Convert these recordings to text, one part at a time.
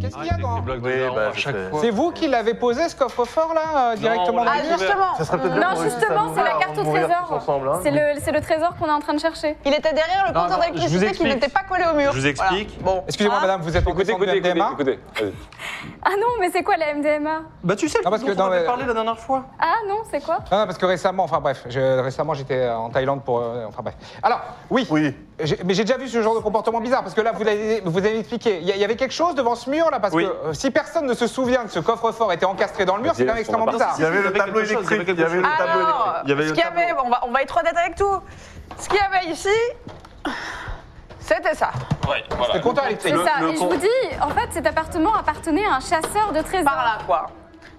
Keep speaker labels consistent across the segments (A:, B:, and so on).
A: Qu'est-ce
B: Ah,
A: qu'il y a dans
C: blocs de
B: Oui,
C: Laurent
B: bah,
C: à chaque
B: c'est-
C: fois.
A: C'est vous qui l'avez posé ce coffre-fort là euh, directement
C: on
A: dans
C: l'a
D: Ah,
A: le mur
D: justement
B: Ça serait peut-être bien
E: Non,
B: qu'on réussisse à
E: justement, c'est
B: mourir-
E: la carte au
B: mourir
E: trésor.
B: tous ensemble, hein.
E: C'est le, c'est le trésor qu'on est en train de chercher.
D: Il était derrière le
C: Non,
D: compteur
C: non, je vous
D: d'électricité qui
C: explique.
D: n'était pas collé au mur.
B: Je vous
D: Voilà.
B: explique.
D: Bon.
A: Excusez-moi
D: Ah,
A: madame, vous êtes en
C: Écoutez,
A: descente de
C: écoutez, écoutez,
A: MDMA
C: écoutez. Allez.
E: Ah non, mais c'est quoi la MDMA
B: Bah tu sais, le
A: Non, parce
B: truc
A: que
B: dont on
A: dans
B: avait
A: les-
B: parlé la dernière fois.
E: Ah non, c'est quoi
A: Non, non, parce que récemment, enfin bref, je- récemment j'étais euh, en Thaïlande pour. euh, enfin bref. Alors, oui.
B: Oui.
A: J'ai- Mais j'ai déjà vu ce genre de comportement bizarre parce que là, vous avez, vous avez expliqué. Il y, a- il y avait quelque chose devant ce mur là parce
B: Oui.
A: que euh, si personne ne se souvient que ce coffre-fort était encastré dans le mur, c'est quand même extrêmement
C: On va
A: bizarre.
B: partir.
C: partir.
B: Il y avait le
C: quelque
B: tableau
C: chose,
B: électrique,
C: quelque
B: il y avait
C: chose.
B: le tableau
D: Alors,
B: électrique. Il y avait
D: ce
B: le
D: qu'il y
B: tableau.
D: avait, on va, on va être honnête avec tout. Ce qu'il y avait ici, c'était ça.
C: Ouais, voilà.
A: C'est compteur électrique.
E: C'est ça.
B: le
E: Et je
B: con-
E: vous dis, en fait, cet appartement appartenait à un chasseur
D: Par
E: de
D: là,
E: trésors.
D: quoi.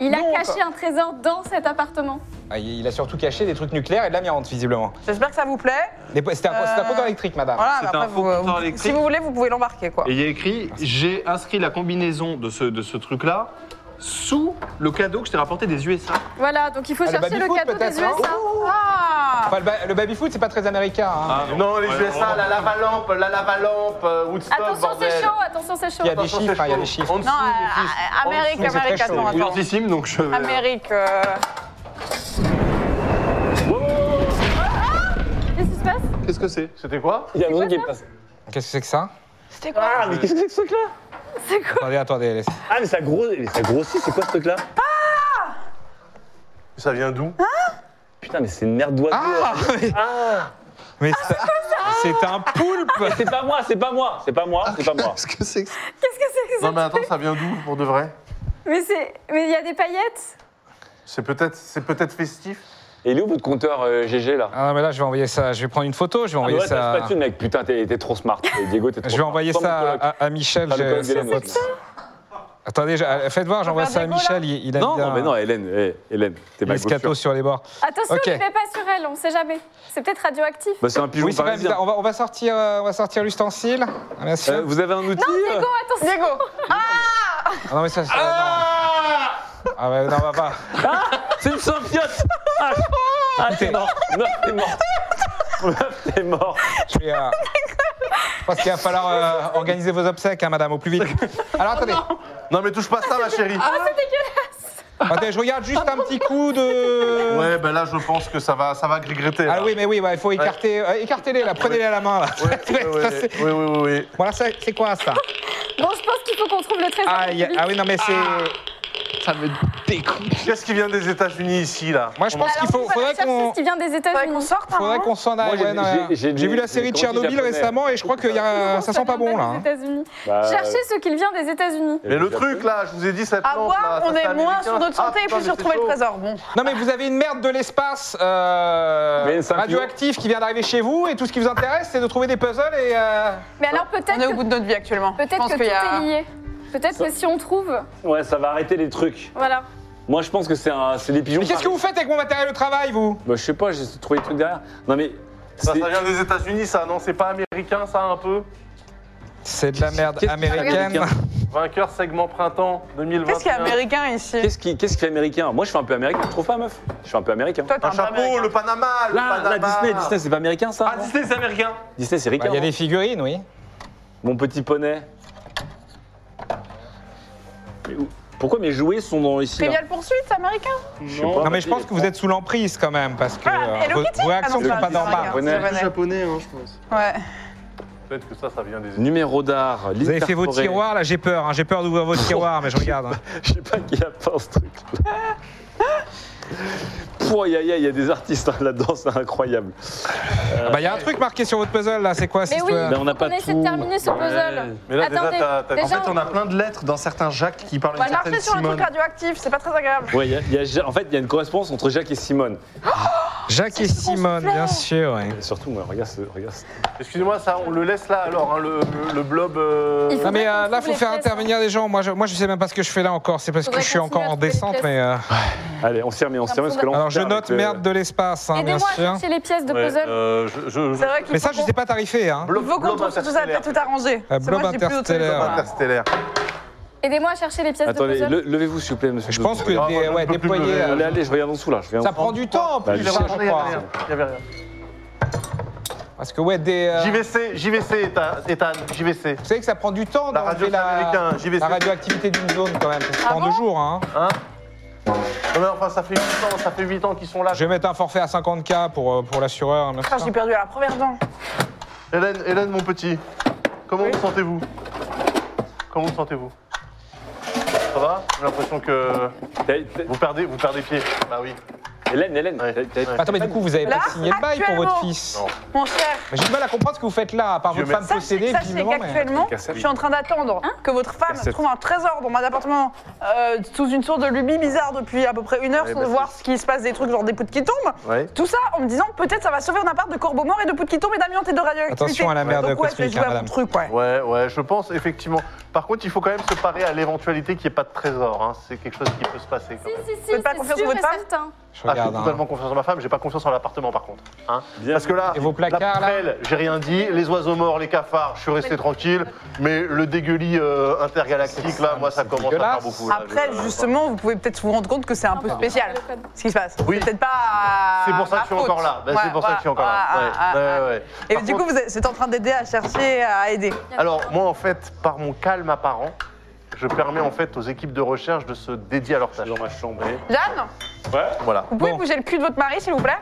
E: Il a
A: Non,
E: caché un trésor dans cet appartement.
A: Ah, il il a surtout caché des trucs nucléaires et de l'amiante visiblement.
D: J'espère que ça vous plaît.
A: Des po- C'était un,
D: Euh,
A: c'était un compteur électrique,
C: Bah,
A: madame.
D: Voilà,
B: C'est
D: mais après,
B: un faux
D: vous-
B: compteur
D: vous-
B: électrique.
D: Si vous voulez, vous pouvez l'embarquer, quoi.
B: Et il y a écrit J'ai inscrit la combinaison de ce, de ce truc-là sous le cadeau que je t'ai rapporté des USA.
E: Voilà, donc il faut
A: Ah, le
E: chercher le
A: baby-foot,
E: cadeau hein. des
A: peut-être, hein
E: USA.
D: Ah
A: Enfin, le, ba- le baby-foot, c'est pas très américain. hein.
B: Ah, non,
C: Ouais,
B: USA,
C: on-
B: la lavalampe, la lavalampe, euh, Woodstock.
E: Attention, c'est
B: bordel.
E: chaud, attention, c'est chaud.
A: Il y a des
B: Attention,
A: chiffres,
B: c'est
A: hein, il y a
B: chaud.
A: des chiffres.
B: En dessous,
D: Non,
B: les
D: euh,
B: fils.
D: euh, Amérique,
A: Mais c'est très
D: Amérique,
A: chaud.
D: attends, attends.
B: Brillantissime, donc je vais-
D: Amérique. euh,
E: Qu'est-ce qui se passe
B: Qu'est-ce que c'est C'était quoi
C: Il y a un truc qui est passé.
A: Qu'est-ce que c'est que ça
D: C'était quoi
C: Ah, mais qu'est-ce que c'est que ce truc-là
E: C'est quoi
A: Attendez, attendez, laissez.
C: Ah, mais ça, gros... mais ça grossit, c'est quoi ce truc-là
B: Ça vient d'où
C: Hein Putain, mais c'est une merde d'oiseau.
A: Ah Mais,
C: Ah
A: mais ça- c'est un poulpe
C: C'est pas moi, c'est pas moi, c'est pas moi, c'est pas moi.
B: Qu'est-ce que c'est que ça
E: Qu'est-ce que c'est que ça
B: Non, mais attends, ça vient d'où pour de vrai
E: Mais c'est, mais il y a des paillettes.
B: C'est peut-être c'est peut-être festif.
C: Et il est où votre compteur euh, GG là
A: Ah non, mais là, je vais envoyer ça. Je vais prendre une photo, je
C: Ah,
A: vais
C: mais
A: envoyer
C: ouais, t'as
A: ça.
C: pas de thune, mec, putain, t'es t'es trop smart. Et Diego, t'es trop
A: Je vais envoyer
C: Comme
A: ça
C: mon coloc.
A: à, à Michel.
C: Ah, le
A: j'ai-
C: coloc
A: c'est
C: d'Hélène,
A: un
C: mec.
A: pote. Attendez, je- euh, faites voir, j'envoie
D: faire
A: ça à
D: des gaules,
A: Michel. Il, il a
C: Non,
A: bien
C: non, mais non, Hélène, hé, Hélène, t'es
A: les
C: ma
A: scatos
C: gauche.
A: sur les bords.
E: Attention,
A: Ok.
E: ne mets pas sur elle, on sait jamais. C'est peut-être radioactif.
C: Bah, c'est un pigeon
A: Oui, c'est quand même
C: parisien.
A: bizarre. On va, on va sortir, euh, on va sortir l'ustensile. Ah, bien sûr.
C: Euh, vous avez un outil euh,
E: Diego, attention.
D: Diego,
A: Ah non, mais ça, c'est.
C: Ah
A: non. Ah ouais, non, on va pas.
C: C'est une symbiote Ah, ah, t'es mort Non, t'es mort Meuf, T'es mort
A: Je vais, euh, Je pense qu'il va falloir euh, organiser vos obsèques, hein, madame, au plus vite. Alors attendez,
B: Non, mais touche pas ça, ma chérie.
E: Ah,
D: Ah,
A: attendez, Ah, ben, je regarde juste un petit coup de.
B: Ouais, ben là, je pense que ça va ça va grigreter.
A: Ah
B: là.
A: oui, mais oui, bah, il faut écarter, euh, écartez-les là, prenez-les à la main là.
B: Ouais, ouais,
A: Ça,
B: ouais,
A: c'est-
B: oui, oui, oui.
A: Voilà, ça, c'est quoi ça
E: Bon, je pense qu'il faut qu'on trouve le trésor.
A: ah, il y a- ah oui, non, mais c'est.
B: Qu'est-ce qui vient des États-Unis ici, là
A: Moi, je pense qu'il faut,
E: Alors, on va
A: faudrait
E: chercher
A: qu'on.
E: ce qui vient des
D: faudrait qu'on
E: États-Unis.
D: sorte un
A: Faudrait
D: moment.
A: qu'on s'en aille.
C: Moi, j'ai-
A: ouais, non,
C: j'ai-
A: ouais.
C: j'ai
A: J'ai
C: des-
A: vu la
C: des
A: série
C: grosses
A: Tchernobyl
C: japonaises.
A: récemment et je crois qu'il y a. Ça sent pas bon là. hein.
E: Des États-Unis.
C: Bah,
E: Cherchez ce qui vient des États-Unis.
B: euh, Mais le truc, là, je vous ai dit, cette
D: À
B: lampe, là,
D: boire,
B: ça,
D: on
B: c'est
D: est moins
B: américain.
D: sur notre
B: Ah,
D: santé et
B: putain,
D: plus
B: mais
D: sur trouver
B: c'est
D: le
B: chaud.
D: trésor. Bon.
A: Non mais vous avez une merde de l'espace
C: Mais
A: euh,
C: une symbiose.
A: radioactif qui vient d'arriver chez vous et tout ce qui vous intéresse c'est de trouver des puzzles et euh,
E: Mais alors peut-être
D: On est au
E: que-
D: bout de notre vie actuellement. Je
E: peut-être
D: pense
E: que tout
D: qu'il y a-
E: est lié. Peut-être que si on trouve,
C: Ouais, ça va arrêter les trucs.
E: voilà.
C: Moi, je pense que c'est un, c'est des pigeons. hein.
A: Mais qu'est-ce que vous faites avec mon matériel de travail vous
C: Bah, je sais pas, j'ai trouvé des trucs derrière. Non, mais.
B: Ça,
C: c'est-
B: ça vient des États-Unis, ça, non C'est pas américain, ça, un peu
A: C'est de la merde
C: Qu'est-ce-
A: américaine.
B: Vainqueur segment printemps 2021.
D: Qu'est-ce qui est américain ici
C: Qu'est-ce qui, qu'est-ce qui fait américain Moi, je fais un peu américain. Tu trouves pas, meuf Je fais un peu américain.
D: Toi, t'es
B: Un
D: un
B: chapeau,
D: peu américain.
B: le Panama, le
C: Là, là,
B: Panama.
C: Disney, Disney, c'est pas américain, ça
B: Ah,
C: non
B: Disney, c'est américain.
C: Disney, c'est
A: Bah, Il
C: ricain.
A: y a des figurines oui.
C: Mon petit poney. Mais où- Pourquoi mes jouets sont dans ici là
D: Trivial poursuite, c'est américain
C: Je sais pas.
A: Non mais je pense que vous êtes sous l'emprise quand même parce que
D: Ah,
A: euh,
D: Hello
A: vos,
D: Kitty
A: vos réactions
D: Ah
A: sont
D: non,
A: pas
D: c'est
A: normales.
D: américain, c'est japonais.
B: japonais, hein, je pense.
D: Ouais.
B: Peut-être que ça, ça vient des États-Unis.
C: Numéro d'art.
A: Vous avez fait vos tiroirs là j'ai peur hein, j'ai peur d'ouvrir vos tiroirs mais je regarde. hein.
C: Je sais pas qui a peint ce truc. Pouah, aïe, aïe, aïe, il y a des artistes hein, là-dedans, c'est incroyable.
A: Ah Bah, il y a un truc marqué sur votre puzzle là, c'est quoi cette
E: Mais oui,
A: histoire
C: Mais on n'a pas
E: on essaie
C: tout.
E: de terminer ce
B: Euh,
E: puzzle.
F: Mais là,
E: Attendez,
F: déjà, t'as- t'as-
B: En
E: déjà,
B: fait, on a plein de lettres dans certains Jacques qui parlent
D: On
B: d'une
D: va
B: certaine
D: marcher sur un truc
B: Simone.
D: radioactif, c'est pas très agréable.
C: Ouais, il y a- il y a Ja- en fait, il y a une correspondance entre Jacques et Simone.
A: Jacques et
D: Oh c'est son
A: Simone,
D: souffleur.
A: bien sûr. ouais. Euh,
C: Et surtout, moi, regarde, ce- regarde. ce-
F: Excusez-moi, ça, on le laisse là alors, hein, le, le- le blob. euh,
E: Il faut-
A: Non mais euh, là,
E: qu'on
A: faut
E: trouve
A: faire
E: les pièces,
A: intervenir des gens. Moi, je, moi, je sais même pas ce que je fais là encore. C'est parce que
E: Faudrait
A: je suis encore en
E: continuer à trouver
A: descente,
E: les
A: mais euh,
C: Allez, on s'y remet, on s'y remet. parce que là, on
A: alors je
C: perd
A: note
C: avec, euh,
A: merde de l'espace, hein, bien
E: aidez-moi à
A: sûr.
E: chercher les pièces de
F: ouais,
E: puzzle.
F: euh, je- je-
D: C'est vrai qu'il
A: Mais
D: faut
A: ça, je
D: qu'on-
A: sais pas tarifer. Hein.
F: Blob-
D: Il faut qu'on
F: blob
D: trouve tout ça, t'as
F: interstellaire.
D: tout arrangé.
A: Euh,
D: C'est moi,
A: blob
D: j'ai plus d'autres trucs,
A: interstellaire.
D: voilà.
F: Interstellaire.
E: Aidez-moi à chercher les pièces de
C: Attendez,
E: puzzle.
C: le- levez-vous, s'il vous plaît, monsieur.
A: Je
C: Dodon.
A: pense que
F: Ah,
A: des-
F: moi, je
A: ouais,
F: peux plus me
A: déployer.
F: lever,
A: euh,
C: Allez, allez, je regarde en dessous là. Je vais en
A: Ça
C: prendre.
A: prend du temps, en
C: Bah,
A: plus,
C: je
A: ça,
C: sais,
A: je
F: Il y avait
A: crois.
F: rien, il y avait rien.
A: Parce que ouais, des. euh,
F: JVC, JVC, Ethan, Ethan, JVC.
A: Vous savez que ça prend du temps
F: La
A: d'enlever
F: radio, c'est
A: la,
F: américain, JVC.
A: la radioactivité d'une zone quand même. Ça
D: Ah
A: prend
D: bon
A: deux jours. Hein.
F: Hein non, mais enfin, ça fait 8 ans, ça fait 8 ans qu'ils sont là.
A: Je vais mettre un forfait à 50K pour, euh, pour l'assureur. hein, bien
D: Ah,
A: sûr.
D: J'ai perdu à la première dent.
F: Hélène, Hélène, mon petit, comment vous sentez-vous Comment vous sentez-vous Ça va J'ai l'impression que
C: T'as- t'as-
F: vous perdez, vous perdez pied. Bah oui.
C: Hélène, Hélène.
F: Ouais.
C: t'as- t'as-
F: Ouais.
A: Attends, mais du coup, vous avez
D: Là,
A: pas signé le bail pour votre fils.
F: Non.
D: Mon cher,
A: Mais J'ai du mal à comprendre ce que vous faites là, à part
F: Dieu
A: votre femme
D: sachez,
A: possédée,
D: sachez
A: visiblement. mais-
D: qu'actuellement,
C: Cassette.
D: je suis en train d'attendre que votre femme
C: Cassette.
D: trouve un trésor dans mon appartement euh, sous une source de lubie bizarre depuis à peu près une heure,
F: Ouais,
D: sans
F: bah,
D: voir ce qui se passe, des trucs genre des poudres qui tombent.
F: Ouais.
D: Tout ça en me disant peut-être ça va sauver un appart de corbeaux morts et de poudre qui tombent et d'amiante et de radioactivité.
A: Attention à la merde
D: Donc ouais, je vais
A: cosmique,
D: jouer
A: hein,
D: à mon
A: madame.
D: truc, ouais.
F: Ouais, ouais, je pense effectivement. Par contre, il faut quand même se parer à l'éventualité qu'il n'y ait pas de trésor. hein. C'est quelque chose qui peut se passer. Quand
E: Si,
F: même.
E: si, si,
D: Vous faites pas
E: c'est
D: confiance
E: sûr
D: en votre
E: et
D: femme
E: certain.
A: Je
F: Ah, j'ai
A: regarde. hein.
F: totalement confiance en ma femme, j'ai pas confiance en l'appartement par contre. hein.
C: Bien
F: Parce que là,
A: Et vos placards,
F: la
A: là
F: prêle, j'ai rien dit, les oiseaux morts, les cafards, je suis resté tranquille, mais le dégueulis euh, intergalactique, là, moi, ça commence à faire
A: dégueulasse.
F: beaucoup. là.
D: Après,
F: Je-
D: justement, vous pouvez peut-être vous rendre compte que c'est un peu
E: Encore,
D: spécial Ah.
E: le code.
D: ce qui se passe.
F: Oui.
D: C'est peut-être pas.
F: C'est pour ça
D: ma
F: que je suis
D: faute.
F: encore là. Bah,
D: Ouais,
F: c'est pour ça que je suis encore
D: ouais,
F: là. Ouais,
D: ouais, ouais.
F: ouais, ouais.
D: Et
F: Par
D: du
F: contre-
D: coup, vous êtes c'est en train d'aider à chercher, à aider.
F: Alors, moi, en fait, par mon calme apparent, je permets en fait aux équipes de recherche de se dédier à leur tâche.
C: dans ma chambre.
D: Jeanne,
F: Voilà.
D: vous pouvez
A: Bon.
D: bouger le cul de votre mari, s'il vous plaît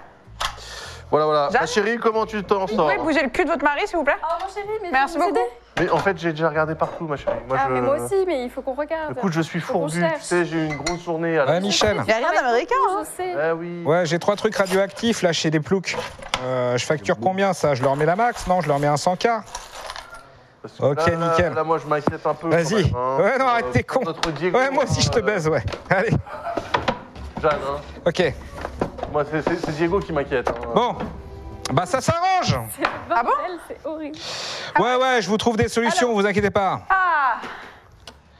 F: Voilà, voilà.
D: Jeanne
F: Ma chérie, comment tu t'en
D: Vous
F: sors
D: pouvez bouger le cul de votre mari, s'il vous plaît
E: Oh mon chéri, mais
D: Merci
E: vous nous
D: beaucoup.
E: aidez.
F: Mais en fait, j'ai déjà regardé partout, ma chérie. Moi,
E: Ah,
F: je...
E: mais moi aussi, mais il faut qu'on regarde.
F: Écoute, je suis
E: Faut qu'on
F: fourbu, tu
E: cherche.
F: sais, j'ai eu une grosse journée. à la-
A: Ouais, Michel.
D: Il y a rien d'américain, hein
E: Je sais.
F: Ah oui.
A: Ouais, j'ai trois trucs radioactifs là chez des ploucs. Euh, je facture combien ça Je leur mets la max Non, je leur mets un 100K.
F: Parce que
A: Ok,
F: là, là,
A: nickel.
F: Là, moi, je m'inquiète un peu. quand
A: Vas-y.
F: même, hein.
A: Ouais, non,
F: Euh,
A: arrête, t'es con.
F: notre Diego,
A: Ouais, moi aussi je te
F: euh,
A: baise, ouais. Allez,
F: Jeanne, hein.
A: ok.
F: Moi, c'est- c'est c'est Diego qui m'inquiète. hein.
A: Bon. Bah ça s'arrange
D: Ah bon
E: Bordel, C'est horrible.
A: Ouais, ouais, je vous trouve des solutions, vous inquiétez pas.
D: Ah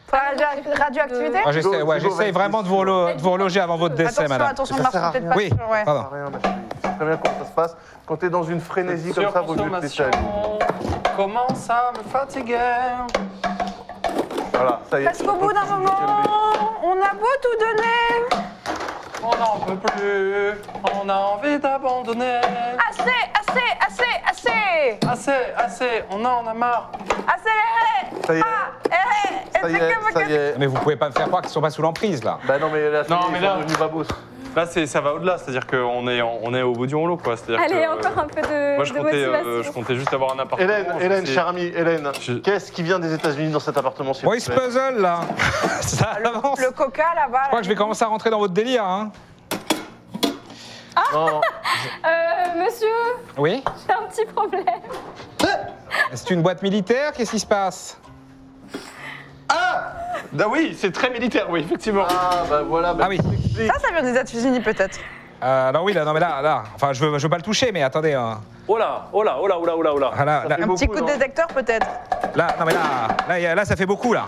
D: Pour la radio- radioactivité
A: Ah, j'essaie,
F: Digo,
A: ouais,
F: Digo,
A: j'essaie
F: vas-y,
A: vraiment de vous, relo- de vous reloger avant votre décès,
D: Attention,
A: madame.
D: attention,
F: Ça
D: ne marche
F: sert à
D: peut-être
F: rien.
D: pas
A: Oui,
D: sur- ouais.
F: Ça
A: pardon.
F: sert à rien, ma chérie. Tu sais très bien comment ça se passe. Quand t'es dans une frénésie comme ça, vaut mieux que t'essayes.
B: commence à me fatiguer.
F: Voilà, ça y est.
D: Parce qu'au bout d'un moment, on a beau tout donner.
B: On n'en peut plus, on a envie d'abandonner.
D: Assez, assez, assez, assez
B: Assez, assez, on en a marre.
D: Assez
F: Ça y est,
D: Eh, eh, eh,
F: ça y
D: c'est
F: est,
D: comme-
F: ça y est.
A: Mais vous pouvez pas me faire croire qu'ils sont pas sous l'emprise là.
F: Bah non, mais là,
B: Non, mais là-
F: devenu babos.
B: Là, c'est, ça va au-delà, c'est-à-dire qu'on est, en- on est au bout du rouleau, quoi. C'est-à-dire
E: Allez,
B: que, euh,
E: encore un peu de,
B: Moi, je
E: de
B: comptais, euh,
E: motivation.
B: je comptais juste avoir un appartement.
F: Hélène,
B: je
F: Hélène,
B: sais-
F: chère amie, Hélène,
B: Je-
F: qu'est-ce qui vient des États-Unis dans cet appartement s'il
A: Bon,
F: vous
A: il se
F: plaît
A: puzzle là. Ça avance.
D: Le
A: Je
D: coca là-bas.
A: crois que je vais commencer à rentrer dans votre délire, hein.
D: Ah.
F: Non,
E: Euh, monsieur,
A: Oui
E: j'ai un petit problème.
A: C'est une boîte militaire, qu'est-ce qui se passe
B: Ah oui, c'est très militaire, oui, effectivement.
F: ah bah voilà, bah,
A: Ah oui.
D: Ça, ça vient des États-Unis peut-être.
A: Euh, alors oui, là, non mais là, là, enfin je veux, je veux pas le toucher, mais attendez, hein.
C: Oh là, oh là, oh là, oh là, oh là, oh là.
A: Ah, là, là,
D: Un petit coup de détecteur peut-être.
A: là, non mais là, là, y a- là, ça fait beaucoup là.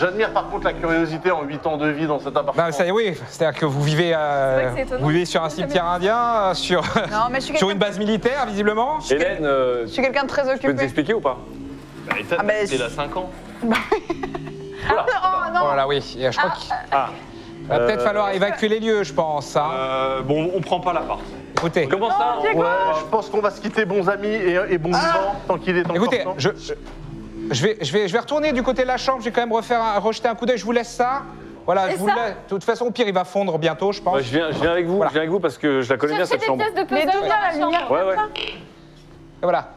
F: j'admire par contre la curiosité en 8 ans de vie dans cet appartement.
A: Non, mais Bah, ça y est, oui, c'est-à-dire que vous vivez, euh,
E: C'est vrai que c'est étonnant.
A: vous vivez sur un cimetière indien, euh, sur,
D: Non, mais je suis
A: sur
D: quelqu'un-
A: une base militaire visiblement.
C: Hélène, euh,
D: Je
C: tu
D: suis quelqu'un de très
C: peux nous
D: occupé.
C: expliquer ou pas
B: Bah, Ethan,
D: Ah, mais-
B: t'es là 5 ans.
D: Oh non
A: Voilà, oui. Et je crois qu'il
C: Ah,
A: va peut-être
C: Euh,
A: falloir évacuer les lieux, je pense. hein.
B: Euh, bon, on prend pas l'appart.
A: Écoutez,
C: comment ça on-
F: Ouais, je pense qu'on va se quitter bons amis et, et bons vivants tant qu'il est encore
A: Ah écoutez,
F: temps.
A: je, je vais, je, vais, je vais retourner du côté de la chambre. Je vais quand même refaire un- rejeter un coup d'œil. Je vous laisse ça. Voilà,
E: Et
A: je vous
E: ça
A: laisse. De toute façon, au pire, il va fondre bientôt, je pense.
C: Ouais, Bah, je, viens, je viens avec vous,
A: Voilà.
C: je viens avec vous parce que je la connais bien
E: Cherchez
C: cette
E: des
C: chambre.
E: pièces de
D: Mais
E: puzzle.
D: d'où vient la
E: dans chambre.
D: lumière
C: Ouais, ouais.
A: Et voilà.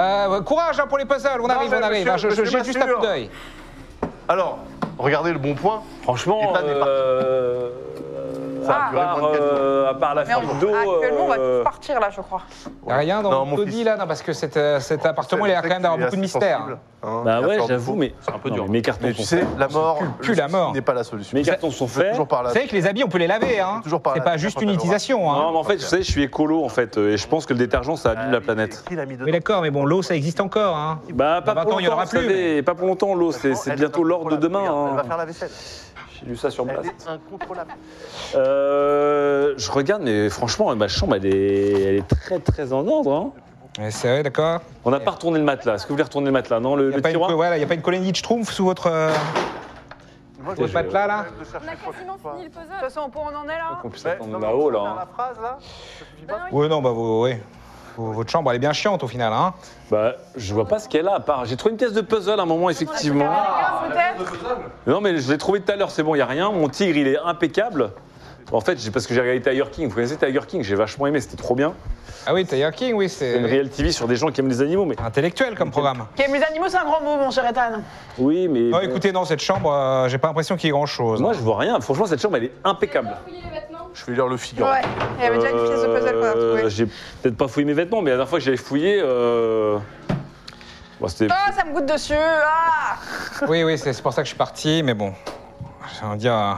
A: Euh, courage hein, pour les puzzles. On arrive,
F: mais
A: on
F: monsieur,
A: arrive. hein. Je- je-
F: monsieur
A: J'ai juste un
F: Massure.
A: coup d'œil.
F: Alors, regardez le bon point.
C: Franchement,
F: Ethan est parti.
C: euh,
F: Ça a
D: Ah.
F: duré
C: part,
F: moins de 4 jours.
C: euh, à part la
D: Mais on,
C: fuite d'eau.
D: actuellement, on va
C: euh,
D: tous partir là, je crois.
A: Y'a rien
F: Non,
A: dans
F: mon
A: le taudis
F: fils.
A: là, non, parce que cet, euh, cet appartement, il a quand même d'avoir beaucoup de mystères.
F: hein.
C: Bah ouais, j'avoue, mais
B: C'est un peu
C: Non,
B: dur.
C: mais mes cartons
F: Mais
C: sont
F: tu sais, la mort,
A: pue- pue la
F: le
A: mort.
F: suicide n'est pas la solution.
C: mes cartons sont
F: Je vais
C: faits.
F: toujours par là.
A: Vous savez que les habits, on peut les laver, hein.
F: Toujours par
A: C'est
F: la-
A: pas juste une
F: la-
A: utilisation, hein.
C: Non, mais en fait, vous savez, je suis écolo en fait, euh, et je pense que le détergent ça
F: Ah,
C: abîme la planète.
F: Qui l'a mis dedans
A: Mais d'accord, mais bon, l'eau, ça existe encore, hein.
C: Bah pas
A: Dans
C: pour
A: 20 ans, il y en
C: longtemps,
A: aura
C: vous
A: plus,
C: savez, pas pour longtemps l'eau, c'est c'est
F: Elle est
C: bientôt l'ordre de demain.
F: incontrôlable.
C: hein.
F: Elle va faire la vaisselle.
C: J'ai lu ça sur place.
F: Elle est incontrôlable.
C: Euh, je regarde, mais franchement, ma chambre, elle est, elle est très très en ordre. hein.
A: Ouais, C'est vrai, d'accord.
C: On n'a pas retourné le matelas. Est-ce que vous voulez retourner le matelas Non, le, le
A: Il n'y
C: tiroir
A: a pas une colonie de schtroumpfs sous votre. euh,
F: Moi,
A: Votre
F: je-
A: matelas, là
F: je cherche
E: On a
F: les profils,
E: quasiment
F: quoi.
E: fini le
D: De
E: puzzle.
D: toute façon, on peut- on en est là.
C: Qu'on puisse
F: Ouais,
C: attendre
F: non, mais
C: là-haut,
F: on
C: là.
F: a
C: hein.
F: la phrase, là, ça suffit
E: Bah
F: pas.
E: non, il-
A: Ouais, non, bah, vous, ouais. Vous- Votre chambre, elle est bien chiante au final, hein.
C: Bah, je vois pas ce qu'elle a à part. J'ai trouvé une pièce de puzzle à un moment, effectivement.
D: Ah, peut-être.
C: Non, mais je l'ai trouvé tout à l'heure, c'est bon, il n'y a rien. Mon tigre, il est impeccable. En fait, j'ai- parce que j'ai regardé Tiger King. Vous connaissez Tiger King J'ai vachement aimé, c'était trop bien.
A: Ah oui, Tiger King, oui,
C: C'est une
A: c'est
C: réelle TV sur des gens qui aiment les animaux, mais.
A: intellectuel comme programme.
D: Ok, mais les animaux, c'est un grand mot, mon cher Ethan.
C: Oui, mais.
A: Non,
C: bon.
A: écoutez, dans cette chambre, euh, j'ai pas l'impression qu'il y ait hein. grand chose.
C: Moi, je vois rien. Franchement, cette chambre, elle est impeccable.
E: Fouiller les vêtements.
F: Je vais lire le Figaro.
D: Ouais, il y avait déjà une pièce de puzzle qu'on a
C: Euh,
D: trouvée.
C: J'ai peut-être pas fouillé mes vêtements, mais la dernière fois que j'avais fouillé. euh, bon, c'était.
D: Ah, ça me goûte dessus. Ah
A: Oui, oui, c'est c'est pour ça que je suis parti, mais bon. J'ai envie de dire. euh,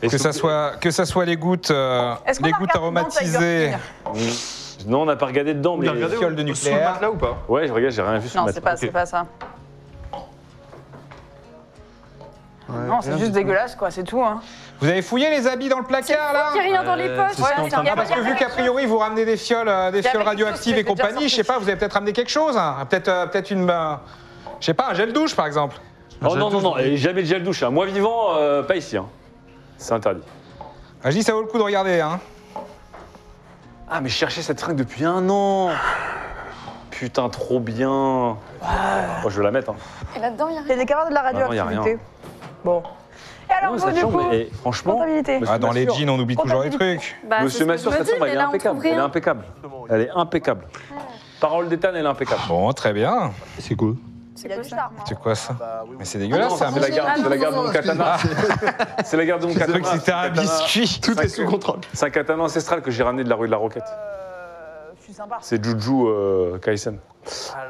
C: Est-ce
A: Que
C: que-
A: ça, soit, que ça soit les gouttes, euh,
D: Est-ce qu'on
A: les
D: a
A: gouttes
D: regardé dans Tiger
A: aromatisées,
D: King
C: Non, on n'a pas regardé dedans, mais.
B: a regardé
A: fioles de
B: Sous le
A: nucléaire.
B: matelas ou pas
C: Ouais, je regarde, j'ai rien vu sur
D: Non,
C: ma
D: c'est pas, c'est pas ça. non, c'est juste dégueulasse, quoi, c'est tout. Hein.
A: Vous avez fouillé les habits dans le placard là
E: Il y a rien dans les
D: Euh,
E: poches.
D: ce qu'on est en train
E: il y
D: de
E: a-
D: faire.
A: Parce que vu qu'a priori vous ramenez des fioles, euh, des
D: Il y avait quelque
A: fioles
D: chose
A: radioactives
D: qui
A: et
D: était déjà
A: compagnie, je sais
D: sorti.
A: pas, vous avez peut-être ramené quelque chose, hein. peut-être euh, peut-être une, euh, je sais pas, un gel douche par exemple.
C: Oh non, non, non, et jamais de gel douche. hein. Moi vivant, euh, pas ici. hein. C'est interdit.
A: Ah, je dis ça vaut le coup de regarder. Hein.
C: Ah, mais je cherchais cette fringue depuis un an. Putain, trop bien. Oh, je vais la mettre. Hein.
E: Et là-dedans, il y a
D: Il y a des carottes de la
C: non, il y a
D: radioactivité. bon. Et alors,
C: Non,
D: vous,
C: cette
D: du
C: chambre,
D: coup
C: eh, franchement,
D: Comptabilité.
C: Monsieur
A: Ah, dans les
C: Massure.
A: jeans on oublie toujours les trucs.
E: rien.
C: Monsieur Massure, cette chambre, elle est impeccable. Elle est impeccable. Elle est impeccable. Parole d'Éthan, elle est impeccable.
A: Bon, très bien.
G: C'est quoi
D: Il y a du charme. hein.
A: C'est quoi ça
F: Bah oui, oui.
A: Mais c'est
C: Ah non,
A: dégueulasse. ça.
C: c'est la
E: Ah
C: garde,
E: non,
C: c'est la
E: non,
C: garde de mon
E: non,
C: katana. C'est la garde de mon
A: Je croyais
C: katana.
A: que c'était un
C: katana.
A: biscuit.
G: Tout
C: Ça
G: est sous
C: que-
G: contrôle.
C: C'est un katana ancestral que j'ai ramené de la rue de la Roquette.
D: Euh, Je suis sympa.
C: C'est Juju euh, Kaisen.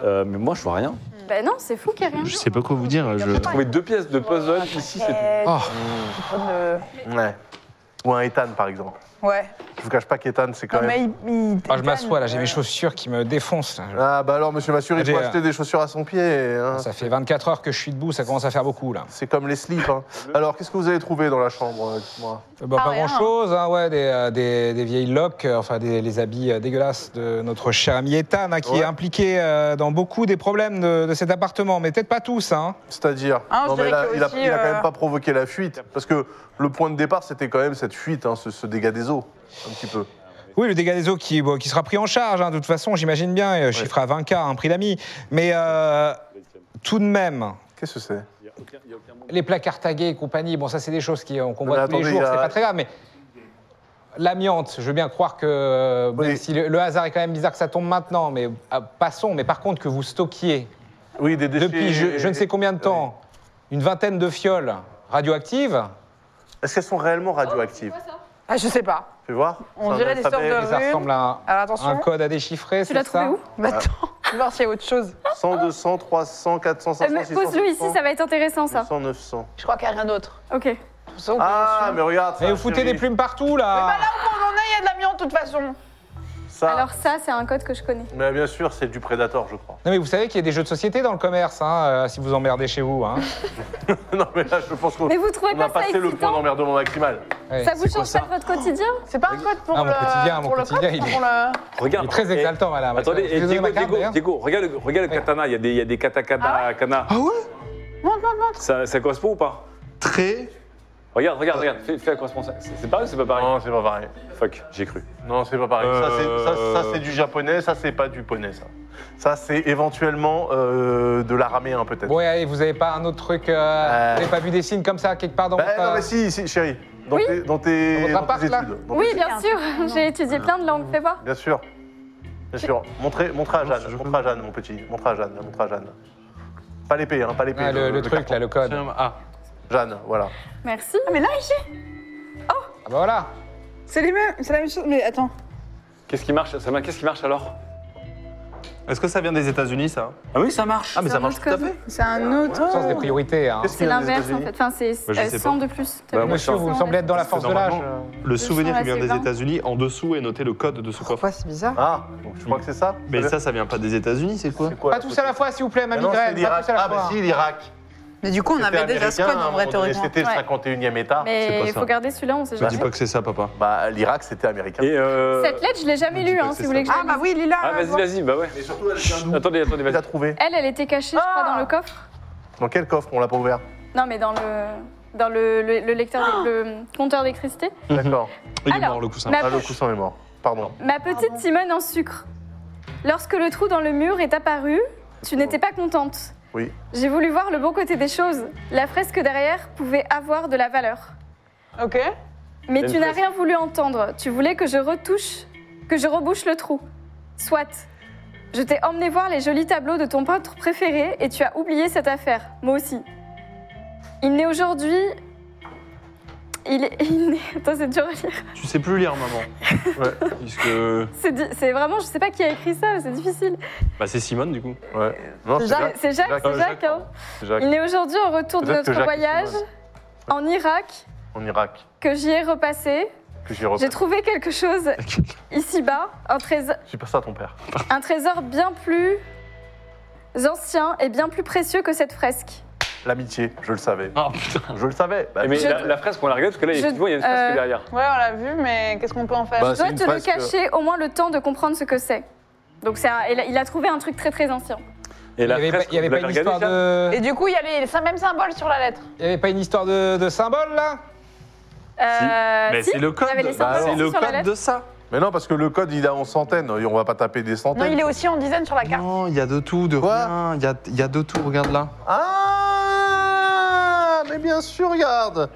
C: Euh, mais moi, je vois rien.
E: Ben non, c'est fou qu'il n'y a rien.
G: Je sais pas quoi vous dire. Je...
C: J'ai trouvé deux pièces de puzzle ici. c'est tout.
D: Eh,
A: Oh.
D: tu prends
E: Euh,
D: de-
F: Ouais. Ou un Ethan, par exemple.
D: Ouais.
F: Je vous cache pas qu'Ethan, c'est quand
D: Non,
F: même.
D: mais il. il-
A: Ah, je m'assois là, j'ai
D: euh,
A: mes chaussures qui me défoncent. là.
F: Ah bah alors, monsieur Massur, il
A: J'ai,
F: faut
A: euh,
F: acheter des chaussures à son pied. hein.
A: Ça fait 24 heures que je suis debout, ça commence à faire beaucoup là.
F: C'est comme les slips. hein. Alors, qu'est-ce que vous avez trouvé dans la chambre, euh, dites-moi
A: Euh, bah,
D: Ah,
A: pas
D: rien.
A: grand chose, hein, ouais, des, euh, des, des vieilles loques, euh, enfin des, les habits euh, dégueulasses de notre cher ami Ethan, hein, qui
F: Ouais.
A: est impliqué euh, dans beaucoup des problèmes de, de cet appartement, mais peut-être pas tous. Hein.
F: C'est-à-dire
D: Ah, je
F: Non, mais
D: dirais
F: là,
D: que
F: il, a,
D: aussi,
F: il a quand
D: euh,
F: même pas provoqué la fuite. Parce que le point de départ, c'était quand même cette fuite, hein, ce, ce dégât des eaux, un petit peu.
A: Oui, le dégât des eaux qui, bon, qui sera pris en charge, hein, de toute façon, j'imagine bien, euh, chiffre à 20K, un prix d'ami. Mais euh, tout de même,
F: Qu'est-ce que c'est
A: les placards tagués et compagnie, bon, ça, c'est des choses qui, euh, qu'on voit
F: mais
A: tous les
F: attendez,
A: jours,
F: il y a-
A: c'est pas très grave, mais. L'amiante, je veux bien croire que euh, même
F: Oui.
A: si le, le hasard est quand même bizarre que ça tombe maintenant, mais euh, passons. Mais par contre, que vous stockiez
F: Oui, des déchets.
A: depuis je, je ne sais combien de temps, une vingtaine de fioles radioactives.
F: Est-ce qu'elles sont réellement radioactives
E: Oh,
D: Ah, je sais pas.
F: Fais voir.
D: On
F: C'est un
D: dirait des
F: alphabet
D: sortes
A: Et ça
D: Une.
A: ressemble à
D: Alors,
A: un- un
D: attention.
A: code à déchiffrer,
E: Tu
A: c'est
E: l'as
A: ça
E: trouvé où
D: Bah, attends, je vais voir s'il y a autre chose.
F: 100, 200, 300, 400,
E: Euh,
F: 500,
E: mais
F: 600,
E: Pose-le ici,
F: 700,
E: ça va être intéressant ça.
F: 800, 900.
D: Je crois qu'il n'y a rien d'autre.
E: Ok.
D: De toute façon, on
F: Ah,
D: peut-
F: mais regarde ça,
A: Mais vous foutez
F: chérie.
A: des plumes partout
D: On
A: là
D: en est, il y a de l'amiante, de toute façon.
F: Ça,
E: Alors ça, c'est un code que je connais.
F: mais bien sûr, c'est du Predator, je crois.
A: Non mais vous savez qu'il y a des jeux de société dans le commerce, hein, euh, si vous emmerdez chez vous. Hein.
F: non, mais là, je pense qu'on
E: Mais vous trouvez
F: on a
E: pas ça
F: passé le point
E: excitant
F: d'emmerdement maximal.
A: Ouais.
E: Ça vous change pas de votre quotidien
D: C'est pas un code pour
A: Ah, mon
D: le.
A: quotidien, mon
D: pour le
A: quotidien,
D: code,
A: il est-
D: pour le-
A: Il
C: Regarde.
A: est très
C: Eh,
A: exaltant madame.
C: Attendez,
A: Je vous ai
C: eh,
A: donné
C: Diego,
A: ma carte,
C: Diego,
A: d'ailleurs.
C: Diego, regarde, le- regarde le katana, il y a des, il y a des katakana.
B: Ah
C: kana.
A: Ah
D: Monte, monte, monte.
C: Ça, ça correspond ou pas
G: Très.
C: Regarde, regarde, regarde, fais, fais la correspondance. C'est c'est pareil ou c'est pas pareil
F: Non, c'est pas pareil.
C: Fuck, j'ai cru.
F: Non, c'est pas pareil. Ça, c'est- Ça,
C: Euh.
F: ça, c'est du japonais, ça, c'est pas du poney, ça. Ça, c'est éventuellement euh, de l'araméen, peut-être.
A: Bon et allez, vous avez pas un autre truc, euh,
F: Euh.
A: vous avez pas vu des signes comme ça quelque part dans
F: Bah,
A: votre...
F: non, mais si, si, chérie. Dans
E: Oui.
F: tes, dans tes-
A: Euh. Dans votre
F: dans tes
A: appart, là
F: études. Dans
E: Oui,
F: tes-
D: Ah.
E: bien sûr. J'ai étudié plein de langues, fais voir.
F: Bien sûr. Bien sûr. Montrez, montrez à Jeanne, montrez à Jeanne, mon petit. Montrez à Jeanne, montrez à Jeanne. Pas l'épée, hein, pas l'épée.
A: Ah, le, le truc
F: carton.
A: là, le code.
B: Ah,
F: Jeanne, voilà.
E: Merci.
D: Mais là,
A: Ah bah voilà
D: Oh. C'est les mêmes, c'est la même chose. Mais attends.
C: Qu'est-ce qui marche Sama, qu'est-ce qui marche alors
B: Est-ce que ça vient des États-Unis, ça
C: Ah oui, ça marche.
B: Ah, mais
E: C'est
B: ça
E: un
B: marche
E: autre
B: tout à
E: code.
B: fait.
D: C'est un autre.
A: Sens des priorités. Hein.
F: Qu'est-ce qu'il
E: C'est
F: y a aux
E: l'inverse en
F: États-unis
E: fait. Enfin, c'est
B: Bah, je
E: euh,
B: sais pas.
E: 100 de plus.
C: Bah, moi,
A: Monsieur, vous semblez être dans la force de l'âge.
F: Euh,
B: Le souvenir
E: sang,
B: qui vient
E: là,
B: des
E: c'est vingt.
B: États-Unis, en dessous est noté le code de ce coffre.
D: Pourquoi c'est bizarre
F: Ah, donc je crois que c'est ça
B: Mais ça, ça vient pas des États-Unis, c'est quoi
F: C'est quoi
A: Pas tous à la fois, s'il vous plaît, ma
F: Ah non, c'est
A: migraine. Pas
F: l'Irak.
A: tous à la
F: Ah,
A: fois. hein.
F: bah si, l'Irak.
D: Mais du coup, on
F: C'était
D: avait déjà ce
F: américain,
D: code
F: à un
D: en
F: moment
D: vrai,
F: donné,
D: théoriquement.
F: C'était le
E: Ouais.
F: 51e État.
E: Mais
B: pas
E: il
B: ça.
E: faut garder celui-là, on sait
B: Me dis
E: jamais.
B: pas que c'est ça, papa.
F: Bah, l'Irak, c'était américain.
C: Et euh...
E: Cette lettre, je l'ai jamais
B: me dis
E: lue,
B: pas
E: hein,
B: que
E: si
B: c'est
E: vous voulez que je
D: Ah
E: la
D: bah
E: lise.
D: oui, il est là.
C: Ah,
D: là,
C: vas-y,
D: bon.
C: vas-y, bah ouais.
F: Mais surtout, elle vient d'où
C: Attendez, attendez,
F: Tu l'as
C: vas-y.
F: trouvé
E: Elle, elle était cachée, je crois,
D: Ah
E: dans le coffre.
F: Dans quel coffre On l'a pas ouvert.
E: Non, mais dans le dans le, le- le lecteur, des- le compteur d'électricité.
F: D'accord.
B: Mhm. Il est
E: Alors,
B: mort, le coussin.
E: ma-
F: Ah, le coussin est mort. Pardon.
E: Ma petite Simone en sucre. Lorsque le trou dans le mur est apparu, tu n'étais pas contente.
F: Oui.
E: J'ai voulu voir le bon côté des choses. La fresque derrière pouvait avoir de la valeur.
D: Ok.
E: Mais
C: Il y a
E: tu
C: une
E: n'as
C: fresque.
E: rien voulu entendre. Tu voulais que je retouche, que je rebouche le trou. Soit. Je t'ai emmené voir les jolis tableaux de ton peintre préféré et tu as oublié cette affaire. Moi aussi. Il n'est aujourd'hui. Il est. Il n'est... Attends, c'est dur à lire.
B: Tu sais plus lire, maman. Ouais. Puisque.
E: C'est, di- c'est vraiment. Je sais pas qui a écrit ça, c'est difficile.
B: Bah, c'est Simone, du coup.
F: Ouais. Non, c'est
D: Jacques.
F: Jacques.
E: C'est Jacques,
F: Jacques,
E: c'est
B: euh,
E: Jacques,
B: Jacques,
E: hein.
F: C'est Jacques.
E: Il est aujourd'hui au retour de
F: Peut-être que
E: notre
F: Jacques est
E: voyage
F: Simone.
E: en Irak
F: En Irak.
E: que j'y ai repassé.
F: Que j'ai repris.
E: J'ai trouvé quelque chose ici-bas, un trésor,
F: J'ai passé à ton père.
E: un trésor bien plus ancien et bien plus précieux que cette fresque.
F: L'amitié, je le savais.
B: Ah, putain.
F: Je le savais. Bah,
C: Mais
E: Je-
C: la, la fresque, on la regarde parce que là,
E: Je-
C: effectivement, il y a une fresque
E: euh,
C: derrière.
D: Ouais, on l'a vu, mais qu'est-ce qu'on peut en faire
F: Bah,
E: Je dois
F: une
E: te le
F: fresque-
E: cacher au moins le temps de comprendre ce que c'est. Donc c'est un- il a- il a trouvé un truc très très ancien.
C: Et
A: Il n'y
C: la
A: avait, pas-
C: fresque,
A: il y avait
C: vous
A: pas
C: l'avez
A: une
C: regardée
A: histoire
C: déjà
A: de,
D: Et du coup, il y a les les mêmes symboles sur la lettre.
A: il y avait pas une histoire de, de symbole là
E: Euh,
B: Mais
E: si,
B: c'est le code.
E: il y avait les
F: Bah,
E: symboles
B: C'est
E: aussi
B: le
E: sur la
B: code
E: lettre.
B: de ça.
F: Mais non, parce que le code, il est en centaines. On va pas taper des
D: Non,
F: centaines.
D: il est aussi en dizaine sur la carte.
G: Non, il y a de tout, de
F: Quoi
G: rien. Il y a, il y a de tout, regarde là.
F: Ah Mais bien sûr, regarde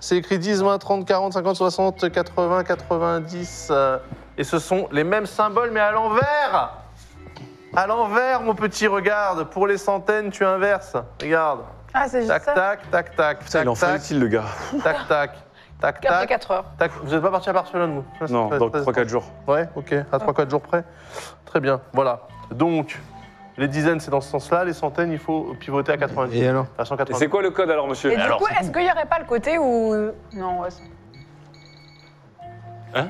F: C'est écrit 10, 20, 30, 40, 50, 60, 80, 90. euh, et ce sont les mêmes symboles, mais à l'envers À l'envers, mon petit, regarde Pour les centaines, tu inverses. Regarde.
D: Ah, c'est juste
F: Tac,
D: ça.
F: tac, tac, tac,
C: Putain, il en fait
F: tac, tac,
C: utile, le gars.
F: tac, tac. Tac,
D: Carte de
F: tac,
D: 4 heures.
F: tac. Vous n'êtes pas parti à Barcelone, vous
C: Non,
F: Ça-
C: dans
F: ça-
C: 3-4 jours.
F: Ouais, ok, à 3-4 jours près. Très bien, voilà. Donc, les dizaines, c'est dans ce sens-là, les centaines, il faut pivoter à 90.
G: Et alors
F: à
C: Et
F: 180.
C: c'est quoi le code alors, monsieur
D: Et du coup, est-ce qu'il n'y aurait pas le côté où. Non, ouais, c'est-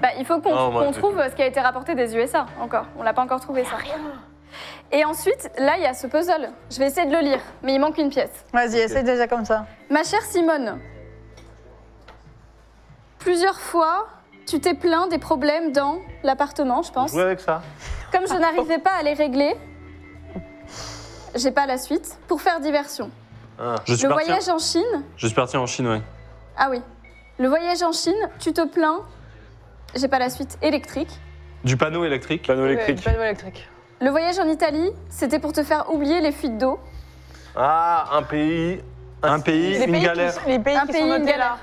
E: Bah, il faut qu'on
F: Non, moi,
E: qu'on
F: je-
E: trouve ce qui a été rapporté des USA encore. On l'a pas encore trouvé ça. Et ensuite, là, il y a ce puzzle. Je vais essayer de le lire, mais il manque une pièce.
D: Vas-y, essaye déjà comme ça.
E: Ma chère Simone, plusieurs fois, tu t'es plaint des problèmes dans l'appartement, je pense.
F: Jouer avec ça.
E: Comme je n'arrivais pas à les régler, j'ai pas la suite, pour faire diversion.
B: Je suis
E: Le
B: parti.
E: voyage en Chine,
B: Ah. Je suis parti en Chine, ouais.
E: ah oui, le voyage en Chine, tu te plains, j'ai pas la suite électrique.
B: Du panneau électrique.
C: Panneau électrique.
D: Panneau électrique.
E: Le voyage en Italie, c'était pour te faire oublier les fuites d'eau.
F: Ah, un pays.
B: Un pays,
D: Les
B: une
D: pays,
B: galère.
D: qui, sont- les pays
E: Un
D: qui
E: pays,
D: sont
E: une
D: notés là.
E: galère.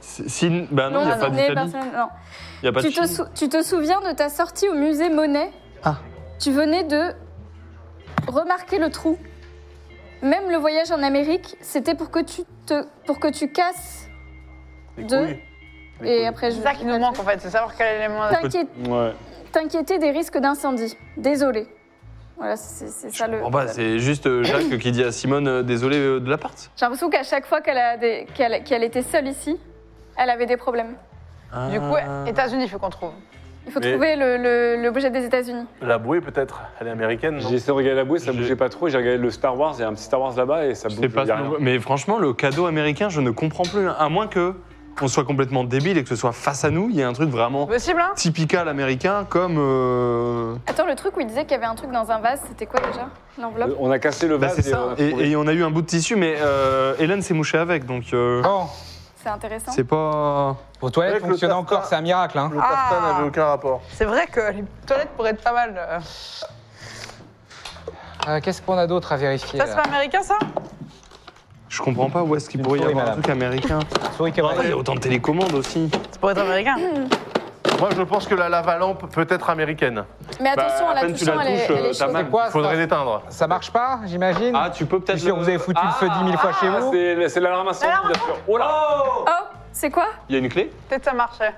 B: Si- si- Bah non, il n'y a
E: on
B: pas
E: est
B: d'Italie.
E: personnel- non.
B: Il n'y a pas de
E: Tu te,
B: Chine.
E: sou- tu te souviens de ta sortie au musée Monet
G: Ah.
E: Tu venais de remarquer le trou. Même le voyage en Amérique, c'était pour que tu te, pour que tu casses.
F: Les
E: Deux.
F: couilles. Les
E: Et
F: couilles.
E: après, je
D: C'est ça qui nous manque en fait, c'est savoir quel élément.
E: T'inquiète-
C: Ouais.
E: t'inquiéter des risques d'incendie. Désolé. Voilà, c'est c'est ça le.
B: Bon, bah, c'est juste euh, Jacques qui dit à Simone euh, désolé euh, de l'appart.
E: J'ai l'impression qu'à chaque fois qu'elle a des- qu'elle qu'elle était seule ici, elle avait des problèmes.
D: Du coup, États-Unis, faut qu'on trouve.
E: Il faut
F: Mais-
E: trouver le- le- l'objet des États-Unis.
F: La bouée, peut-être. Elle est américaine, non
C: J'ai essayé de regarder la bouée, ça
B: J'ai-
C: bougeait pas trop. J'ai regardé le Star Wars, il y a un petit Star Wars là-bas et ça
B: Je
C: bouge.
B: sais pas
C: il y a
B: ce
C: rien.
B: qu'on- mais franchement, le cadeau américain, je ne comprends plus. hein. À moins que on soit complètement débile et que ce soit face à nous, il y a un truc vraiment
E: Bah,
D: Possible, hein
B: typical américain comme. euh,
E: Attends, le truc où il disait qu'il y avait un truc dans un vase, c'était quoi déjà
F: Euh,
E: L'enveloppe
C: On a cassé le
B: Bah,
C: vase.
B: c'est
C: et on
B: ça.
C: a
B: Et,
C: trouvé.
B: et on a eu un bout de tissu, mais euh, Hélène s'est mouchée avec, donc euh,
A: Bon,
E: C'est intéressant.
B: c'est pas.
A: vos toilettes
F: Avec le
A: fonctionnent
F: tartare.
A: encore, c'est un miracle. Hein.
F: Le tartan
D: Ah.
F: n'avait aucun rapport.
D: C'est vrai que les toilettes pourraient être pas mal. euh.
A: Euh, Qu'est-ce qu'on a d'autre à vérifier
D: Ça, c'est
A: là
D: pas américain ça
B: Je comprends pas où est-ce qu'il
A: Une
B: pourrait y
A: souris,
B: avoir un
A: madame.
B: truc américain.
A: Souris qui
B: Ah, Il y a
A: revient.
B: autant de télécommandes aussi.
D: Ça pourrait être américain.
F: Moi, je pense que la lavalampe peut être américaine.
E: Mais attention,
B: Bah, à
E: en la
B: peine tu
E: touchant,
B: la
E: elle est-
B: touches,
E: elle
B: euh,
E: est
B: ça
E: chaude.
B: marche.
A: C'est quoi
F: Il faudrait
A: ça
F: l'éteindre.
A: Ça marche pas, j'imagine
B: Ah, tu peux peut-être.
A: Puisque vous avez foutu le feu dix mille fois chez vous.
D: Ah,
C: C'est c'est l'alarme incendie, bien sûr. Oh là
E: Oh, c'est C'est quoi
B: Il y a une clé
D: Peut-être ça marchait.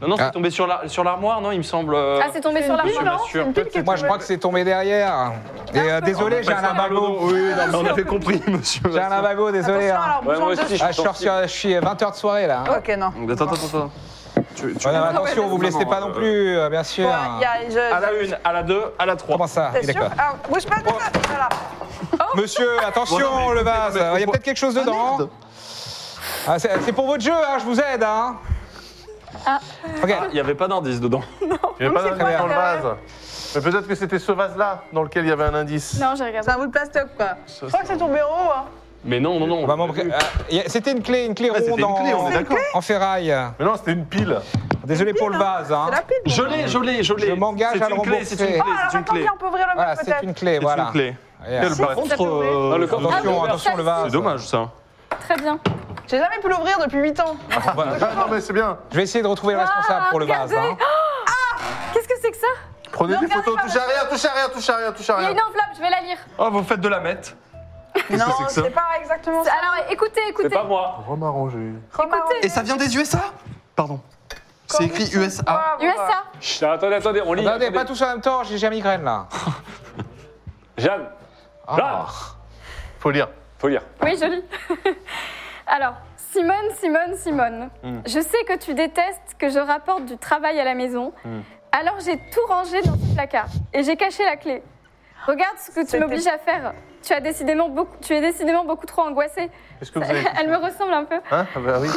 B: Non, non, c'est
A: Ah.
B: tombé sur la- sur l'armoire, non, il me semble. euh,
E: Ah, c'est tombé sur
B: Monsieur,
E: l'armoire.
B: bien sûr.
D: Une pile qui est
A: Moi, je
D: tombée.
A: crois que c'est tombé derrière. Et euh, désolé, j'ai un
B: Malboro.
A: lumbago.
B: Oui, non, mais on avait compris, monsieur.
A: J'ai un lumbago, désolé.
D: Attention
A: hein.
D: à
C: Ouais,
D: l'arbre
C: moi
D: de
C: aussi,
A: Ah, je sors
C: sensible.
A: sur- je suis 20h de soirée là. hein.
D: Ok, non.
B: Attends, attends, attends, attends. Tu- tu-
A: Madame,
D: Non, mais
A: attention, vous me laissez pas
B: euh,
A: non plus, euh, bien sûr.
D: Bon, il y a- je-
B: À la une, à la deux, à la trois.
A: Comment ça
D: T'es
A: Il est
D: sûr
A: quoi
D: Ah, Bouge pas de ça Voilà.
A: Monsieur, attention,
B: Bon, non, mais
A: le
B: écoutez,
A: vase.
B: mais
A: Il y a
B: pourquoi-
A: peut-être quelque chose dedans. Ah, c'est c'est pour votre jeu, hein, je vous aide. Hein.
H: Uh,
E: Ah.
A: Ok.
B: Il n'y avait pas d'indice dedans.
F: Il n'y avait pas
A: c'est
F: d'indice
A: pas
F: dans le
E: grave.
F: vase. Mais peut-être que c'était ce vase-là dans lequel il y avait un indice.
E: Non, j'ai regardé.
D: C'est un bout de plastoc, quoi. Je crois que c'est ton bureau. hein.
B: Mais non, non, non.
A: Bah, mon br- euh, y a- C'était une clé, une clé
F: Ouais,
A: ronde
F: c'était une clé,
A: en,
F: on est d'accord.
A: en ferraille.
F: Mais non, c'était une pile.
A: Désolé pour le vase. hein.
D: C'est la pile.
B: Je l'ai, je l'ai, je l'ai.
A: Je m'engage
B: C'est
A: à le
B: une clé,
A: rembourser.
B: C'est une clé,
A: Oh,
E: Ah,
D: Alors
B: c'est une
D: attends,
B: clé.
D: viens, on peut ouvrir le
A: Voilà,
D: mec,
A: c'est une
D: peut-être.
A: clé.
B: C'est
A: Voilà.
B: une clé.
A: Yeah.
F: Quel bâtard.
E: Ça peut
B: Contre,
E: ouvrir.
B: euh,
C: Ah, le coffre.
A: Attention,
E: Ah,
A: attention le vase.
B: c'est dommage ça.
E: Très bien.
D: J'ai jamais pu l'ouvrir depuis 8 ans.
F: Ah, non, mais c'est bien.
A: Je vais essayer de retrouver le responsable pour le vase.
E: Ah, regardez.
A: hein.
E: Qu'est-ce que c'est que ça
F: Prenez
D: Non,
F: des
D: regardez
F: photos.
D: pas,
F: Touche à rien, touche à rien, touche à rien, touche à
E: Il y a
F: rien.
E: une enveloppe, je vais la lire.
B: Oh, vous faites de la mette.
D: Non,
B: que c'est que ça
D: c'est pas exactement ça.
E: Alors, écoutez,
C: C'est
E: écoutez.
C: pas moi.
F: Remarranger.
E: Écoutez.
G: Et ça vient des USA Pardon. C'est écrit USA.
E: Ah.
D: Bravo.
E: USA.
C: Chut, attendez, attendez, on lit.
A: Attendez,
C: attendez.
A: pas tous en même temps, j'ai j'ai la migraine là.
C: Jeanne,
A: Ah.
C: Jeanne,
F: Faut lire.
C: faut lire.
E: Oui, joli. Alors, Simone, Simone, Simone, je sais que tu détestes que je rapporte du travail à la maison, alors j'ai tout rangé dans ce placard et j'ai caché la clé. Regarde ce que tu
D: C'était-
E: m'obliges à faire. Tu, as décidément beaucoup, tu es décidément beaucoup trop angoissée.
F: Qu'est-ce que vous avez
E: Elle me ressemble un peu.
F: Hein Ah bah oui.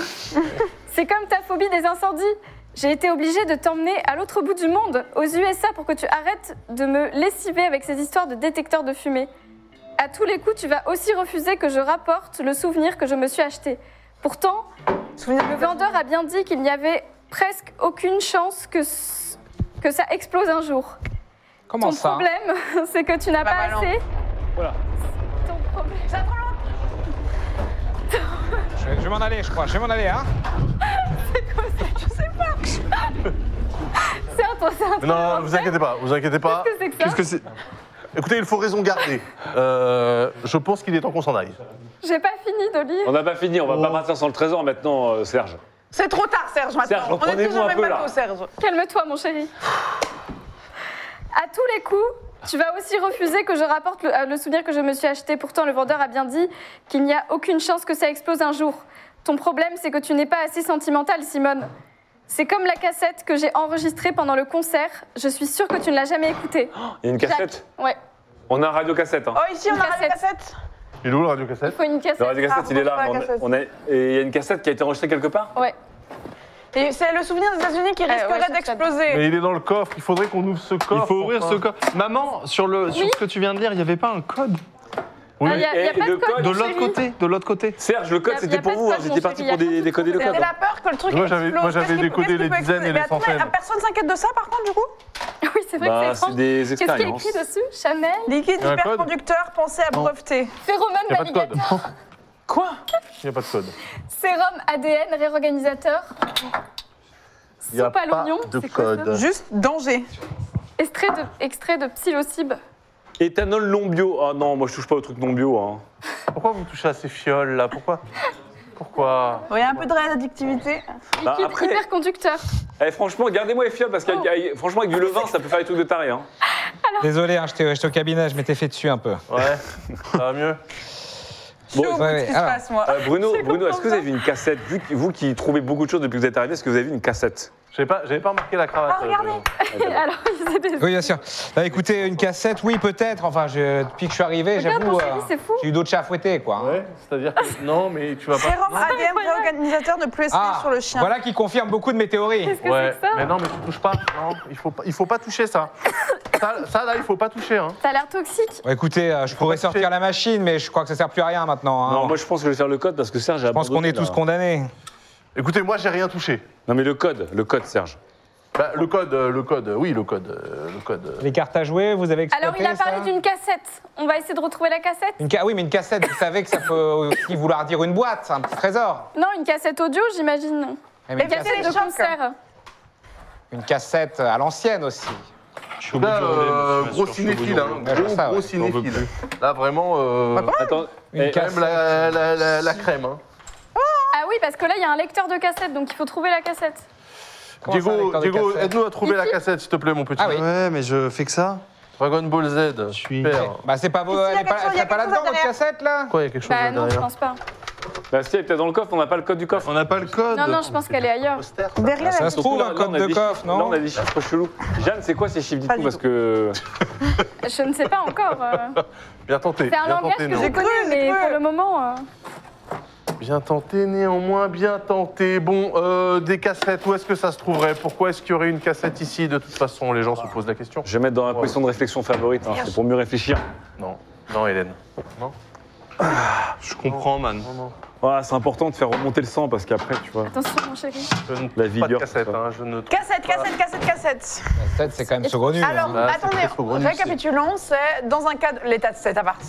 E: C'est comme ta phobie des incendies. J'ai été obligée de t'emmener à l'autre bout du monde, aux USA, pour que tu arrêtes de me lessiver avec ces histoires de détecteurs de fumée. À tous les coups, tu vas aussi refuser que je rapporte le souvenir que je me suis acheté. Pourtant,
D: Souvenir
E: le vendeur a bien dit qu'il n'y avait presque aucune chance que, ce- que ça explose un jour.
A: Comment
E: Ton
A: ça
E: problème, c'est que tu n'as
D: La
E: pas
D: balance.
E: assez.
C: Voilà.
E: Ton problème.
A: Je vais, je vais m'en aller, je crois. Je vais m'en aller, hein.
E: C'est un c'est un-
F: Mais Non, vous inquiétez pas, vous inquiétez pas.
E: Qu'est-ce que c'est que ça
G: Qu'est-ce que c'est
F: Écoutez, il faut raison garder. Euh, je pense qu'il est temps qu'on s'en aille. Oh.
E: J'ai pas fini de lire.
C: On n'a pas fini, on va pas partir sans le trésor maintenant, euh, Serge.
D: C'est trop tard, Serge, maintenant.
C: Serge,
D: On est
C: reprenez-vous
D: toujours
C: un
D: même
C: peu,
D: pas
C: là.
D: bateau, Serge.
E: Calme-toi, mon chéri. À tous les coups, tu vas aussi refuser que je rapporte le, euh, le souvenir que je me suis acheté. Pourtant, le vendeur a bien dit qu'il n'y a aucune chance que ça explose un jour. Ton problème, c'est que tu n'es pas assez sentimentale, Simone. C'est comme la cassette que j'ai enregistrée pendant le concert. Je suis sûre que tu ne l'as jamais écoutée.
C: Oh, Il y a une cassette
E: Ouais,
C: On a un radio-cassette. Hein.
D: Oh, ici, on
E: Une
D: a la
E: cassette.
D: cassette.
F: Il est où le radiocassette
E: il faut une
C: Le
E: cassette.
C: radio-cassette,
D: Ah,
C: il est là.
D: on a la
C: mais
D: cassette.
C: On, on a- et il y a une cassette qui a été enregistrée quelque part
E: Oh Ouais. Eh
D: Et c'est le souvenir des États-Unis qui
E: ouais,
D: risquerait
E: c'est
D: d'exploser.
F: Mais il est dans le coffre, il faudrait qu'on ouvre ce
B: Il
F: coffre.
B: faut ouvrir
F: enfin.
B: ce code. Maman, sur, le, sur ce que tu viens de lire, il n'y avait pas un code
E: Il n'y a, Ah, y a
C: Et
E: pas de
C: le
E: code.
C: code-
B: De
E: mon
B: l'autre
E: chéri.
B: côté, de l'autre côté.
C: Serge, le
E: Y
C: code
E: a- y
C: c'était
E: a
C: pour
E: pas de
C: vous, hein,
E: code,
C: vous
E: mon
C: étiez
E: chéri,
C: parti
E: y a
C: pour
E: rien
C: dé-
E: du
C: décoder le
E: tout.
C: code.
D: T'avais
C: hein.
D: la peur que le truc
F: Moi, j'avais-
D: explose.
F: moi, j'avais
D: Qu'est-ce qui-
F: décodé
D: qu'est-ce qui
F: les
D: peut
F: dizaines et
D: exploser
F: les
D: Mais attends,
F: centaines.
D: à personne s'inquiète de ça, par contre, du coup
E: Oui, c'est vrai
C: Bah,
E: que c'est
C: c'est
E: étrange.
C: des
E: Qu'est-ce qui est
C: expériences.
E: écrit dessus Chanel,
D: Liquide
F: Y a un code
D: hyperconducteur, pensez à breveter.
E: phéromone
F: Il n'y a pas de code.
E: validateur,
D: Quoi
F: Il n'y a pas de code.
E: sérum ADN réorganisateur,
F: Il n'y a
E: Soupe à
F: pas
E: l'oignon,
F: de
E: c'est quoi ça
F: code.
D: Juste danger.
E: Extrait de, extrait de psilocybe.
C: Éthanol non bio. Ah non, moi je touche pas au truc non bio. Hein.
F: Pourquoi vous touchez à ces fioles là Pourquoi Pourquoi
D: Il y a un peu de réaddictivité.
C: Bah,
E: Liquide
C: après-
E: hyperconducteur.
C: Eh, franchement, gardez-moi les fioles parce que franchement, avec du levain, ça peut faire des trucs de taré. Hein.
A: Désolé, hein, j'étais j'étais au cabinet, je m'étais fait dessus un peu.
F: Ouais, ça va mieux.
D: Je suis au bout
A: ouais,
D: de
A: ouais,
D: ce qui se
A: alors.
D: passe, moi.
C: Euh, Bruno,
E: Je
C: Bruno est-ce
E: comprends
C: que vous avez vu une cassette Vu que- Vous qui trouvez beaucoup de choses depuis que vous êtes arrivé, est-ce que vous avez vu une cassette
F: J'avais pas, j'avais pas remarqué la cravate.
D: Ah, regardez.
F: euh,
E: Alors, ils étaient-
A: Oui, bien sûr. Bah, écoutez, une cassette, oui, peut-être. Enfin, je- depuis que je suis arrivé,
E: Regarde,
A: j'avoue, euh,
E: mon chéri, c'est fou.
A: j'ai eu d'autres chats à fouetter, quoi.
F: Bruno. Ouais, c'est-à-dire que non, mais tu vas pas.
D: Sérum ADM réorganisateur, ne plus essayer
A: Ah,
D: sur le chien.
A: voilà qui confirme beaucoup de mes théories.
E: que
F: ouais,
E: c'est que ça
F: mais non, mais tu touches pas. Non, il faut pas, il faut pas toucher ça. ça. ça, là, il faut pas toucher. Hein.
E: T'as l'air toxique.
A: Bon, écoutez, euh, je pourrais sortir la machine, mais je crois que ça sert plus à rien maintenant. hein.
C: Non, moi je pense que je vais faire le code parce que Serge a
A: je pense qu'on est tous condamnés.
F: Écoutez, moi, j'ai rien touché.
C: Non, mais le code, le code, Serge.
F: Bah, le code, euh, le code, euh, oui, le code, euh, le code. euh.
A: Les cartes à jouer, vous avez exploité
E: Alors, il a
A: ça
E: parlé d'une cassette. On va essayer de retrouver la cassette.
A: Une ca- Oui, mais une cassette, vous savez que ça peut aussi vouloir dire une boîte, c'est un petit trésor.
E: Non, une cassette audio, j'imagine, non.
A: Eh, Mais
E: Une
A: une,
D: Mais
A: cassette,
D: c'est
E: cassette de
D: les chocs.
E: concert.
A: une cassette à l'ancienne aussi.
B: Je suis au bout
F: Là,
B: du relais,
F: euh,
B: monsieur,
F: gros
B: je suis au bout du
F: cinéphile, hein,
B: relais.
A: Ouais,
F: gros,
A: je sais,
F: gros
A: ouais.
B: J'en veux
F: cinéphile.
B: plus.
E: Ah
F: Là, vraiment, euh,
C: Attends,
A: Une
C: eh,
D: Oh.
F: quand même la, la, la, la crème. Hein.
E: Ah oui, oui, parce que là, il y a un lecteur de cassette, donc il faut trouver la cassette.
A: Comment ça,
F: Diego,
A: lecteur de
F: Diego
A: cassette
F: aide-nous à trouver la cassette, s'il te plaît, mon petit.
A: Ah oui.
G: Ouais, mais je fais que ça.
F: Dragon Ball Z.
G: Je suis-
F: Super.
A: Bah, c'est pas beau.
D: Ici, il y a
A: Elle est
D: quelque
A: pas,
D: chose,
A: elle
D: il y a
A: serait pas
D: quelque
A: là-dedans,
D: chose
A: votre cassette, là
F: Quoi, il y a quelque chose
E: Bah
A: euh,
F: là
E: non, je
F: derrière
E: pense pas.
C: Bah si, elle est peut-être dans le coffre, on n'a pas le code du coffre.
G: On n'a pas le code.
E: Non, non, je pense qu'elle est ailleurs.
D: Derrière,
A: Ah, Ça
D: elle-
A: se trouve,
C: Là,
A: un
C: là,
A: code
C: on a
A: de
C: des
A: coffre,
C: chiffres- Là,
A: non
C: on a des chiffres chelous. Jeanne, c'est quoi ces chiffres
D: Pas
C: Dites-nous,
D: du
C: parce
D: tout.
C: que...
E: Je ne sais pas encore. euh.
F: Bien tenté.
E: C'est un
F: bien
E: langage
F: tenté,
E: que je
F: néanmoins.
D: cru,
E: connais,
D: j'ai
E: mais
D: cru.
E: pour le moment. euh,
F: Bien tenté, néanmoins, bien tenté. Bon, euh, des cassettes, où est-ce que ça se trouverait Pourquoi est-ce qu'il y aurait une cassette ici De toute façon, les gens se posent la question.
C: Je vais mettre dans la position de réflexion favorite, hein, c'est pour mieux réfléchir.
F: Non, non, Hélène.
B: Je comprends, man.
F: Non, non.
C: Voilà, c'est important de faire remonter le sang, parce qu'après, tu vois,
E: Attention, mon chéri.
F: Je ne
C: la
F: pas de
C: vigueur...
F: cassette,
C: tout ça.
F: hein, je ne
D: Cassette, cassette, cassette, cassette.
A: La cassette, c'est quand même saugrenu.
D: Alors,
A: hein.
F: Bah, c'est
D: attendez,
F: très saugrenu,
D: récapitulons, c'est dans un cadre, l'état de cet appart.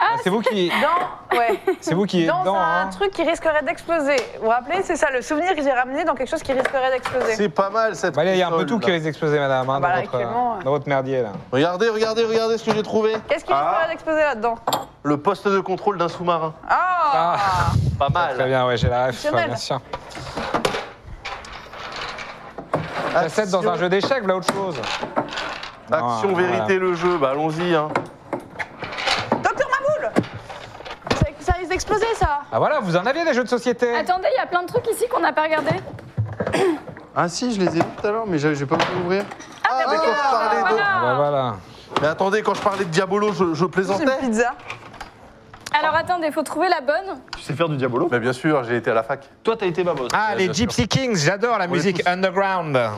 A: Ah, c'est vous qui,
D: Dans, ouais,
A: c'est vous qui êtes
D: dans
A: dedans.
D: un
A: hein.
D: truc qui risquerait d'exploser. Vous vous rappelez, c'est ça, le souvenir que j'ai ramené dans quelque chose qui risquerait d'exploser.
F: C'est pas mal cette
A: Bah, là, il y a un peu
F: console,
A: tout
F: là.
A: qui risque d'exploser, madame, hein,
D: Ah bah,
A: dans, votre,
D: actuellement, ouais.
A: dans votre merdier, là.
F: Regardez, regardez, regardez ce que j'ai trouvé. Ah,
D: Qu'est-ce qui
A: Ah.
D: risquerait d'exploser là-dedans
F: Le poste de contrôle d'un sous-marin.
D: Ah,
F: Pas
A: Très
F: mal.
A: bien, ouais, j'ai la ref,
D: Exceptionnel.
A: bien sûr. Cassette dans un jeu d'échecs, voilà autre chose. Ah,
F: Action,
A: Non,
F: vérité, le jeu. Bah allons-y. Hein.
D: Docteur Maboul Ça- Ça risque d'exploser, ça
A: Ah voilà, vous en aviez des jeux de société.
E: Attendez, il y a plein de trucs ici qu'on n'a pas regardé.
G: Ah si, je les ai vus tout à l'heure, mais j'ai j'ai pas voulu ouvrir.
F: Ah, mais quand je parlais de-
A: Ah bah voilà.
F: Mais attendez, quand je parlais de Diabolo, je, je
D: C'est une
F: plaisantais.
D: pizza.
E: Alors attendez, faut trouver la bonne.
B: Tu sais faire du diabolo
F: Mais bien sûr, j'ai été à la fac.
B: Toi, t'as été babos.
A: Ah,
F: bien
A: les
F: sûr.
A: Gypsy Kings, j'adore la
F: On les
A: musique
F: tous.
A: underground.
F: Bah,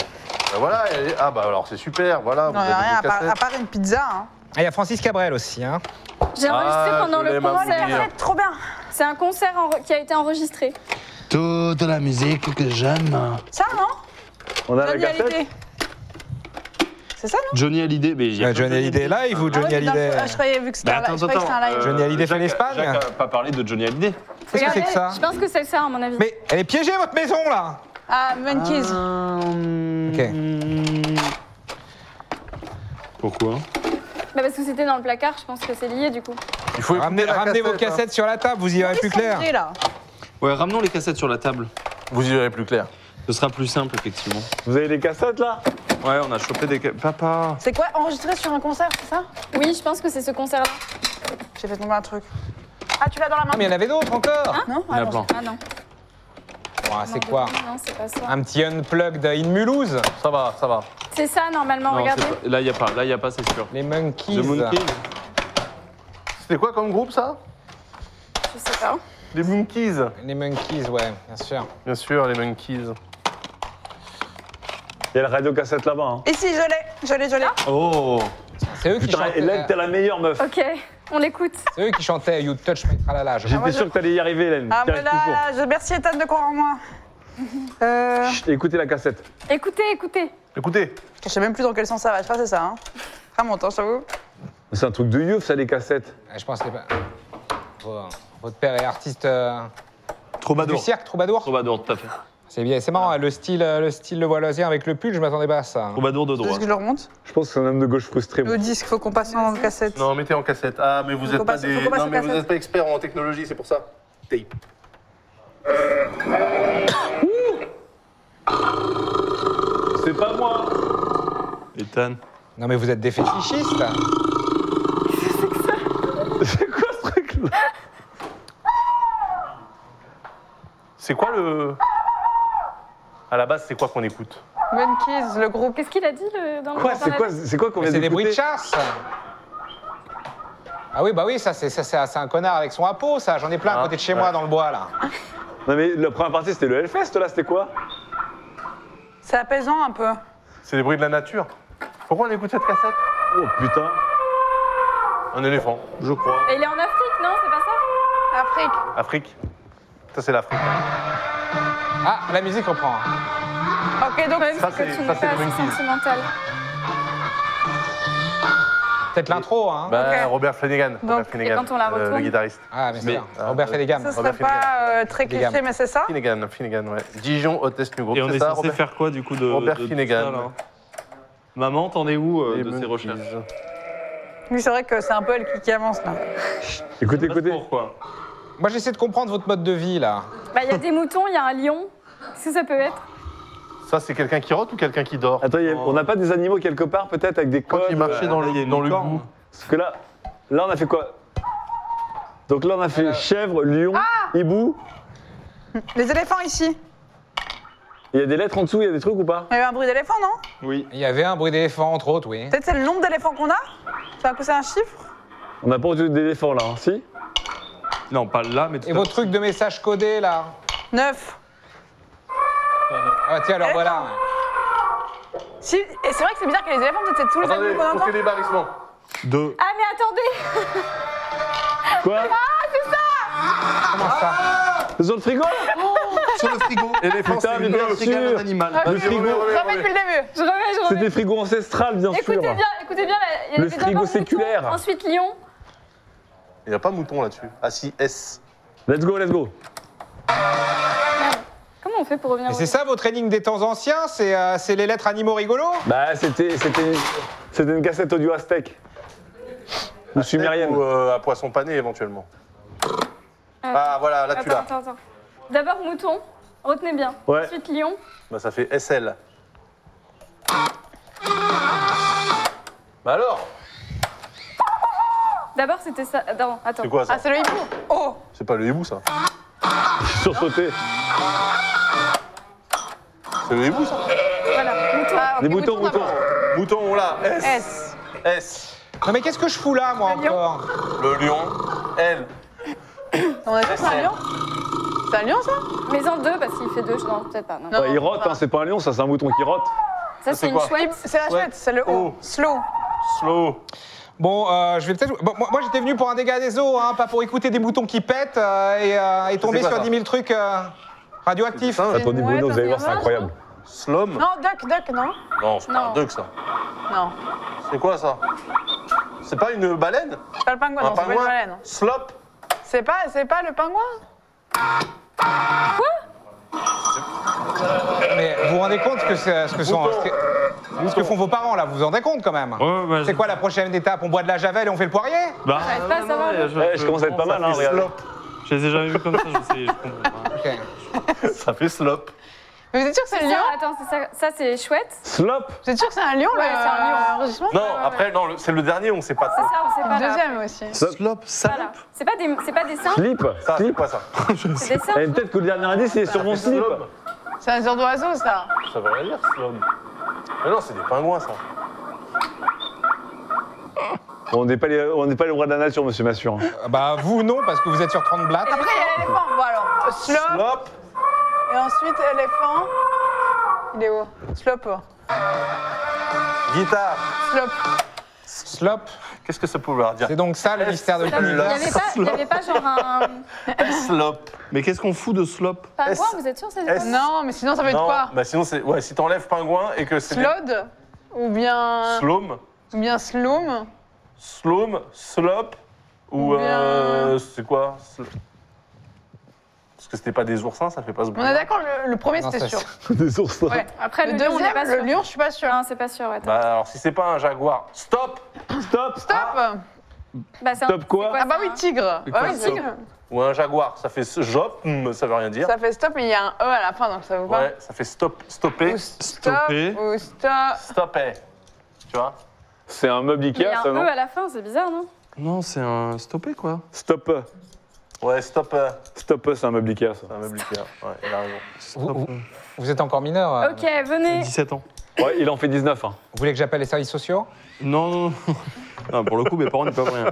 F: voilà. et- Ah bah alors c'est super. Voilà. vous
D: Non, y
F: avez
D: a rien,
F: vos
D: à part,
F: cassettes.
D: à part une pizza. Hein.
A: Ah, Il y a Francis Cabrel aussi. Hein.
E: J'ai enregistré
F: Ah,
E: pendant
F: je
E: le
F: l'ai, ma
E: concert.
F: bouillère.
D: C'est trop bien.
E: C'est un concert en- qui a été enregistré.
G: Toute la musique que j'aime.
D: Ça, hein non
C: On a la
D: Johnny
C: cassette
D: Hallyday. C'est ça, non
B: Johnny Hallyday, mais j'ai.
A: Bah, Johnny Hallyday live ou
D: Ah ouais,
A: Johnny
D: mais dans le-
A: Hallyday
D: ah, Je croyais, vu que c'était
B: Bah,
D: un
B: attends,
D: je croyais que c'était un
B: attends.
D: live.
B: euh,
A: Johnny Hallyday fait
B: Jacques-
A: l'Espagne.
B: Jacques
F: euh,
B: a pas parlé de Johnny Hallyday.
A: Qu'est-ce que c'est
E: Regardez,
A: que ça
E: Je pense que c'est ça, à mon avis.
A: Mais elle est piégée, votre maison, là
D: Ah, Monkeys.
B: Pourquoi
E: Bah, parce que c'était dans le placard, je pense que c'est lié du coup.
F: Il faut
A: Ramenez,
F: écouter la
A: ramenez vos
F: cassette, hein.
A: cassettes sur la table, vous y verrez plus clair.
D: Santé, là.
B: Ouais, ramenons les cassettes sur la table.
F: Vous y verrez plus clair.
B: Ce sera plus simple, effectivement.
C: Vous avez les cassettes, là
B: Ouais, on a chopé des. ca- Papa
D: C'est quoi Enregistré sur un concert, c'est ça
E: Oui, je pense que c'est ce concert-là.
D: J'ai fait tomber un truc. Ah, tu l'as dans la main Hein
A: Ah, mais il y en avait d'autres encore
D: Non
B: Il y en a
D: Attends,
B: plein.
E: Ah non.
A: Ouah,
E: Non,
A: Ah, C'est quoi
E: Non, c'est pas ça.
A: Un petit unplugged in Mulhouse
F: Ça va, ça va.
E: C'est ça normalement,
B: Non,
E: regardez.
B: c'est pas- Là, y a pas, là, y a pas, c'est sûr.
A: Les Monkeys.
B: The Moonkeys
F: C'était quoi comme groupe ça
E: Je sais pas.
F: Les Monkeys.
A: Les Monkeys, ouais, bien sûr.
F: Bien sûr, les Monkeys.
C: Il y a la radio cassette là-bas. hein.
D: Ici, je l'ai, je l'ai, je l'ai.
E: Ah,
B: Oh
A: C'est eux qui euh,
C: Putain, Hélène,
A: chantaient.
C: t'es la meilleure meuf.
E: Ok, on l'écoute.
A: C'est eux qui chantaient You Touch My Tralala. je
C: J'étais
D: moi,
C: sûr
D: je-
C: que t'allais y arriver, Hélène.
D: Ah,
C: T'y
D: mais
C: arrives
D: là,
C: toujours.
D: là, je merci Ethan de croire en moi. Euh...
C: Chut, écoutez la cassette.
E: Écoutez, écoutez.
F: Écoutez,
D: Je sais même plus dans quel sens ça va, je crois que c'est ça. Hein. Vraiment, hein, je t'avoue.
C: C'est un truc de yeux, ça, les cassettes.
A: Ah, Je pense que c'est pas. Bon, Votre père est artiste euh, du
B: Troubadour.
A: cirque, troubadour
B: Troubadour, tout à fait.
A: C'est bien, c'est marrant, hein, le style, euh, le style le voilosien avec le pull, je m'attendais pas à ça. hein.
B: Troubadour de
D: Tu veux
B: droite.
D: que je le remonte
C: Je pense que c'est un homme de gauche frustré. moi.
D: Le disque, faut qu'on passe en cassette.
F: non, mettez en cassette. Ah, mais
D: Faut
F: vous n'êtes
D: qu'on
F: pas
D: passe-
F: des.
D: faut qu'on passe
F: Non,
D: en
F: mais vous
D: cassette.
F: n'êtes pas experts en technologie, c'est pour ça. Tape.
C: C'est pas moi.
B: Ethan.
A: Non mais vous êtes des fétichistes là.
C: C'est quoi ce truc là
F: C'est quoi le. À la base, c'est quoi qu'on écoute
D: Monkeys, le groupe.
E: Qu'est-ce qu'il a dit le, dans le
C: Quoi C'est
E: internet
C: quoi C'est quoi qu'on
A: Mais
C: vient
A: C'est des bruits de
C: d'écouter
A: chasse Ah oui, bah oui, ça c'est ça, c'est- c'est un connard avec son hapeau, ça, j'en ai plein
B: Ah,
A: à côté de chez moi dans le bois là.
C: Non mais la première partie c'était le Hellfest là, c'était quoi
D: C'est apaisant un peu.
F: C'est les bruits de la nature. Pourquoi on écoute cette cassette
C: Oh putain.
F: Un éléphant, je crois.
E: Mais Il est en Afrique, non C'est pas ça
D: Afrique.
F: Afrique. Ça, c'est l'Afrique.
A: Ah, la musique reprend.
D: Ok, donc.
F: Ça,
E: Que
F: c'est
E: tu
F: ça, c'est
E: n'es
F: les
E: pas assez
F: Monkeys.
E: sentimental.
A: Peut-être l'intro, hein.
F: Bah,
D: Ok.
F: Robert Flanagan. Robert
D: et
F: Flanagan,
E: quand on la
F: euh, le
E: retourne
F: guitariste. euh,
A: Ah, mais c'est
B: Mais-
A: bien. Robert fait des gammes.
D: Ce serait
F: Robert
D: pas euh, très
A: Des
D: cliché,
A: gammes.
D: mais c'est ça
F: Finnegan, Finnegan, ouais. Dijon, Hôtesse New Group.
B: Et on
F: c'est
B: est
F: ça,
B: censé
F: Robert
B: faire quoi du coup de.
F: Robert
B: de- de
F: Finnegan.
B: ça, là hein Maman, t'en es où euh,
F: Les
B: de ces
F: Monkeys.
B: recherches
D: Oui, c'est vrai que c'est un peu elle qui, qui avance là.
C: Écoutez,
B: Pas
C: écoutez.
B: Pourquoi
A: Moi, j'essaie de comprendre votre mode de vie, là.
E: Bah, il y a des moutons, il y a un lion. Qu'est-ce que ça peut être
F: Ça, c'est quelqu'un qui rote ou quelqu'un qui dort
C: Attends, il y a- on n'a pas des animaux quelque part, peut-être, avec des
F: Quand
C: codes euh,
F: il marchait dans
B: il y a
F: le,
B: une
F: dans le
B: licorne.
F: bout.
C: Parce que là, là, on a fait quoi Donc là, on a fait chèvre, lion,
B: Ah
C: hibou.
D: Les éléphants ici.
C: Il y a des lettres en dessous, il y a des trucs ou pas
D: Il y a eu un bruit d'éléphant, non
B: Oui.
A: Il y avait un bruit d'éléphant, entre autres, oui.
D: Peut-être c'est le nombre d'éléphants qu'on a Ça va coûter un chiffre
C: On n'a pas entendu d'éléphant là, hein, si
B: Non, pas là, mais tout
A: Et
B: à
A: vos trucs de messages codés, là
D: 9.
A: Ah, tiens,
D: Eh,
A: alors voilà.
D: Si... Et c'est vrai que c'est bizarre que les éléphants, peut-être c'est tous les
F: Attendez,
D: animaux qu'on entend.
F: comptez les barrissements.
B: Deux.
E: Ah, mais attendez
C: Quoi
D: Ah,
A: Comment ça
C: Ils ont le frigo
F: Oh
G: Sur le frigo.
F: Éléphant,
C: Putain, mais bien
F: c'est égal à
C: sûr.
F: un animal.
C: Le frigo
D: Refais Ah, depuis le début.
E: Je remets, je
C: C'est
E: remets.
C: des frigos ancestrales, bien sûr
E: Écoutez bien, écoutez bien. là, Il y
C: Le
E: avait
C: frigo
E: d'abord mouton,
C: séculaire.
E: Ensuite, lion.
F: Il n'y a pas mouton là-dessus. Ah si, S.
C: Let's go, let's go
E: Comment on fait pour revenir
D: Ah
A: Mais
E: au-
A: c'est ça, votre énigme des temps anciens C'est euh, c'est les lettres animaux rigolos
C: Bah, c'était c'était une, c'était une cassette audio aztèque. Ou sumérienne.
F: Ou euh, à poisson pané éventuellement. Ah voilà, là tu
E: Euh, Attends,
F: l'as.
E: attends, attends. D'abord, mouton. Retenez bien.
C: Ouais.
E: Ensuite, lion.
F: Bah ça fait SL. Bah alors
E: D'abord, c'était ça. Ah, Non, attends.
F: C'est quoi ça
D: Ah, c'est le hibou. Oh
F: C'est pas le hibou ça
C: Sursauté.
F: C'est le hibou ça
D: Voilà. Ah, ok,
C: Des boutons,
D: boutons
C: boutons.
D: d'abord.
F: Mouton on l'a. S.
D: S.
F: S.
A: Non, mais qu'est-ce que je fous là, moi,
D: Le lion.
A: encore
F: Le lion. L.
D: On a sûr que c'est un lion C'est un lion, ça
E: Mais en deux, parce qu'il fait deux. Non, peut-être pas. Non.
D: Non,
C: Ouais, il rote, hein, c'est pas un lion, ça, c'est un mouton qui rote.
E: ça, c'est une
F: quoi
E: chouette.
D: C'est la chouette, c'est le O. Slow.
F: Slow.
A: Bon, euh, je vais peut-être. bon, moi, moi, j'étais venu pour un dégât des eaux, hein, pas pour écouter des boutons qui pètent euh, et, euh, et tomber
F: quoi,
A: sur
F: ça
A: 10 000 trucs euh, radioactifs.
F: C'est ça
C: Attendez,
D: Ouais,
C: Bruno, vous allez
D: t'as
C: voir,
D: fait
C: c'est
D: erreur,
C: incroyable.
F: Slum
D: Non, duck, duck, non
F: Non, c'est pas
E: Non.
F: un duck ça.
D: Non.
F: C'est quoi ça C'est pas une baleine
D: C'est pas le pingouin,
F: Un
D: non, c'est pas une
F: pingouin
D: baleine.
F: Slop
D: C'est pas, c'est pas le pingouin
A: Mais vous vous rendez compte que c'est- ce que, sont,
F: Mouton.
A: ce que- ce que font vos parents là Vous vous rendez compte quand même
B: Ouais, bah,
A: C'est quoi la prochaine étape On boit de la javel et on fait le poirier
B: Bah,
E: J'arrive pas à savoir.
B: ouais,
C: Ouais, je commence à être pas mal, hein,
F: fait
C: regarde.
F: slop.
B: Je les ai jamais vus comme ça, je sais. Je comprends pas.
A: Ok.
F: Ça fait slop.
D: Mais vous êtes sûr que c'est
E: C'est
D: un lion
E: ça, attends, c'est ça, ça c'est chouette.
C: Slop
D: Vous êtes sûr que c'est un lion,
E: Ouais,
D: là
E: c'est un lion.
D: Enregistrement
F: Non, après, non, le- c'est le dernier, on sait pas
E: C'est
F: trop.
E: ça, on sait
D: C'est
E: pas.
D: le
E: là.
D: deuxième aussi.
G: Slop,
E: Voilà.
G: salope.
E: C'est pas des, c'est pas des singes,
C: Slip
F: Ça, c'est
C: Slip
F: quoi ça
E: c'est des
C: Et
E: singes.
C: peut-être que le dernier indice, il est sur mon slip
F: Slop.
D: C'est un genre d'oiseau, ça.
F: Ça veut rien dire, slop. Mais non, c'est des pingouins, ça.
C: On n'est pas, les- on n'est pas les rois de la nature, monsieur Massure. hein.
G: Ah
A: Bah, vous non, parce que vous êtes sur 30 blattes.
D: Après, il y a l'éléphant. Bon, alors, slope.
F: Slop
D: Et ensuite, éléphant. Il est où Slope.
F: Guitare
D: Slope.
A: Slop.
F: Qu'est-ce que ça peut vouloir dire
A: C'est donc ça le mystère de
E: Il y avait
A: Camille.
E: pas, il y avait pas genre un
F: Slop
G: Mais qu'est-ce qu'on fout de slop
E: pingouin,
F: S-
E: vous êtes sûr que c'est
F: S-
E: pas-
D: Non, mais sinon, ça veut être quoi
F: bah sinon, c'est. Ouais, si t'enlèves pingouin et que c'est. des-
D: Slod Ou bien.
F: Slom
D: Ou bien Sloom
F: Slom Slop Ou.
D: Ou bien-
F: euh, C'est quoi Sl- Parce que c'était pas des oursins, ça fait pas ce bruit.
D: On est d'accord, le, le premier,
A: Non,
D: c'était
A: ça,
D: sûr.
C: Des ours.
D: Ouais.
E: Après
D: Le,
E: le, lion, on est
D: deuxième,
E: pas
D: le
E: sûr.
D: lion, je suis pas sûre.
E: Non, c'est pas sûr. ouais, attends.
F: Bah alors, si c'est pas un jaguar, stop
C: Stop
D: Stop
E: Ah. Bah, c'est un-
C: Stop quoi
E: c'est
D: Ah bah
E: ça,
D: oui,
E: hein
D: tigre Bah oui,
F: stop
D: tigre
F: Ou un jaguar, ça fait ce- jop, hum, ça veut rien dire.
D: Ça fait stop, mais il y a un E à la fin, donc ça vaut pas.
F: Ouais, ça fait stop, stopper,
D: Ou stop,
B: Stopper.
D: ou stop.
F: stopper. Tu vois
C: C'est un meuble
E: Mais il y
C: Ikea,
E: a un
C: ça,
E: E
C: non
E: à la fin, c'est bizarre, non
G: Non, c'est un stoppé quoi.
C: Stop
F: Ouais, stop. euh,
C: Stop, c'est un meuble Ikea, ça.
F: C'est un meuble Ikea. Ouais, il a raison.
A: Vous,
G: Stop.
A: vous- vous êtes encore mineur. euh,
E: Ok, venez.
G: 17 ans.
C: Ouais, il en fait 19, hein.
A: Vous voulez que j'appelle les services sociaux
G: Non, non, non. non. Pour le coup, mes parents n'y peuvent rien.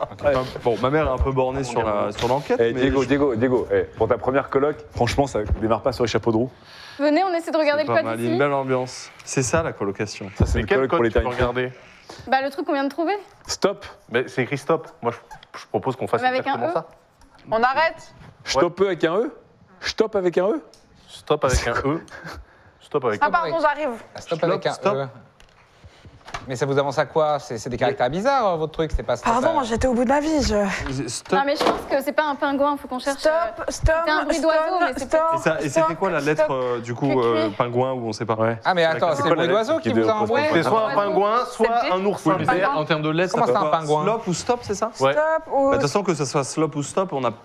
G: Enfin, Bon, ma mère est un peu bornée sur la sur l'enquête.
C: Eh,
G: mais
C: Diego,
G: je-
C: Diego, Diego, eh, pour ta première coloc, franchement, ça démarre pas sur les chapeaux de roue.
E: Venez, on essaie de regarder
G: c'est
E: le
G: pas
E: code
G: mal, il y a une
E: ici.
G: belle ambiance. C'est ça la colocation.
C: Ça, c'est
F: Mais
C: une
F: quel
C: coloc
F: code
C: pour les
F: tu peux
C: tarifs.
F: regarder
E: Bah, le truc qu'on vient de trouver.
C: Stop
F: Mais c'est écrit stop. Moi, je, je propose qu'on fasse
E: Mais avec un
F: exactement
E: E
F: ça.
D: On arrête
C: Stop avec un E Stop avec un E
F: Stop avec un E. Stop avec
D: Ah
F: un
D: pardon, j'arrive.
A: Stop avec un
G: stop.
A: E. Mais ça vous avance à quoi C'est c'est des caractères bizarres, hein, votre truc, c'est pas euh. ça.
D: Pardon, moi, j'étais au bout de ma vie. je-
G: Stop.
E: Non, mais je pense que c'est pas un pingouin, faut qu'on cherche. euh,
D: Stop, stop,
E: un bruit d'oiseau, mais c'est
D: stop,
E: peut-être-
G: Et ça- Et
D: stop,
G: c'était quoi la
D: stop.
G: lettre euh, du coup
E: Cuit,
G: euh,
E: cuit.
G: pingouin où on sait pas
A: Ah, mais
G: C'est la-
A: attends,
G: c'est
A: c'est
G: quoi
A: le
G: la
A: bruit d'oiseau
C: lettre
A: qui
C: qui
A: vous a
C: correspond
A: envoyé Ah,
F: C'est soit un
E: Ouais,
F: pingouin, soit
E: c'est
F: un oursin.
E: mais d'ailleurs,
B: en termes de lettres,
A: Comment
B: ça
A: c'est
B: peut
A: un
B: pas-
A: pingouin
G: Slop ou stop, c'est ça Bah,
F: Ouais.
D: stop,
G: De
D: ou-
G: toute façon, que ce soit slop ou stop, on a. enfin,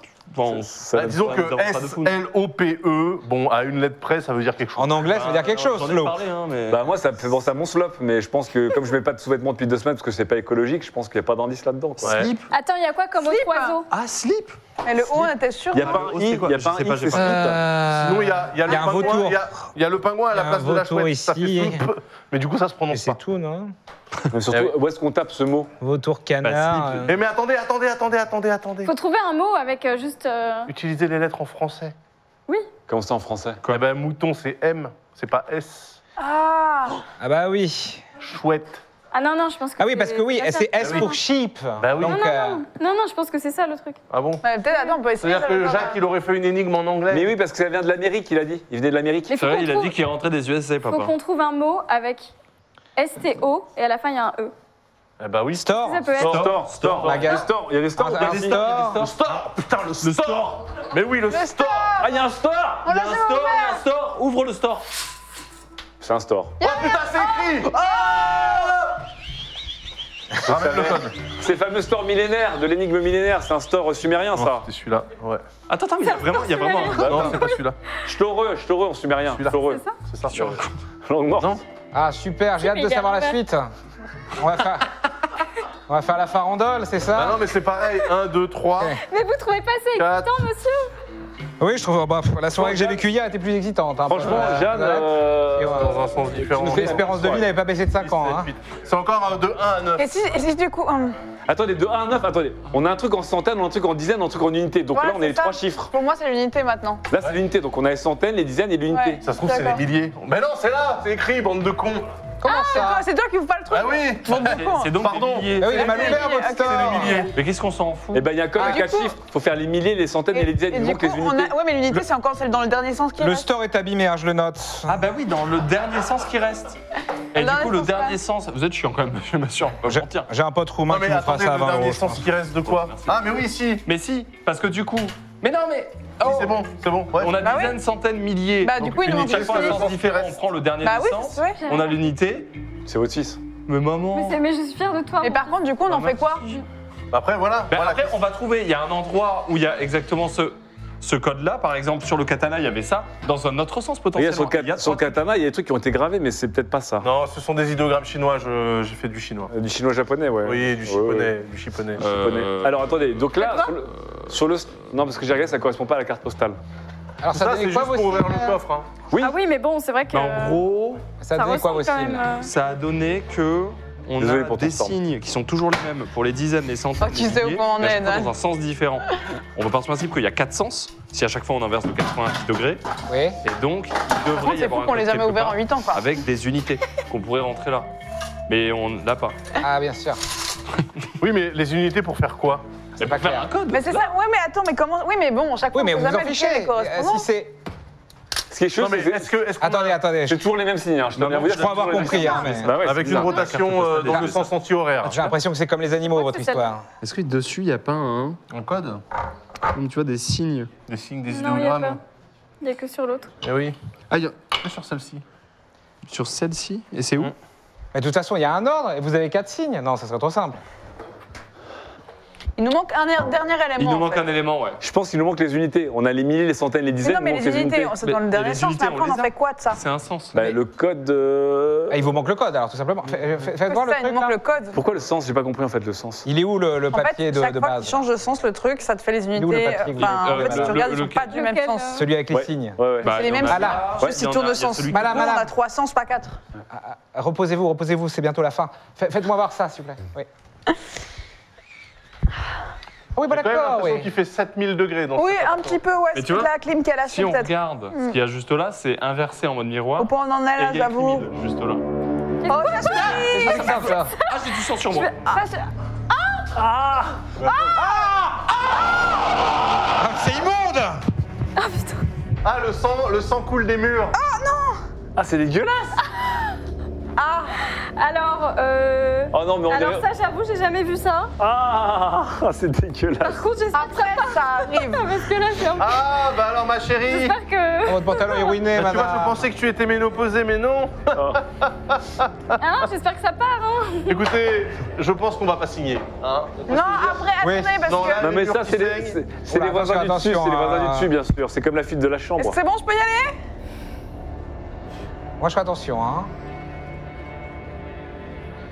G: on-
C: Ça-
G: Ouais,
F: bah, disons
G: ça
F: que
G: me dérange pas de fou, non.
F: S-L-O-P-E, E, bon, à une lettre près, ça veut dire quelque chose.
A: En anglais, ça veut dire quelque
G: Bah,
A: chose,
G: j'en ai
A: Flo.
G: parlé, hein, mais-
C: Bah moi ça me fait penser à mon slop, mais je pense que comme je mets pas de sous-vêtements depuis deux semaines parce que c'est pas écologique, je pense qu'il n'y a pas d'indice là-dedans. quoi.
F: Ouais.
G: Slip
E: Attends, il y a quoi comme
D: Slip.
E: autre oiseau
G: Ah, slip
D: Mais le haut, on était sûr.
C: Il n'y a
D: non
C: pas un
G: Oh,
C: i,
G: c'est
C: il
G: quoi
C: n'y a
G: Je
C: pas un
G: sais
C: i,
G: pas, j'ai
C: c'est
G: pas-
F: Sinon, il y a, il y a
A: Euh, Il y
F: le
A: a un
F: pingouin,
A: vautour.
F: il y a- il y a le pingouin à la
A: Il y a
F: place
A: un
F: de la
A: vautour
F: chouette. Ça
A: ici.
F: fait soupe. Mais du coup, ça se
A: Et
F: prononce
A: c'est
F: pas.
A: tout, non
C: Mais surtout,
F: Ah oui.
C: où est-ce qu'on tape ce mot
A: Vautour
C: Bah,
A: canard. euh,
F: Eh mais attendez, attendez, attendez, attendez, attendez.
E: Faut trouver un mot avec euh, juste. euh,
F: Utilisez les lettres en français.
C: Comment c'est en français
F: Eh ben, mouton, c'est M, c'est pas S.
D: Ah
A: Ah, bah oui.
F: Chouette.
E: Ah non, non, je pense que.
A: Ah oui,
E: c'est-
A: parce que oui,
E: pas ça.
A: c'est S
F: Ah oui.
A: pour sheep.
F: Bah oui.
A: Donc,
E: Non,
A: euh,
E: non, non, non, non, je pense que c'est ça le truc.
F: Ah
A: Bah,
F: bon
D: Ouais, Peut-être, attends, on peut essayer.
F: C'est-à-dire
D: de-
F: que Jacques, il aurait fait une énigme en anglais.
C: Mais oui, parce que ça vient de l'Amérique, il a dit. Il venait de l'Amérique.
E: Mais
G: C'est
E: faut
G: vrai,
E: qu'on
G: il a
E: trouve-
G: dit qu'il rentrait des USA,
F: Ah bah.
E: Faut
G: papa.
E: qu'on trouve un mot avec STO et à la fin il y a un E.
F: Eh bah oui.
A: store.
E: Ça peut être.
C: Store, store,
A: Maga-
C: Le store, il y a des stores. ou
A: Un-
C: pas
A: un
C: des stores
A: store.
F: Le store Ah, Putain, le store. Mais oui, le,
D: Le
F: store
D: stop
G: Ah, il y a un store Il y a un
D: jamais
G: store, il y a un store Ouvre le store
C: C'est un store.
F: Oh putain, c'est écrit Ah.
C: Je savais. Ces fameux stores millénaires, de l'énigme millénaire, c'est un store sumérien ça.
F: C'est celui-là, ouais.
G: Attends, attends, mais il y a vraiment, il y a vraiment un-
C: Bah,
F: Non,
C: attends,
F: c'est pas celui-là.
C: Ch'toreux, ch'toreux en sumérien.
F: Celui-là.
C: Ch'toreux.
E: C'est ça
F: C'est ça.
G: Sur un coup.
C: Langue morte.
F: Non.
A: Ah, super, j'ai hâte
E: mais
A: de
E: il y a
A: savoir la
E: l'envers.
A: suite. On va faire. On va faire la farandole, c'est
F: Ah
C: Bah
A: ça Eh.
F: non, mais c'est pareil. 1, 2, 3,
E: Mais vous trouvez pas assez excitant,
F: 4.
E: monsieur
A: Oui, je trouve. bah, pff, la soirée que j'ai
C: Jeanne-
A: vécue hier était plus excitante. hein,
C: Franchement,
A: parce que, euh,
C: Jeanne,
A: voilà.
C: euh,
A: Et on-
F: Dans un sens différent. hein.
A: L'espérance de vie n'avait pas baissé de 5 ans. hein.
F: C'est encore euh, de 1 à 9.
D: Et si, et si du coup. hum,
C: Attendez, de 1 à 9, attendez. On a un truc en centaines, on a un truc en dizaines, un truc en unité. Donc
D: Voilà,
C: là, on
D: c'est
C: est les
D: ça.
C: trois chiffres.
D: Pour moi, c'est l'unité maintenant.
C: Là, c'est l'unité. Donc on a les centaines, les dizaines et l'unité.
D: Ouais.
F: Ça se trouve, c'est des
D: D'accord.
F: milliers. Mais non, c'est là C'est écrit, bande de cons
E: Ah,
A: Comment
D: C'est
A: ça
D: toi- C'est toi qui ouvre pas le truc
F: Ah oui
D: Bande de cons.
G: C'est donc
F: Pardon.
G: des milliers.
A: Ah oui, il est mal
D: C'est
A: ouvert,
D: des
A: votre
D: milliers,
A: store.
D: ok, c'est des
G: Mais qu'est-ce qu'on s'en fout
C: Et ben il y a quand même
D: Ah, du
C: 4
D: coup-
C: chiffres. Faut faire les milliers, les centaines et, les dizaines. Il
D: du
C: manque
D: coup,
C: les
D: on
C: unités.
D: a... Ouais, mais l'unité, c'est encore celle dans le dernier sens qui
A: Le
D: reste.
A: store est abîmé, hein, je le note.
G: Ah bah oui, dans le dernier sens qui reste. Et
D: Le
G: du
D: dernier
G: coup, le
D: sens, ouais.
G: dernier sens, vous êtes chiant quand même, je m'assure, on peut
A: J'ai-
G: mentir.
A: J'ai un pote roumain
F: Non, mais
A: qui me fera
F: attendez,
A: ça hein. à
F: le
A: 20 euros.
F: dernier
A: je pense.
F: sens qui reste de quoi
G: Merci.
F: Ah, mais oui, si
G: Mais si, parce que du coup. Mais non, mais. Oh,
F: C'est bon, c'est bon. ouais.
G: On a
D: Bah
G: dizaines, centaines, milliers.
D: Bah, du coup, il nous manque
G: chaque fois
D: juste
G: un
D: le
G: sens
F: sens.
G: différent. On prend le dernier
D: Bah
G: des
D: oui,
G: sens.
D: c'est vrai.
G: On a l'unité.
C: C'est votre fils.
G: Mais
E: mais,
G: maman.
E: c'est- mais je suis fière de toi.
D: Mais
E: mon
D: par contre, du coup, on en
G: Bah,
D: fait quoi
F: Après, voilà.
G: Bah,
F: voilà.
G: Après, on va trouver. Il y a un endroit où il y a exactement ce. Ce code-là, par exemple, sur le katana, il y avait ça. Dans un autre sens,
C: Regarde,
G: potentiellement.
C: sur le,
G: Il y a
C: kat- sur le
G: trois-
C: katana, il y a des trucs qui ont été gravés, mais c'est peut-être pas ça.
F: Non, ce sont des idéogrammes chinois, je- j'ai fait du chinois.
C: Euh, Du chinois-japonais, ouais.
F: Oui, du
C: Ouais,
F: chipponais,
C: ouais.
F: du chipponais.
G: Euh,
C: Japonais. Alors attendez, donc là, sur le, sur le- Non, parce que j'ai regardé, ça correspond pas à la carte postale.
A: Alors,
F: ça,
A: ça, donnait
F: c'est
A: quoi
F: juste
A: vos
F: pour ouvrir
A: signes
F: le coffre. hein. Bah,
C: oui.
E: Ah oui, mais bon, c'est vrai que. euh,
G: Mais en gros,
A: Ça
E: Ça
A: donnait quoi
E: ressemble
A: vos
E: quand
A: signes
E: même, euh,
G: ça a donné que on
C: Désolé
G: a
C: pour ton
G: des
C: storm.
G: signes qui sont toujours les mêmes pour les dizaines, les centaines.
D: Ah, tu
G: les
D: sais où
G: milliers,
D: on en
G: mais à
D: est,
G: chaque fois
D: Dan.
G: dans un sens différent. On va partir du principe qu'il y a quatre sens. Si à chaque fois on inverse de 90 degrés,
A: Oui.
G: et donc il
D: Par
G: devrait
D: contre,
G: y
D: c'est
G: avoir
D: fou
G: un
D: qu'on
G: code
D: les a jamais
G: quelque
D: ouverts en
G: part
D: 8 ans, quoi.
G: avec des unités qu'on pourrait rentrer là. Mais on l'a pas.
A: Ah, bien sûr.
F: Oui, mais les unités pour faire quoi
G: C'est
A: pas clair.
G: faire un code.
D: Mais c'est ça, ouais, mais attends, mais comment. Oui, mais bon, chaque fois,
A: Oui, mais
D: on
A: vous
D: sait
A: vous en
D: jamais lequel
A: fichez.
D: est
A: Euh, Si
D: correspondant.
A: c'est.
C: Ce qui est chaud,
F: Non, mais
C: c'est-
F: est-ce que. Est
A: Attendez, attendez.
C: j'ai toujours les mêmes signes. hein, Je, dois bien vous dire,
A: Je crois
C: j'ai
A: avoir
C: toujours les mêmes
A: compris,
C: signes.
A: hein, mais-
C: Bah ouais, c'est
F: Avec une
C: bizarre.
F: rotation euh, dans le sens anti-horaire.
A: J'ai l'impression que c'est comme les animaux,
E: Ouais,
A: votre
E: c'est ça.
A: histoire.
G: Est-ce que dessus il n'y a pas un,
F: Un code
G: comme tu vois, des signes
F: Des signes, des
E: Non, il n'y a pas.
F: idéogrammes.
E: Il n'y a que sur l'autre.
F: Eh oui.
G: Ah, il y a-
F: Pas sur celle-ci.
G: sur celle-ci Et c'est où
F: Mm.
A: Mais de toute façon, il y a un ordre et vous avez quatre signes. Non, ça serait trop simple.
D: Il nous manque un er- dernier élément.
G: Il nous
D: en
G: manque
D: fait.
G: un élément, ouais.
C: Je pense qu'il nous manque les unités. On a les milliers, les centaines, les
D: Mais
C: dizaines.
D: non, mais
C: il nous
D: les
C: manque les
D: unités, on- c'est dans le
G: Mais
D: dernier
G: les
D: sens,
G: unités,
D: mais
G: on
D: après, on
G: les a.
D: en fait quoi de ça
G: C'est un sens.
C: Bah, le code. euh,
A: Ah, il vous manque le code, alors, tout simplement. Fais- fais- Faites
D: C'est
A: voir le
D: ça, il nous
A: truc.
D: manque
A: là.
D: le code.
C: Pourquoi le sens J'ai pas compris en fait le sens.
A: Il est où le, le
D: En
A: papier
D: fait,
A: de,
D: chaque
A: de
D: fois qu'il
A: base
D: change de sens le truc, ça te fait les
A: où le
D: unités.
A: papier que
D: Enfin,
G: vous-
D: en fait, si
G: Euh,
D: tu
G: le-
D: regardes, ils
G: le-
D: sont pas du
E: lequel,
D: même
E: euh,
D: sens.
A: Celui avec les
C: Ouais,
A: signes.
C: Ouais, ouais.
G: Bah,
D: C'est les
G: il y en
D: mêmes
G: a-
D: sens.
A: Voilà.
D: Je suis
G: il y en a-
D: tourne de
G: il y a
D: sens.
G: celui-
D: Nous,
A: Voilà,
D: on
A: voilà.
D: a trois sens, pas quatre.
A: Ah, ah, Reposez-vous, reposez-vous, c'est bientôt la fin. Fa- Faites-moi voir ça, s'il vous plaît. Oui. Ah oui, bah
F: J'ai quand même
A: d'accord,
F: l'impression
A: oui.
F: qu'il fait 7000 degrés dans
D: Oui, ah,
F: cet
D: un
F: appartement.
D: petit peu, ouais,
G: Mais
D: c'est
G: tu vois,
D: la clim qui a la
G: Si on
D: suite peut-être. Hmm.
G: regarde ce qu'il y a juste là, c'est inversé en mode miroir.
D: Au point où on en est
G: Et
D: là,
G: il y a écrit
D: j'avoue.
G: mille, juste là.
D: Oh, ça se
A: Ah, c'est ça, ça.
G: Ah, j'ai du sang sur moi.
D: Ça ah, se- ah,
A: Ah, c'est immonde
F: Ah, le
D: Oh,
F: sang, le sang coule des murs.
C: Ah, c'est dégueulasse
D: Ah
E: Alors, euh,
C: Oh non, mais on
E: alors
C: est.
E: ça, j'avoue, j'ai jamais vu ça.
C: Ah, c'est dégueulasse.
E: Par contre, j'espère que ça
D: Après, ça arrive.
E: va, parce que là, c'est un peu-
F: Ah, bah alors, ma chérie
E: J'espère que.
A: Votre pantalon est ruiné,
F: Bah, Tu vois, je
A: madame.
F: pensais que tu étais ménopausée, mais non
C: Oh.
E: Ah, j'espère que ça part, hein.
F: Écoutez, je pense qu'on va pas signer. Hein
D: Non, après,
A: Oui.
D: attendez, parce
F: Non,
D: que.
F: là,
C: Non, mais
F: murs
C: ça,
F: qui
C: c'est les,
F: saignent.
C: c'est- c'est
A: Oula,
C: les voisins du
A: attention, hein.
C: dessus, c'est les voisins
A: attention,
C: du dessus, bien sûr. C'est comme la fuite de la
D: Est-ce
C: chambre.
D: que c'est bon, je peux y aller
A: Moi, je fais attention, hein.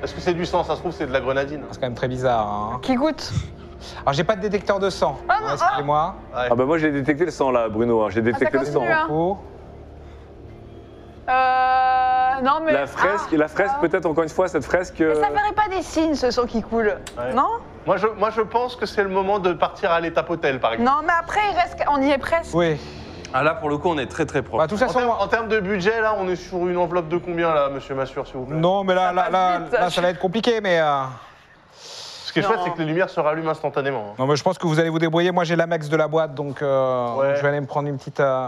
F: Est-ce que c'est du sang Ça se trouve, c'est de la grenadine.
A: C'est quand même très bizarre, hein.
D: Qui goûte
A: Alors, j'ai pas de détecteur de sang.
D: Ah non,
A: Bon, Excusez-moi.
F: Ouais.
C: Ah bah moi j'ai détecté le sang là, Bruno. hein. J'ai détecté le sang.
D: continue, hein.
A: Oh.
D: Euh. Non, mais.
C: La fresque, la fresque
D: ah.
C: peut-être encore une fois cette fresque.
D: Mais ça
C: euh,
D: ferait pas des signes, ce sang qui coule
F: Ouais.
D: Non
F: Moi, je, moi, je pense que c'est le moment de partir à l'étape hôtel, par exemple.
D: Non, mais après, il reste... on y est presque.
A: Oui.
G: Ah là, pour le coup, on est très très proche.
A: Bah, de toute
F: En
A: façon,
F: termes, en termes de budget, là, on est sur une enveloppe de combien, là, monsieur Massure, s'il vous plaît
A: non, mais là,
D: Ça
A: là,
D: passe
A: là,
D: vite,
A: là,
D: ça.
A: ça va être compliqué, mais. euh,
F: Ce qui est chouette, c'est que les lumières se rallument instantanément. hein.
A: Non, mais je pense que vous allez vous débrouiller. Moi, j'ai l'Amex de la boîte, donc euh,
F: Ouais.
A: je vais aller me prendre une petite. euh,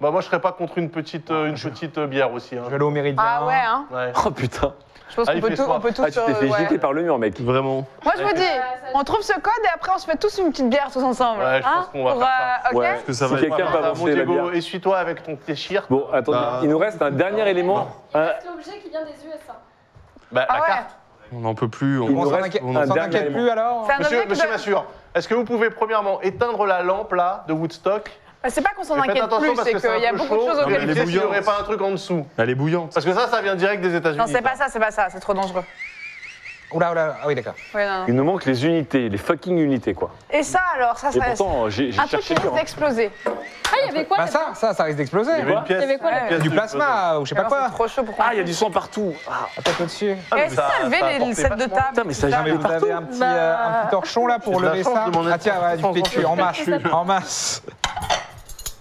F: Bah, moi, je serais pas contre une petite, euh, une petite euh, bière aussi. hein.
A: Je vais aller au Méridien.
D: Ah ouais, hein
F: Ouais.
C: Oh putain.
D: Je pense
F: Ah,
D: qu'on
F: il
D: peut,
F: fait
D: tout,
F: soir.
D: on peut tous.
C: Ah tu t'es
D: euh,
C: fait
D: ouais.
C: jeter par le mur mec.
G: Vraiment.
D: Moi, je vous dis, on trouve ce code et après, on se fait tous une petite bière tous ensemble.
F: Ouais, je
D: hein
F: pense qu'on va
D: Pour,
F: faire
D: euh, ok
C: Ouais.
G: Parce que ça
C: Si
G: va être-
C: quelqu'un peut
F: Ah, mon
C: avancer la
F: Diego,
C: bière.
F: essuie-toi avec ton t-shirt.
C: Bon, attendez,
G: Bah.
C: il nous reste un dernier élément. Un-
E: L'objet qui vient des USA.
F: Euh. Bah,
D: Ah
F: la
D: ouais.
F: carte.
G: On n'en peut plus. On,
A: On
C: nous
A: s'en
C: reste-
A: inquiète-
G: on
A: on s'en
C: dernier
A: inquiète
C: élément.
A: plus alors
D: C'est un
F: Monsieur,
D: objet
F: monsieur
D: que-
F: Massure, est-ce que vous pouvez premièrement éteindre la lampe là de Woodstock
D: Bah, C'est pas qu'on s'en
F: Et
D: inquiète plus, c'est qu'il y a beaucoup de choses
F: Non, mais
D: auxquelles
G: elle est
F: vérifiez s'il n'y
G: bouillante.
F: aurait pas un truc en dessous.
G: Elle est bouillante.
F: Parce que ça, ça vient direct des États-Unis.
D: Non, c'est pas ça, c'est pas ça, c'est trop dangereux.
A: Oula, oula, ah oui, d'accord.
D: Ouais, non, non.
C: Il nous manque les unités, les fucking unités quoi.
D: Et ça alors, ça
C: Et
D: serait
C: pourtant j'ai j'ai
D: un truc qui
C: cherché dur.
D: risque
C: hein.
D: d'exploser.
E: Ah, il y avait quoi
A: Bah,
E: là-
A: ça, ça, ça risque d'exploser.
F: Il y avait une
C: Quoi
F: pièce.
E: Il y avait quoi,
F: une
D: là
F: pièce
A: Du
F: de-
A: plasma, ou je sais pas
D: Alors,
A: quoi. Eh,
D: C'est trop chaud pour qu'on.
C: Ah il y a du sang partout. Ah,
A: Peut-être au-dessus.
F: Ah, mais
D: Est-ce que Eh, ça a
F: ça-
D: levé
F: ça a
D: les
F: apporté
D: sets de
F: vachement.
D: table Bah,
C: Putain mais ça
A: Ah, mais
C: gèle
A: vous avez
C: partout.
A: un petit, euh, un petit torchon là pour
F: C'est de la
A: lever
F: chance
A: ça.
F: de mon
A: Ah tiens,
F: être-
A: ouais, du PQ en masse. En masse.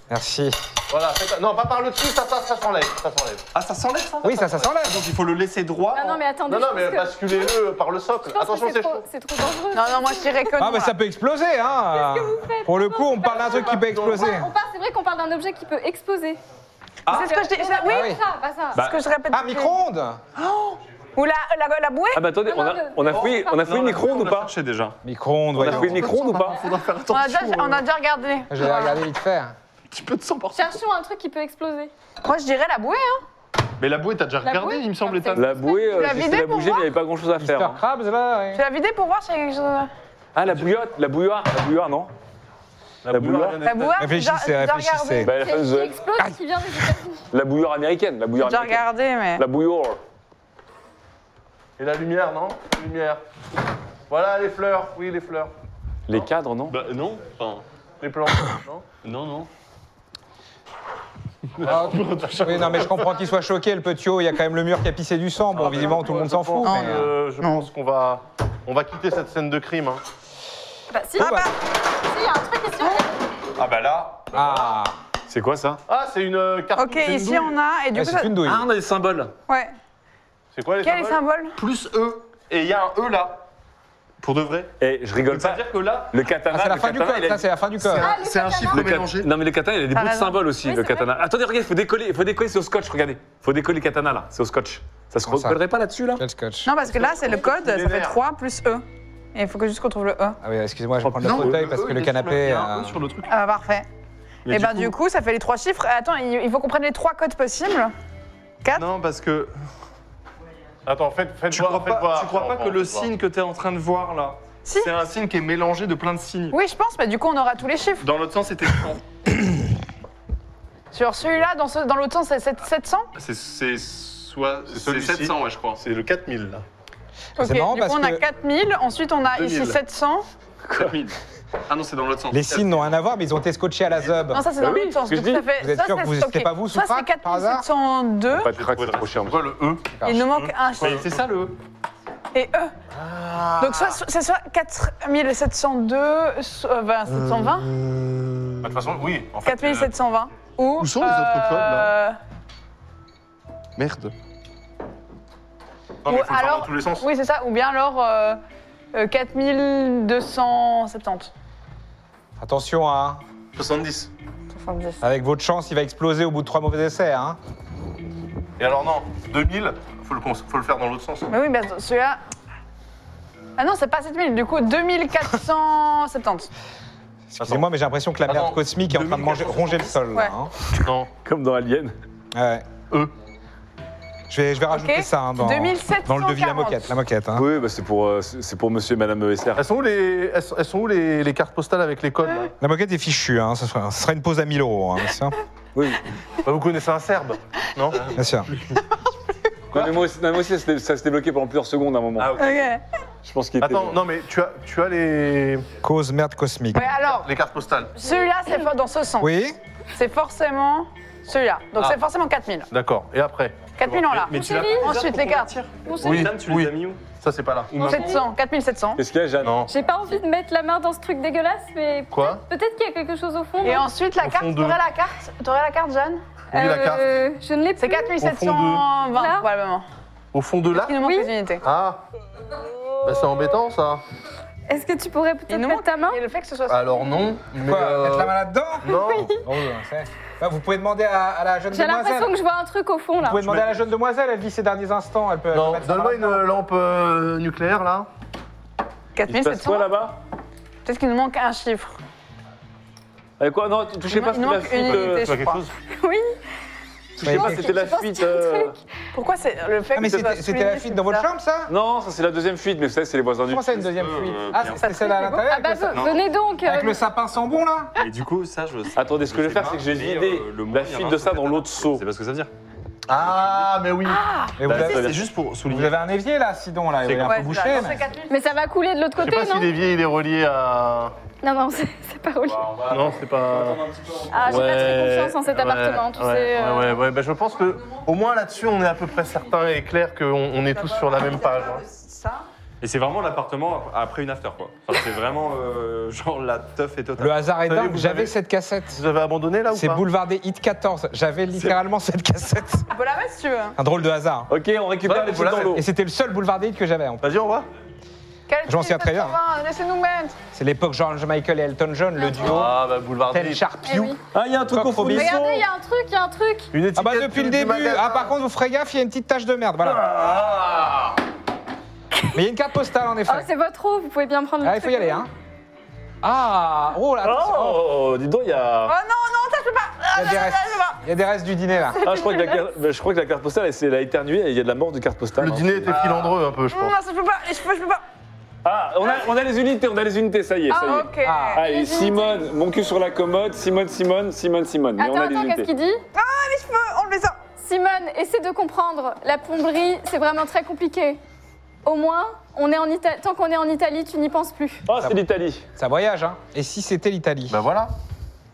A: Merci.
F: Voilà, faites- non, pas par le dessus, ça, ça, ça s'enlève. Ça s'enlève.
G: Ah, ça s'enlève ça Ah,
A: Oui, ça, ça s'enlève.
G: Donc il faut le laisser droit.
E: Ah non, mais attendez.
F: Non, non,
E: je
F: mais
E: pense que-
F: basculez-le par le socle.
E: je pense
F: Attention,
E: que
F: c'est
E: c'est
F: chaud.
E: trop, c'est trop dangereux.
D: Non, non, moi je dirais que non.
A: Ah, mais ça
D: là.
A: peut exploser, hein. Pour le coup, on parle d'un truc qui peut exploser.
E: On parle, c'est vrai qu'on parle d'un objet qui peut exploser.
D: C'est ce que je dis. c'est- Oui,
A: Ah oui.
E: Ça, bah ça.
D: ce que je répète.
A: Ah, micro-ondes
D: Ou la, la, la bouée
C: Ah bah attendez,
E: Non,
C: on a
E: non, le-
C: on a fouillé, on a fouillé le micro-ondes ou pas
G: cherché déjà.
A: Micro-ondes,
C: On a
A: voyons.
C: fouillé le micro-ondes ou pas
D: on, a déjà, on a déjà regardé.
A: J'ai regardé vite faire.
E: Cherchons un truc qui peut exploser.
D: Moi je dirais la bouée. Hein.
F: Mais la bouée, t'as déjà
E: La
F: regardé,
E: bouée
F: il me semble,
E: Non,
F: Ethan.
E: c'est-
C: La bouée,
D: Tu l'as
C: euh, j'ai
D: vidé
C: essayé de la
D: pour
C: bouger, mais
D: voir
C: il n'y avait pas grand-chose à
A: Mister
C: faire. hein.
A: Krabs, là
D: Tu
A: ouais.
D: l'as vidée pour voir si quelque chose.
C: Ah la bouillotte, la bouilloire, la bouilloire non La bouilloire.
D: La bouée j'ai déjà-
A: Réfléchissez,
D: j'ai déjà
A: réfléchissez.
D: regardé.
C: Bah, la
E: Qui qui
C: fameuse- euh,
E: explose, qui vient des États-Unis.
C: La bouilloire américaine, la
D: J'ai
C: bouilloire
D: déjà
C: américaine.
D: regardé, mais.
C: La bouilloire.
F: Et la lumière, non La lumière. Voilà les fleurs, oui, les fleurs.
C: Les cadres, non
G: Bah non. Enfin,
F: Les plantes, non
G: non, non.
A: Ah, Oui, non, mais je comprends qu'il soit choqué, le petit haut. Il y a quand même le mur qui a pissé du sang.
F: Ah,
A: Bon, évidemment, tout le monde s'en
F: Je
A: fout.
F: pense
A: mais,
F: que-
A: euh,
F: je pense qu'on va, on va quitter cette scène de crime. hein.
E: Bah si,
D: Ah,
A: bon, bah,
E: si, il y a un truc ici.
F: Ah bah là
A: Ah,
C: C'est quoi ça
F: Ah, c'est une euh, carte.
D: Ok,
F: c'est une
D: ici
F: douille.
D: on a. Et du
A: ouais,
D: coup, ça...
A: Ah, c'est une douille.
G: Ah, on a des symboles.
D: ouais.
F: C'est quoi les
D: Quel est le
F: symboles
D: symbole
F: Plus E. Et il y a un E là.
G: Pour de vrai.
C: Eh, je rigole pas.
F: C'est-à-dire que là,
C: Le katana,
A: Ah, c'est la
C: le
A: fin du
C: katana,
A: code,
C: il a-
A: ça, c'est la fin du code.
G: C'est un chiffre
C: le
G: mélangé.
C: katana. Non mais le katana, il a des
D: T'as
C: bouts de
D: raison.
C: symboles aussi,
E: Oui,
C: le
E: c'est vrai.
C: katana. Attendez, regardez, faut décoller, il faut décoller, c'est au scotch, regardez. Faut décoller le katana là, c'est au scotch. Ça se
A: Comment ça
C: recollerait pas là-dessus là
A: Quel scotch
D: Non, parce que là, c'est le code, ça fait
F: Vénère.
D: 3 plus E. Et il faut que juste qu'on trouve le E.
A: Ah oui, excusez-moi, je vais
C: Oh,
A: prendre le
G: non,
A: fauteuil
G: le
A: parce
G: E,
A: que
G: il
A: le
G: est sur
A: canapé...
G: Il y a un
A: euh,
G: E sur le truc.
D: Ah, parfait.
G: Mais
D: et ben du coup, ça fait les 3 chiffres. Et Attends, il il faut qu'on prenne les 3 codes possibles.
G: Non, parce que
F: attends, faites, faites
G: tu
F: voir.
G: crois
F: faites
G: pas,
F: voir.
G: tu crois pas
F: Enfin,
G: que le
F: faites voir.
G: signe que t'es en train de voir là,
D: Si.
G: c'est un signe qui est mélangé de plein de signes.
D: Oui, je pense, mais du coup, on aura tous les chiffres.
G: Dans l'autre sens, c'était
D: Sur celui-là, dans, ce, dans l'autre sens, c'est sept- 700
G: C'est c'est soit
F: C'est
G: c'est
F: celui-ci.
G: 700 ouais, je crois.
F: C'est le 4000 là.
D: Ok,
A: C'est marrant
D: du
A: parce
D: coup, on a
A: que-
D: 4000. Ensuite, on a
G: 2000.
D: ici 700.
G: 4000. Ah non, c'est dans l'autre sens.
A: Les signes n'ont rien à voir, mais ils ont été scotchés à la zob.
D: Non, ça, c'est
C: Bah
D: dans
C: oui,
D: l'autre sens.
C: ce que je
D: donc ça
C: dis.
D: fait-
A: Vous êtes
D: ça,
A: sûr que
D: c'est-
A: vous-
D: ok.
A: c'était pas vous,
D: Ça, c'est
A: Soufrac, par hasard
D: 4702.
C: Pas de crack, c'est trop cher.
G: C'est quoi le E
D: Il nous manque un
G: Mais
D: chiffre.
G: C'est ça le E.
D: Et E.
G: Ah.
D: Donc, soit, soit- c'est soit 4702, soit ben,
G: Euh,
D: 720.
F: Bah, De toute façon, oui. En fait, euh,
D: 4720. Ou,
G: Où sont les autres codes, là
D: euh,
G: Merde.
D: ou
F: non, mais faut le faire
D: alors-
F: dans tous les sens.
D: Oui, c'est ça. Ou bien alors euh, euh, 4270.
A: Attention, hein.
F: 70.
D: 70.
A: Avec votre chance, il va exploser au bout de trois mauvais essais, hein.
F: Et alors non, 2000 Faut le, cons- faut le faire dans l'autre sens.
D: Mais oui, bah, celui-là. Ah non, c'est pas 7000, du coup 2470.
A: Excusez-moi, mais j'ai l'impression que la merde
F: Attends,
A: cosmique est en train de manger, ronger le sol. là,
D: Ouais.
A: hein.
F: Non.
C: Comme dans Alien.
A: Ouais.
F: Euh.
A: Je vais, je vais rajouter ça hein, dans,
D: 2740.
A: dans le devis la moquette. La moquette hein.
C: Oui, bah, c'est pour, euh, c'est c'est pour monsieur et madame E ESR.
F: Elles sont où les, elles sont, elles sont où les, les cartes postales avec les codes là
A: La moquette est fichue, hein, ça, sera, ça sera une pause à 1000 euros. Hein, bien sûr.
C: Oui.
F: Bah, Vous connaissez un Serbe Non
D: Euh.
A: Bien sûr.
C: Non, mais moi aussi, non, mais moi aussi, ça s'était- ça s'était bloqué pendant plusieurs secondes à un moment.
F: Ah,
D: Ok. Ouais,
C: Je pense qu'il était.
F: Attends, non mais tu as, tu as les,
A: Cause merde cosmique.
D: alors,
F: les cartes postales.
D: celui-là, c'est fort dans ce sens.
A: Oui
D: C'est forcément celui-là. Donc
F: Ah.
D: c'est forcément 4000.
F: D'accord. Et après
D: 4000, on l'a.
G: Mais tu l'as
E: Chérie,
D: Ensuite, les cartes.
E: on s'est
F: Oui,
G: Dan, tu les
F: oui.
G: as mis où
F: Ça c'est pas là.
D: 700, 4700.
C: Qu'est-ce qu'il y a, Jeanne
F: Non.
E: J'ai pas envie de mettre la main dans ce truc dégueulasse, mais
F: Quoi
E: peut-être qu'il y a quelque chose au fond.
D: Et
E: non
D: ensuite, la
F: Au
D: carte,
F: fond
D: t'aurais
F: deux.
D: la carte, t'aurais la carte, Jeanne
F: Oui, la carte.
E: Euh, Je ne l'ai
D: C'est
E: plus.
D: 4720,
E: Là
D: probablement.
F: Au fond de là
D: Il nous manque
E: Oui.
D: des unités.
F: Ah bah, c'est embêtant ça.
E: Est-ce que tu pourrais peut-être
D: Il nous
E: mettre
D: manque
E: ta main
D: Et le fait que ce soit.
F: Bah, Alors non, mais
A: Quoi
F: euh,
A: Mettre la main là-dedans
F: non.
A: Oh, c'est- Bah, Vous pouvez demander à, à la jeune
E: J'ai
A: demoiselle.
E: l'impression que je vois un truc au fond
A: Vous
E: là.
A: pouvez demander à la jeune demoiselle, elle vit ses derniers instants. Elle peut, elle peut
F: Non,
A: mettre sa main
F: donne-moi une
A: là-dedans.
F: lampe euh, nucléaire là.
C: Il se passe
D: 4700.
C: quoi là-bas
D: Peut-être qu'il nous manque un chiffre.
C: Avec quoi Non, touchez
D: Il
C: pas,
D: nous
C: c'était la
D: manque une
C: fuite. euh,
D: unité, je crois.
E: Oui,
C: Touchez pas,
A: Je
C: c'était la
E: pense qu'il
C: fuite.
E: y a un
C: euh,
D: Pourquoi c'est le fait
A: Ah,
D: que
A: mais
D: ce soit
A: c'était c'était la
D: souligné,
A: fuite
D: c'est
A: dans votre
D: bizarre.
A: chambre, ça
C: Non, ça c'est la deuxième fuite, mais vous savez, c'est les voisins du.
A: Comment ça, une deuxième
G: Euh,
A: fuite
G: euh,
A: Ah,
G: bien.
A: c'était celle à l'intérieur
E: Ah
A: avec,
E: bah
A: le sa-
G: Non.
E: venez donc.
A: avec
E: euh,
A: le sapin sans bon, là
G: Et du coup, ça, je.
C: Attendez, ce que je vais
G: sais
C: faire,
G: pas,
C: c'est que j'ai
G: mais,
C: vidé
G: euh, le
C: la
G: moyen, il y en
C: fuite
G: a un
C: de
G: sur
C: ça
G: le
C: dans
G: pétard.
C: l'autre seau.
G: C'est pas ce que ça veut dire.
F: Ah mais oui.
A: Et vous,
C: Bah,
A: avez,
C: c'est-
G: C'est juste pour
A: vous
G: souligner.
A: avez un évier, là, sinon, là. Il est un
D: Ouais,
A: peu
D: c'est
A: bouché.
D: ça, dans
A: mais-
D: ces 4000.
E: Mais ça va couler de l'autre
F: Je sais
E: côté,
F: pas si
E: non
F: l'évier il est relié à.
E: Non, non, c'est c'est pas relié.
F: Non, c'est pas.
E: Ah, j'ai pas très confiance en cet
F: ouais,
E: appartement, tu
F: ouais,
E: sais.
F: Ouais,
E: euh.
F: ouais, ouais, bah, je pense que au moins là-dessus, on est à peu près certain et clair qu'on on est tous sur la même page. hein.
D: Ça
G: Et c'est vraiment l'appartement ap- après une after, quoi. Enfin, c'est vraiment euh, genre la teuf et totale.
A: Le hasard est
F: Salut,
A: dingue,
F: vous
A: j'avais
F: avez-
A: cette cassette.
F: Vous avez abandonné là ou
A: C'est
F: pas
A: Boulevard des Hits 14. J'avais littéralement cette cassette.
D: On peut la mettre si tu veux.
A: Un drôle de hasard. hein.
C: Ok, on récupère
F: Ouais,
C: les fuites
F: voilà,
C: dans l'eau.
A: Et c'était le seul Boulevard des Hits que j'avais. en fait.
F: Vas-y, on voit.
A: Je m'en souviens très bien.
D: 4780, Laissez-nous mettre.
A: C'est l'époque George Michael et Elton John, le duo.
F: Ah bah boulevard
A: Tel
F: Dave.
E: Eh
A: Sharpie.
E: oui.
C: Ah, il y a un truc au fond du
A: Regardez,
E: Regardez,
C: seau.
E: il y a un truc, il y a un truc.
F: Une
A: Ah
F: étiquette
A: bah depuis le
F: du
A: début.
F: magasin.
A: Ah par contre, vous ferez gaffe, il y a une petite tache de merde. Voilà.
F: Ah
A: Mais il y a une carte postale en
E: Oh,
A: effet.
E: c'est votre eau, vous pouvez bien prendre le
A: Ah, il faut y
E: truc.
A: aller, hein. Ah, oh là, attention.
C: Oh, dis donc, il y a.
D: Oh non, non, ça je peux pas.
A: il y a
E: Ah,
A: des restes. Il y a des restes du dîner là.
C: Ah, je crois que la carte, je crois que la carte postale, elle, s'est- elle a éternué et il y a de la mort de carte postale.
F: Le
C: hein.
F: dîner était filandreux un peu, je pense.
D: Non, ça je peux pas. Les cheveux, je peux pas.
C: Ah, on a, on a les unités, on a les unités, ça y est, ça y
D: Ah,
C: est.
D: ok.
A: Ah.
D: Ah,
C: Allez, Simone, mon cul sur la commode, Simone, Simone, Simone, Simone. Mais on
E: Attends,
C: a les
E: attends, qu'est-ce
C: unités.
E: qu'il dit
A: Ah,
D: les cheveux, enlevez ça.
E: Simone, essaie de comprendre. La plomberie, c'est vraiment très compliqué. Au moins, on est en Ita- tant qu'on est en Italie, tu n'y penses plus.
C: Oh, c'est l'Italie.
A: Ça voyage, hein. Et si c'était l'Italie
F: Bah voilà.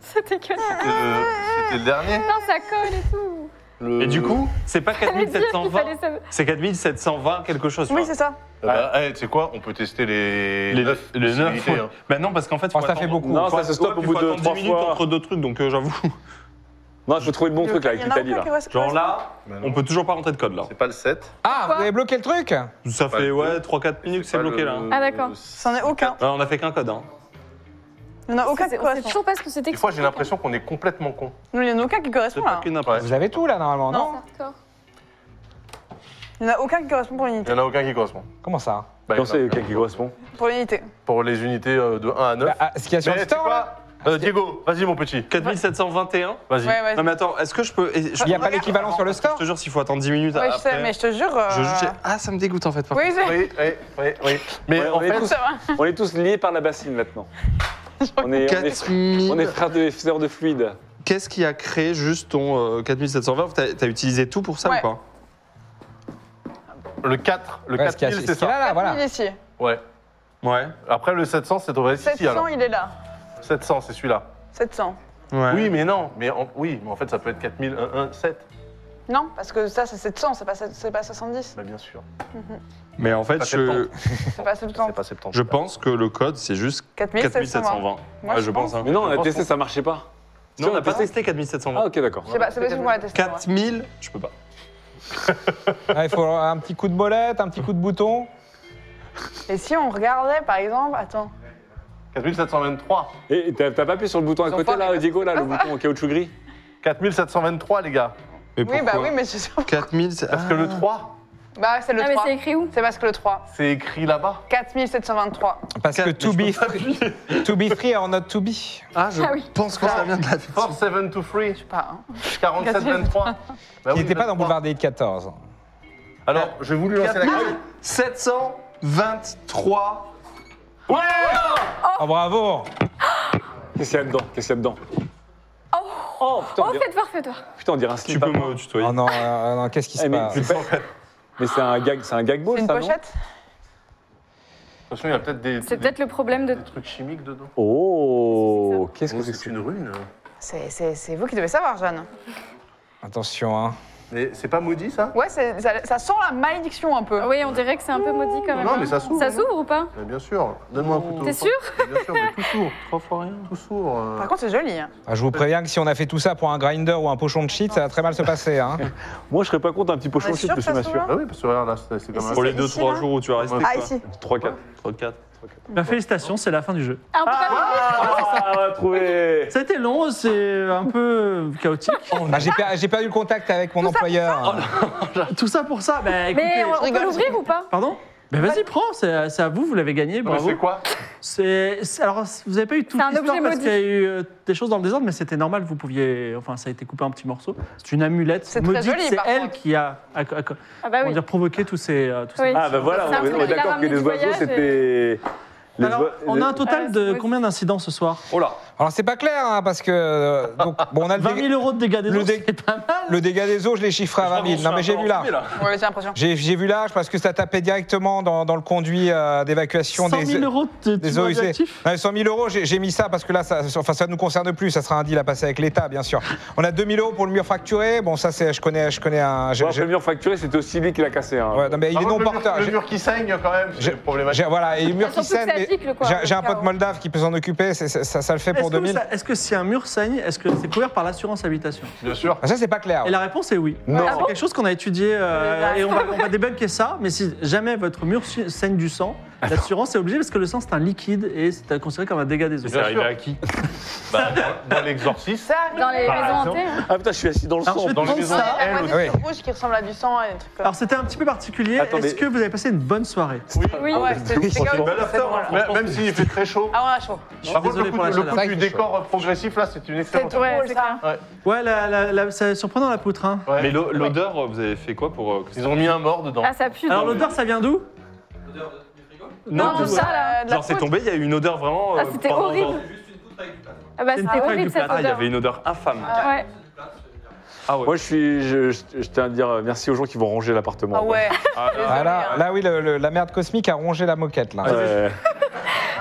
E: C'est dégueulasse.
A: Ah,
F: C'était le, c'était le dernier.
E: Non, ça colle et tout.
F: Le-
G: Et du coup, c'est pas
E: Fallait dire qu'il
G: 4720,
E: fallait sauver-
G: c'est 4720 quelque chose.
D: Oui,
G: quoi.
D: c'est ça.
F: Ah bah, eh, tu sais quoi On peut tester les.
G: Les
F: neuf
G: 9. Les neuf,
F: possibilités,
G: ouais.
F: hein.
G: Bah non, parce qu'en fait,
A: Oh, ça fait beaucoup.
C: Non, ça se stoppe au bout de trois
G: 3 minutes
C: fois.
G: entre deux trucs, donc euh, j'avoue.
C: Non, je peux trouver le bon truc là,
D: Il
C: avec
D: y en a
C: l'Italie
D: aucun
C: là.
D: qui reste-
G: Genre là,
F: Bah non.
G: on peut toujours pas rentrer de code là.
F: C'est pas le 7.
A: Ah,
E: Quoi
A: vous avez bloqué le truc
G: Ça
F: pas
G: fait
F: le
G: ouais
F: deux.
G: 3-4 minutes que c'est
F: pas
G: bloqué
F: le-
G: là.
E: Ah, d'accord.
D: Ça en est aucun.
G: Ouais, on a fait qu'un code. Hein.
D: Il n'y en a aucun
E: On
D: qui
E: sait- on sait
D: correspond.
E: toujours pas ce que c'était.
F: Des fois, j'ai l'impression qu'on est complètement con.
D: Non, Il n'y en a aucun qui
G: C'est
D: correspond
G: pas
D: là.
G: qu'une impression.
A: Vous avez tout là normalement, non,
D: Il n'y en a aucun qui correspond pour
F: Il y
D: l'unité.
F: en a aucun qui correspond.
A: Comment ça
F: Bah, il y
C: Comment
F: en a
C: c'est
F: aucun.
C: quelqu'un qui correspond
D: Pour l'unité.
F: Pour les unités euh, de 1 à 9.
A: Bah, ah, Ce qu'il y a sur
F: Mais
A: le
F: tu sais
A: store
F: quoi
A: là
F: Euh, Diego, vas-y mon petit.
G: 4721
D: Ouais,
F: Vas-y.
D: ouais.
G: Non mais attends, est-ce que je peux. et- je-
A: Il n'y a pas
D: Regarde.
A: l'équivalent sur le
G: Je
A: store
G: te jure, s'il faut attendre 10 minutes
D: Oui, je
G: après.
D: sais, mais je te jure.
G: Je-
D: euh,
G: je- Ah, ça me dégoûte en fait. par
D: Oui, c'est.
F: Oui, oui, oui, oui. Mais
C: Ouais,
F: en
C: on est
F: fait,
C: tous-
D: Ça va.
C: On est tous liés par la bassine maintenant. On est, on est,
G: 4000.
C: on est frères de, sœurs de fluide.
G: Qu'est-ce qui a créé juste ton euh, 4720 T'as t'as utilisé tout pour ça
D: Ouais.
G: ou pas
F: le 4, le
A: Ouais, ce
F: 4
A: qu'il y a-
F: 000,
A: ce
F: c'est
A: qu'il y a
F: ça.
A: là, voilà.
D: Il est ici.
F: Ouais.
G: Ouais.
F: Après le 700, c'est ton vrai ici
D: 700,
F: alors.
D: il est là.
F: 700, c'est celui-là.
D: 700.
G: ouais.
F: Oui, mais non. Mais en... oui, mais en fait, ça peut être 4000, 1, 1, 7.
D: Non, parce que ça, c'est 700, c'est pas, sept- c'est pas 70.
F: Bah bien sûr.
G: Mais en fait,
F: Ça fait
G: je,
D: C'est pas 70.
F: C'est pas 70.
G: je pense que le code, c'est juste
D: 4720.
G: 4720.
D: Moi,
G: Ouais,
D: je
G: je pense. hein.
C: Mais non, on a
F: pense
C: testé,
F: qu'on-
C: ça marchait Ah, pas.
G: Non, on n'a
C: a
G: pas
C: testé.
G: testé
C: Ah,
G: 4720.
C: ok, d'accord.
D: Je sais pas, c'est possible qu'on l'a testé. ouais.
G: 4000 Je peux pas.
A: Ah, Il faut un petit coup de molette, un petit coup de bouton.
D: Et si on regardait, par exemple, attends.
F: 4723.
C: Et t'as t'as pas appuyé sur le bouton à
D: Ils ont
C: côté
D: pas, les
C: là,
D: gars.
C: Diego, là, le bouton en caoutchouc gris
F: 4723, les gars.
G: Mais
D: Oui, bah oui, mais je sais pas.
G: 4000
F: Parce que le 3,
D: Bah, c'est le
E: Ah, mais
D: 3.
E: c'est écrit où
D: C'est parce que le 3.
F: C'est écrit là-bas.
D: 4723.
A: Parce que
F: Quatre,
A: to
F: mais
A: be,
F: je peux pas
A: to be free or not to be.
F: Ah, je
E: Ah oui.
F: pense que ça vient de la fiction. 4723.
D: Je sais pas. hein.
F: 4723. Bah
A: Il
F: oui,
A: n'était pas dans
F: 23.
A: Boulevard des 14.
F: Alors, je vais vous le lancer la carte.
G: 723.
A: Oh, bravo
C: Qu'est-ce qu'il y a dedans Qu'est-ce qu'il y a dedans
E: Oh.
C: Oh, putain, on
E: Oh,
C: dirait,
E: faites voir, faites voir.
C: putain, on dirait un
G: Tu
C: slip.
G: peux me tutoyer.
A: Oh non, euh, non, qu'est-ce qui se
C: Eh, mais
A: passe
C: c'est pas- mais c'est un gag, c'est un gag ball,
D: C'est une
C: ça, non
D: pochette
F: Attention, il y a peut-être des,
E: C'est
F: des-
E: peut-être le problème de.
F: des trucs chimiques dedans.
C: Oh, qu'est-ce
F: Oh,
C: que c'est que
F: c'est
C: ça
F: une rune.
D: C'est- C'est c'est vous qui devez savoir, Jeanne.
A: Attention, hein.
F: Mais c'est pas maudit, ça
D: Ouais, c'est- ça, ça sent la malédiction un peu.
E: Ah Oui, on dirait que c'est un peu maudit quand même.
F: Non,
E: hein.
F: mais ça s'ouvre.
E: Ça s'ouvre ou pas
F: Mais bien sûr. Donne-moi un couteau.
E: T'es sûr
F: Bien sûr, mais tout sourd. Trois fois rien. Tout sourd. euh.
D: Par contre, c'est joli. hein.
A: Ah, Je vous préviens que si on a fait tout ça pour un grinder ou un pochon de shit, ça va très mal se passer. Hein.
C: Moi, je serais pas contre un petit
D: On
C: pochon
D: est
C: aussi,
D: sûr
C: je
D: que
C: suis
D: ça se
C: m'assure.
D: voit
F: Bah oui, parce que regarde, là, c'est c'est quand
D: Et
F: même.
G: Pour les
D: C'est
G: deux
D: ici,
G: trois
D: là
G: jours où tu vas rester.
D: Ah,
G: quoi.
D: ici.
C: 3, 4.
G: 3, 4.
I: Bah, félicitations, c'est la fin du jeu.
E: Ah, on peut pas-
C: Ah, on va trouver
I: Ça a été long, c'est un peu chaotique.
E: Oh,
A: Ah, J'ai per- j'ai perdu le contact avec mon employeur.
I: Oh, Tout ça pour ça. Bah, écoutez,
E: Mais on, on peut
D: rigole.
E: l'ouvrir ou pas
I: Pardon Ben vas-y, prends, c'est à c'est à vous, vous l'avez gagné,
F: Mais
I: bravo.
F: c'est quoi
I: C'est c'est- alors vous n'avez pas eu toute
E: C'est un
I: l'histoire
E: objet
I: parce
E: maudit.
I: qu'il y a eu euh, des choses dans le désordre, mais c'était normal. Vous pouviez, enfin, ça a été coupé en petits morceaux. C'est une amulette
D: C'est très
I: maudite.
D: joli,
I: C'est
D: par
I: elle
D: contre.
I: qui a, a- a- comment
E: Ah bah oui.
I: dire, provoqué tous ces. euh, tous ces-
E: Oui.
C: Ah, bah voilà,
E: C'est un
C: on est, on
E: truc
C: est
E: qu'il a
C: d'accord que
E: ramené
C: les
E: du
C: oiseaux,
E: voyage, euh.
C: c'était... les
I: Alors,
C: oise-
I: on a un
C: les-
I: total
E: Ah,
I: de
E: c'est
I: combien d'incidents ce soir
G: Oh là
A: Alors c'est pas clair, hein, parce que euh, donc, bon, on a le,
I: 20 000
A: dé-
I: euros de dégâts des
A: Le
I: eaux,
A: dé-
I: c'est pas mal.
A: le dégât des eaux, je l'ai chiffré à 20 000. Non mais j'ai vu là.
D: Ouais, j'ai l'impression.
A: J'ai j'ai vu là, parce que ça tapait directement dans, dans le conduit euh, d'évacuation
I: 100
A: des
I: 000 euros de
A: des E
I: des
A: eaux usées. Non, mais 100 000 euros, j'ai j'ai mis ça parce que là, ça, enfin, ça nous concerne plus. Ça sera un deal à passer avec l'État, bien sûr. On a 2 000 euros pour le mur fracturé. Bon, ça, c'est, je connais, je connais un. Ah, j'ai-
C: Ouais, après,
A: j'ai-
C: le mur fracturé, c'était aussi lui qui l'a cassé. Hein.
A: ouais, non, mais il
F: Par
A: est non
F: contre, le mur-
A: porteur.
F: Le
A: J'ai-
F: mur qui saigne, quand même,
A: j'ai-
F: c'est problématique.
A: j'ai- Voilà, et le mur qui
E: Surtout que
A: saigne.
E: ça
A: mais
E: pique, le quoi,
A: J'ai
E: le
A: j'ai un pote
E: carreau.
A: moldave qui peut s'en occuper. c'est- c'est- ça, ça le fait
I: Est-ce
A: pour
I: que,
A: 2000.
I: ça- est-ce que si un mur saigne, est-ce que c'est couvert par l'assurance habitation
F: Bien sûr.
A: Ah, Ça, c'est pas clair.
I: Et la réponse est oui.
A: Non.
I: C'est quelque chose qu'on a étudié
E: Ah,
I: euh,
D: Mais là-
I: et on va, on va débunker ça, mais si jamais votre mur su- saigne du sang, l'assurance est obligée parce que le sang c'est un liquide et c'est considéré comme un dégât des eaux.
F: Bien sûr.
G: à qui
F: Bah, dans l'exorciste.
D: Ça arrive.
E: Dans les
F: Par
E: maisons
F: exemple.
E: hantées. hein.
C: Ah putain, je suis assis dans le
I: Alors, je
C: sang.
I: vais
F: Dans
I: te
F: les
I: prendre
F: maisons.
I: ça.
D: Ah, Ouais, la
F: Elle,
D: moitié
A: oui.
D: de rouge qui ressemble à du sang et des trucs comme
I: Alors c'était un petit peu particulier.
C: Attendez.
I: Est-ce que vous avez passé une bonne soirée
E: Oui.
D: Ah ouais, c'est c'est chaotique,
F: Belle
D: c'est
F: after,
D: bon,
F: hein.
D: là.
F: Mais- Même s'il fait très chaud.
D: Ah, on a chaud.
I: Je suis
F: Par contre,
I: désolé
F: le
I: pour la
F: coup, le
I: chaleur.
F: coup
A: chaleur.
F: du décor progressif, là, c'est une
D: hein, C'est
F: excellente.
E: Ouais,
D: drôle
E: c'est
D: ça.
I: Ouais, la- la- la- c'est surprenant la poutre. hein.
F: Ouais.
G: Mais l'o- l'odeur, vous avez fait quoi pour. euh, que ça-
F: Ils ont mis un mort dedans.
E: Ah, ça pue.
I: Alors l'odeur ça vient d'où
E: Non,
I: de-
E: de ça là.
D: de la
G: Genre, c'est
D: poudre.
G: tombé, il y a eu une odeur vraiment.
E: Ah,
G: euh,
E: c'était
G: pendant-
E: horrible. Ah bah
I: C'est une
E: c'était
I: poutre avec
E: horrible
I: du
E: cette
I: plâtre.
G: Ah, il y
E: odeur.
G: avait une odeur infâme.
E: Ah Ouais.
C: Moi, je suis. Je, je- je tiens à dire euh, merci aux gens qui vont ranger l'appartement.
D: Ah ouais.
A: Ah, là, là, oui, le- le- la merde cosmique a rongé la moquette. Là.
C: Ouais.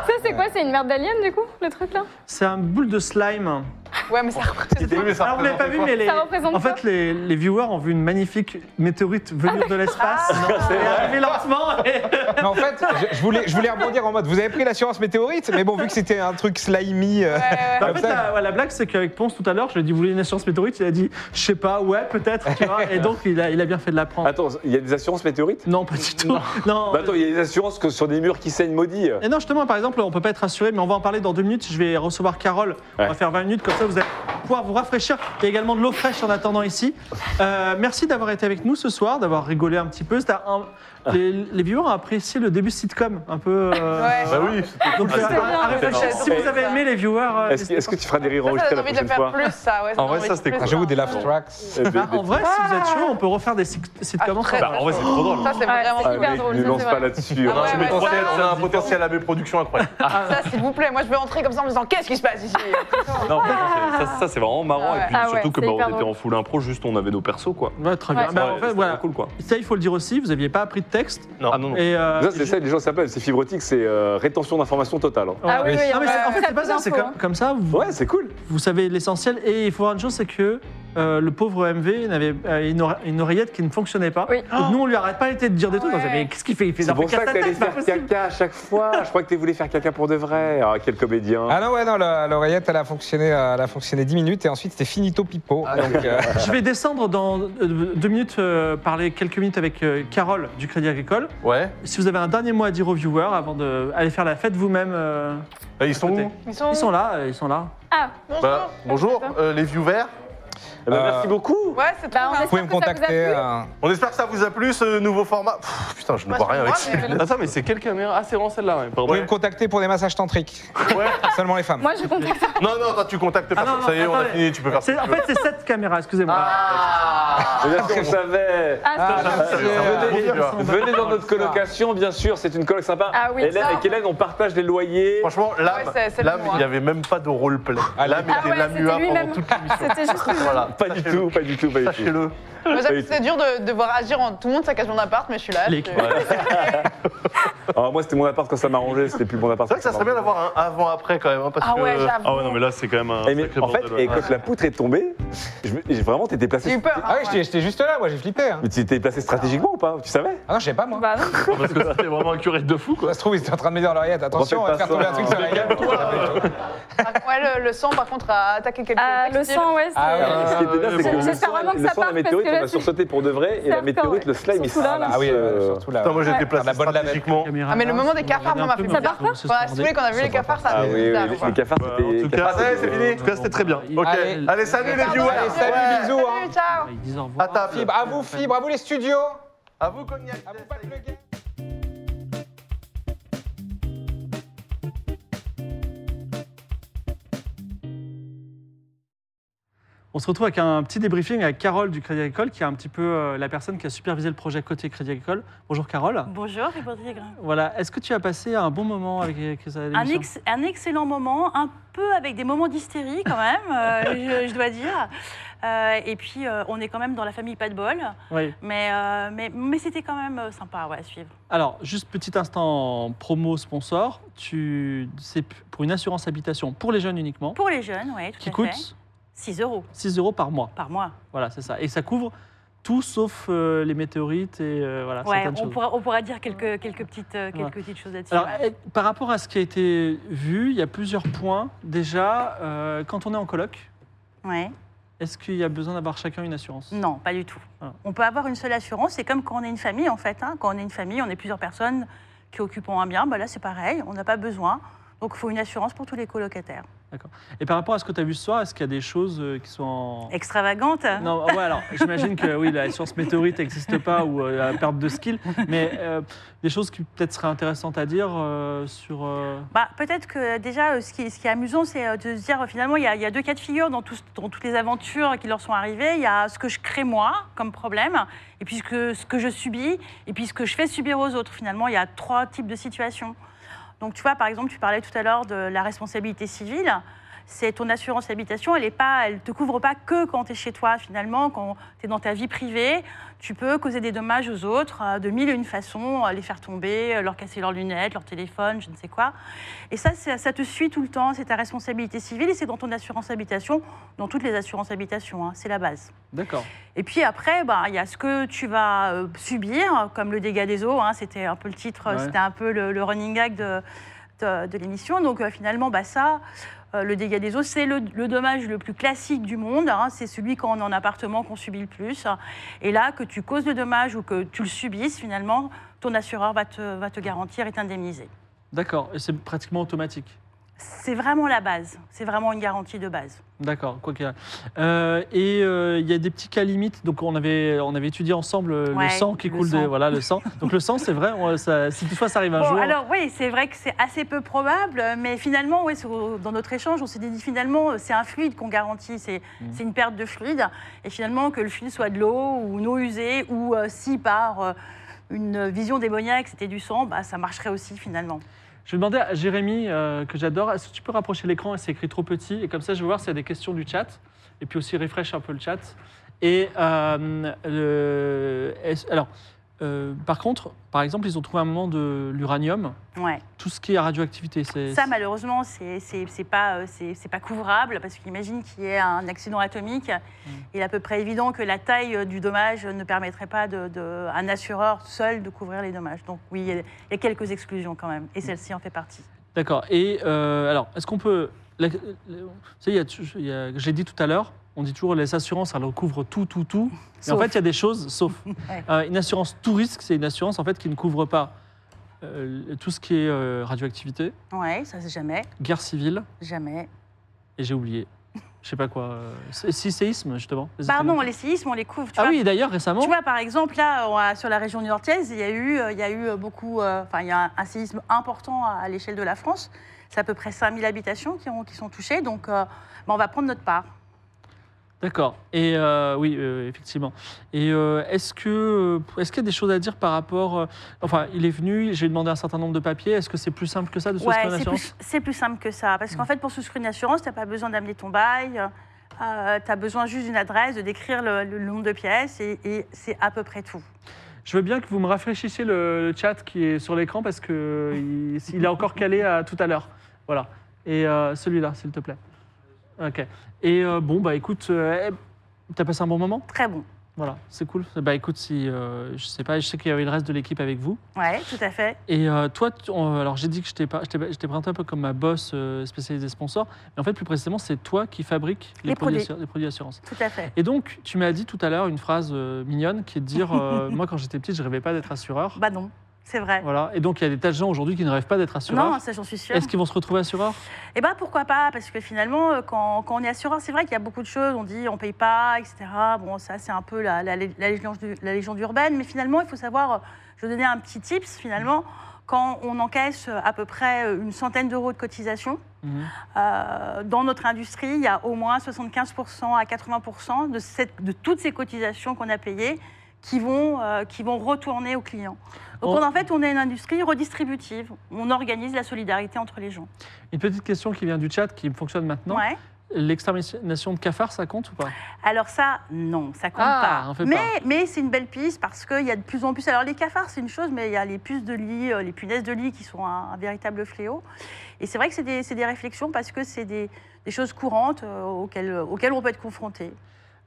E: Ça c'est quoi C'est une merde d'alien du coup, le truc là
I: C'est un boule de slime.
D: Ouais, mais ça représente.
F: Oui, mais ça
I: Alors vous l'avez pas vu,
F: représentait
I: mais les,
E: Ça représente Ah,
I: en fait, les, les viewers ont vu une magnifique météorite venir de l'espace et arriver lentement. et-
A: Mais en fait, je, je voulais, je voulais rebondir en mode vous avez pris l'assurance météorite, mais bon, vu que c'était un truc slimy. euh,
D: Ouais,
I: En
A: Comme
I: fait,
A: ça.
I: la, ouais, la blague, c'est qu'avec Ponce tout à l'heure, je lui ai dit Vous voulez une assurance météorite Il a dit Je sais pas, ouais, peut-être, tu vois. Et donc, il a, il a bien fait de la prendre.
C: Attends, il y a des assurances météorites
I: Non, pas du tout. Non.
C: Bah attends, il y a des assurances que sur des murs qui saignent maudits.
I: Et non, justement, par exemple, on peut pas être assuré, mais on va en parler dans deux minutes. Je vais recevoir Carole. On va
C: Ouais.
I: faire 20 minutes, comme ça, vous allez pouvoir vous rafraîchir. Il y a également de l'eau fraîche en attendant ici. Euh, merci d'avoir été avec nous ce soir, d'avoir rigolé un petit peu. C'était un-
C: Ah.
I: Les, les viewers ont apprécié le début sitcom, un peu. euh,
D: Ouais.
F: Bah oui, c'était
I: Donc,
F: Ah,
I: euh,
F: c'était-
I: à- à réfléchir.
D: c'était
I: si vous
D: drôle,
I: avez
D: ça.
I: aimé les viewers. euh,
C: Est-ce que- est-ce
I: n'hésitez
C: que tu feras des rires
D: Ça, T'as
C: enregistrés la
D: envie de le
C: prochaine
D: faire
C: fois
D: plus, ça. ouais,
G: En vrai, ça, c'était
D: plus,
G: cool.
A: J'avoue, des laugh tracks.
C: Eh ben,
I: pas. Ah, En vrai, si vous êtes chaud, on peut refaire des sic- sitcoms
D: Ah, très
I: ensemble.
G: Bah, en vrai, c'est trop drôle.
D: Ça, c'est
E: Ouais,
D: vraiment
E: c'est
C: Ah,
D: cool.
E: hyper
C: mais
E: drôle,
C: Ne
E: ça,
C: lance
E: c'est
C: pas
E: vrai.
C: là-dessus.
D: Ah
C: hein.
D: ouais,
C: Tu mets
D: ouais,
C: trois-
D: ça,
F: on a un potentiel à production incroyable.
G: Ah,
D: Ça, s'il vous plaît, moi je vais entrer comme ça en me disant qu'est-ce qui se passe ici
G: Non, franchement, c'est- ça, ça, c'est vraiment marrant.
D: Ah ouais.
G: Et puis
E: Ah ouais,
G: surtout que
E: c'est
G: bah,
E: hyper
G: on était
E: drôle.
G: en full impro, juste on avait nos persos quoi.
I: Ouais, très bien.
E: Ouais.
I: Bah,
G: Ouais,
I: en fait,
G: c'était
I: voilà.
G: cool quoi.
I: Ça, il faut le dire aussi, vous n'aviez pas appris de texte.
F: Non.
G: Ah non, non.
I: Et, euh,
C: Ça, c'est ça, les gens s'appellent. C'est fibrotique, c'est euh, rétention d'informations totale. hein.
E: Ah oui, oui,
I: Non, mais c'est- en fait, c'est pas ça, c'est
E: Info,
I: comme, comme ça, vous,
C: Ouais, c'est cool.
I: vous savez l'essentiel. Et il faut voir une chose, c'est que euh, le pauvre MV n'avait euh, une, ore- une oreillette qui ne fonctionnait pas.
E: Oui.
I: Donc nous, on lui arrête pas arrêté de dire des trucs. On
D: Ouais.
I: se dit, mais qu'est-ce qu'il fait Il fait
C: C'est
I: un
C: pour
I: truc à
C: ça que
I: sa
C: t'allais
I: tête, c'est pas
C: faire
I: possible.
C: caca à chaque fois. Je crois que tu voulais faire caca pour de vrai. Ah, quel comédien.
A: Ah non, ouais, non, la- l'oreillette, elle a fonctionné, euh, elle a fonctionné 10 minutes et ensuite c'était finito pipo.
F: Ah,
A: donc, euh,
I: Ah, Je vais descendre dans euh, deux minutes, euh, parler quelques minutes avec euh, Carole du Crédit Agricole.
F: Ouais.
I: Si vous avez un dernier mot à dire aux viewers avant d'aller faire la fête vous-même, euh,
F: Et Bah, ils sont
I: Écoutez.
F: où
D: Ils sont,
I: ils sont là, euh, ils sont là.
E: Ah,
D: Bonjour.
F: Bah, bonjour, euh, les viewers.
C: Eh ben,
A: Euh,
C: Merci beaucoup.
D: Ouais, c'est
E: Bah,
D: tout.
E: on
D: hein.
A: Vous pouvez me
E: que ça vous a
A: contacter.
E: plu Ah
A: euh,
F: On espère que ça vous a plu ce nouveau format. Pff, putain, je ne
D: Moi,
F: vois
D: je
F: rien avec
D: vois,
F: ça.
D: mais je le-
G: Attends, mais c'est quelle caméra Ah, c'est vraiment celle-là, ouais.
A: Vous pouvez me contacter pour des massages tantriques. Seulement les femmes.
E: Moi, je contacte.
F: Non, non, attends, tu contactes
I: Ah,
F: personne.
I: non, non,
F: ça y est, on a
I: attendez.
F: fini, tu Ah. peux faire ça.
I: C'est- En fait, c'est cette caméra, excusez-moi.
C: Mais bien sûr, on savait.
E: Ah, c'est-
A: Ah,
C: Euh,
A: c'est-
C: venez-
I: euh,
C: Venez dans notre colocation, bien sûr, c'est une coloc sympa.
E: Ah oui,
C: Hélène,
E: ça.
C: avec Hélène, on partage les loyers.
F: Franchement, là,
D: Ouais, c'est- c'est
F: là,
D: le moi.
F: il n'y avait même pas de roleplay.
A: Ah,
F: Là, mais
E: ah
F: t'es
E: ouais,
F: la
E: c'était
F: mua pendant
E: lui-même.
F: toute
D: Ah,
F: l'émission.
E: C'était juste lui-même.
F: Voilà.
C: Pas du tout, pas du tout, pas du tout.
F: Sachez-le.
D: Moi, j'avoue que c'est dur de de devoir agir en tout le monde saccage mon appart, mais je suis là.
I: Les-
D: je-
C: Alors, Ah, moi, c'était mon appart quand ça m'arrangeait, c'était plus mon appart.
F: C'est vrai que ça serait bien d'avoir un avant-après quand même. hein, parce
D: Ah ouais,
F: que-
D: j'avoue.
G: Ah ouais, non, mais là, c'est quand même un.
C: Eh, mais
G: sacré
C: en fait,
G: bordel, ouais.
C: et quand la poutre est tombée, je me- j'ai vraiment, t'étais
D: J'ai
C: placé.
D: eu peur.
A: Ah
D: hein,
A: ouais, j'étais- j'étais juste là, moi, j'ai flippé. hein.
C: Mais tu t'es placé stratégiquement ou pas Tu savais
A: Ah non, je sais pas, moi. Bah,
E: Bah, non.
G: Parce que c'était vraiment un curé de fou, quoi.
A: Ça se trouve, ils étaient en train de me dire à l'oreillette, attention, on va te faire
C: Refaites
A: tomber
C: pas
A: un truc sur la gueule.
D: Ah, Ouais, le, le sang, par contre, a attaqué quelqu'un.
E: Ah, le sang, ouais. c'est-
A: Ah ouais.
C: Ce qui était bien, c'est que le
E: J'espère
C: soir,
E: vraiment que
C: le
E: ça
C: soir,
E: parte,
C: la
E: parce
C: météorite,
E: que là,
C: on va
E: c'est-
C: surtout pour de vrai, et la
E: J'espère
C: météorite,
E: que-
C: le slime, il
E: surtout là, là.
A: Ah oui, euh, surtout là.
F: Putain, moi j'ai été
A: la
F: placé
A: bonne lavette.
F: stratégiquement.
I: Caméra,
D: Ah, mais le moment des
I: ça
D: cafards,
I: me
D: m'a
I: regardait
D: fait
I: un
E: Ça
I: peu,
E: part
I: mais
E: pas
I: se
D: Voilà, si vous voulez qu'on a vu
I: Ça
D: les
I: part
D: cafards, ça
C: Ah
D: fait
C: oui,
D: bizarre,
C: oui,
D: quoi.
C: les cafards,
G: Bah,
C: c'était.
G: en tout
C: les
G: cas,
C: cafards,
F: Ah, ça y est,
C: c'était-
F: c'est fini.
I: pas.
F: En tout cas, c'était très bien. Ok.
A: Allez.
F: Allez, salut les
D: Pardon,
F: viewers.
A: Allez, salut,
F: Ouais.
A: bisous. hein.
D: Salut, ciao.
I: Ils disent au revoir.
F: À table.
A: Fibre, à vous, Fibre, à vous les studios.
F: À vous, Cognac.
A: À vous, Pat Le Guen.
I: On se retrouve avec un petit débriefing avec Carole du Crédit Agricole, qui est un petit peu euh, la personne qui a supervisé le projet côté Crédit Agricole. Bonjour Carole.
J: Bonjour, Ribaudy Aigrin.
I: Voilà, est-ce que tu as passé un bon moment avec Chris
J: Un, ex- un excellent moment, un peu avec des moments d'hystérie quand même, euh, je, je dois dire. Euh, et puis, euh, on est quand même dans la famille pas de bol,
I: Oui.
J: mais, euh, mais, mais c'était quand même euh, sympa ouais, à suivre.
I: Alors, juste petit instant promo sponsor. Tu... C'est p- pour une assurance habitation pour les jeunes uniquement,
J: Pour les jeunes, oui, tout
I: qui
J: à fait.
I: coûte
J: 6 euros
I: 6 euros par mois.
J: par mois.
I: Voilà, c'est ça. Et ça couvre tout sauf euh, les météorites et euh, voilà,
J: Ouais,
I: certaines
J: on,
I: choses.
J: pourra, on pourra dire quelques, quelques, petites, euh, quelques
I: Ouais.
J: petites choses là-dessus.
I: Alors,
J: ouais.
I: eh, par rapport à ce qui a été vu, il y a plusieurs points. Déjà, euh, quand on est en coloc,
J: Ouais.
I: est-ce qu'il y a besoin d'avoir chacun une assurance
J: Non, pas du tout.
I: Ah.
J: On peut avoir une seule assurance. C'est comme quand on est une famille, en fait. hein. Quand on est une famille, on est plusieurs personnes qui occupent un bien. Bah là, c'est pareil. On n'a pas besoin. Donc, il faut une assurance pour tous les colocataires.
I: Et par rapport à ce que tu as vu ce soir, est-ce qu'il y a des choses euh, qui sont en...
J: Extravagante
I: Non, ouais, alors, j'imagine que oui, la science météorite n'existe pas ou euh, la perte de skill, mais euh, des choses qui peut-être seraient intéressantes à dire euh, sur. euh,
J: Bah, Peut-être que déjà, euh, ce qui, ce qui est amusant, c'est euh, de se dire, euh, finalement, il y, a, il y a deux cas de figure dans, tout ce- dans toutes les aventures qui leur sont arrivées. Il y a ce que je crée moi comme problème, et puis ce que, ce que je subis, et puis ce que je fais subir aux autres. Finalement, il y a trois types de situations. Donc, tu vois, par exemple, tu parlais tout à l'heure de la responsabilité civile. C'est ton assurance habitation, elle est pas, elle te couvre pas que quand tu es chez toi, finalement, quand tu es dans ta vie privée. Tu peux causer des dommages aux autres euh, de mille et une façons, euh, les faire tomber, euh, leur casser leurs lunettes, leur téléphone, je ne sais quoi. Et ça, c'est- ça te suit tout le temps. C'est ta responsabilité civile et c'est dans ton assurance habitation, dans toutes les assurances habitation. hein, c'est la base.
I: D'accord.
J: Et puis après, bah, il y a ce que tu vas euh, subir, comme le dégât des eaux. hein, c'était un peu le titre,
I: Ouais.
J: c'était un peu le, le running gag de, de, de l'émission. Donc euh, finalement, bah, ça. euh, Le dégât des eaux, c'est le, le dommage le plus classique du monde. hein, C'est celui quand on est en appartement qu'on subit le plus. Et là, que tu causes le dommage ou que tu le subisses, finalement, ton assureur va te, va te garantir et t'indemniser.
I: D'accord. Et c'est pratiquement automatique.
J: C'est vraiment la base. C'est vraiment une garantie de base.
I: D'accord, quoi qu'il y a. Euh, et euh, il y a des petits cas limites. Donc on avait, on avait étudié ensemble euh, le
J: Ouais,
I: sang qui
J: le
I: coule de.
J: sang.
I: Voilà, le sang. Donc le sang, c'est vrai, on- ça- si toutefois ça arrive un
J: Bon,
I: jour.
J: alors oui, c'est vrai que c'est assez peu probable, mais finalement, oui, sur- dans notre échange, on s'est dit finalement, euh, c'est un fluide qu'on garantit, c'est
I: Mm.
J: c'est une perte de fluide, et finalement que le fluide soit de l'eau ou une eau usée, ou euh, si par euh, une vision démoniaque c'était du sang, bah, ça marcherait aussi finalement.
I: Je vais demander à Jérémy, euh, que j'adore, est-ce que tu peux rapprocher l'écran C'est écrit trop petit. Et comme ça, je vais voir s'il y a des questions du chat. Et puis aussi, refresh un peu le chat. Et euh, le- est-ce- alors, euh, par contre, par exemple, ils ont trouvé un moment de l'uranium.
J: Ouais.
I: Tout ce qui est radioactivité, c'est.
J: Ça, malheureusement, c'est c'est- c'est pas, euh, c'est- c'est pas couvrable, parce qu'imagine qu'il y ait un accident atomique, il est à peu près évident que la taille euh, du dommage ne permettrait pas de, de- un assureur seul de couvrir les dommages. Donc oui, il y a- il y a quelques exclusions quand même, et celle-ci en fait partie.
I: D'accord. Et euh, alors, est-ce qu'on peut. la- la- vous savez, il y a tu- il y a- j'ai dit tout à l'heure, on dit toujours les assurances, elles recouvrent tout, tout, tout. Mais en
J: Sauf.
I: fait, il y a des choses, sauf. Euh, une assurance tout risque, c'est une assurance en fait qui ne couvre pas euh, le- tout ce qui est euh, radioactivité,
J: Ouais, ça c'est jamais,
I: guerre civile,
J: jamais.
I: et j'ai oublié. Je sais pas quoi. euh, c'est- si séisme, justement. Les
J: Pardon,
I: affrontements.
J: les séismes, on les couvre. tu
I: Ah
J: vois.
I: oui, d'ailleurs, récemment.
J: Tu vois, par exemple, là, on a- sur la région niortaise, il y a eu, euh, il y a eu beaucoup. euh, Enfin, il y a un, un séisme important à, à l'échelle de la France. C'est à peu près 5000 habitations qui, ont- qui sont touchées. Donc, euh, bah, on va prendre notre part.
I: D'accord. Et euh, oui, euh, effectivement. Et euh, est-ce que euh, est-ce qu'il y a des choses à dire par rapport euh, Enfin, il est venu, j'ai demandé un certain nombre de papiers. Est-ce que c'est plus simple que ça de souscrire
J: Ouais,
I: une
J: c'est
I: assurance Mm.
J: plus, c'est plus simple que ça. Parce qu'en fait, pour souscrire une assurance, tu n'as pas besoin d'amener ton bail. tu as besoin juste d'une adresse, de décrire le, le nombre de pièces et, et c'est à peu près tout.
I: Je veux bien que vous me rafraîchissiez le, le chat qui est sur l'écran parce que il, il est encore calé à tout à l'heure. Voilà. Et euh, celui-là, s'il te plaît. Ok. Et euh, bon, bah écoute, euh, eh, t'as passé un bon moment
J: Très bon.
I: Voilà, c'est cool. Bah écoute, si euh, je sais pas, je sais qu'il y avait le reste de l'équipe avec vous.
J: Ouais, tout à fait.
I: Et euh, toi, tu- on- alors j'ai dit que je t'ai pas- je t'ai- je t'ai présenté un peu comme ma boss euh, spécialisée sponsor, mais en fait plus précisément c'est toi qui fabriques les,
J: Les
I: produits,
J: produits.
I: assur- les produits d'assurance.
J: Tout à fait.
I: Et donc tu m'as dit tout à l'heure une phrase euh, mignonne qui est de dire euh, moi quand j'étais petite je rêvais pas d'être assureur.
J: Bah non, c'est vrai.
I: Voilà. Et donc il y a des tas de gens aujourd'hui qui ne rêvent pas d'être assureur.
J: Non, ça j'en suis sûre.
I: Est-ce qu'ils vont se retrouver assureurs
J: Eh bien, pourquoi pas Parce que finalement, euh, quand, quand on est assureur, c'est vrai qu'il y a beaucoup de choses. On dit on paye pas, etc. Bon, ça, c'est un peu la, la, la légende, du- la légende urbaine. Mais finalement, il faut savoir, euh, je vais donner un petit tips finalement. Quand on encaisse euh, à peu près euh, une centaine d'euros de cotisation, euh, dans notre industrie, il y a au moins 75% à 80% de, cette- de toutes ces cotisations qu'on a payées qui vont, euh, qui vont retourner aux clients. Donc,
I: On-
J: en fait, on est une industrie redistributive. On organise la solidarité entre les gens.
I: Une petite question qui vient du chat qui fonctionne maintenant.
J: Ouais.
I: L'extermination de cafards, ça compte ou pas
J: Alors ça, Euh, non, ça compte
I: Ah,
J: pas.
I: on fait
J: mais
I: pas.
J: mais c'est une belle piste parce qu'il y a de plus en plus. Alors les cafards, c'est une chose, mais il y a les puces de lit, euh, les punaises de lit qui sont un, un véritable fléau. Et c'est vrai que c'est des, c'est des réflexions parce que c'est des, des choses courantes euh, auxquelles, auxquelles on peut être confronté.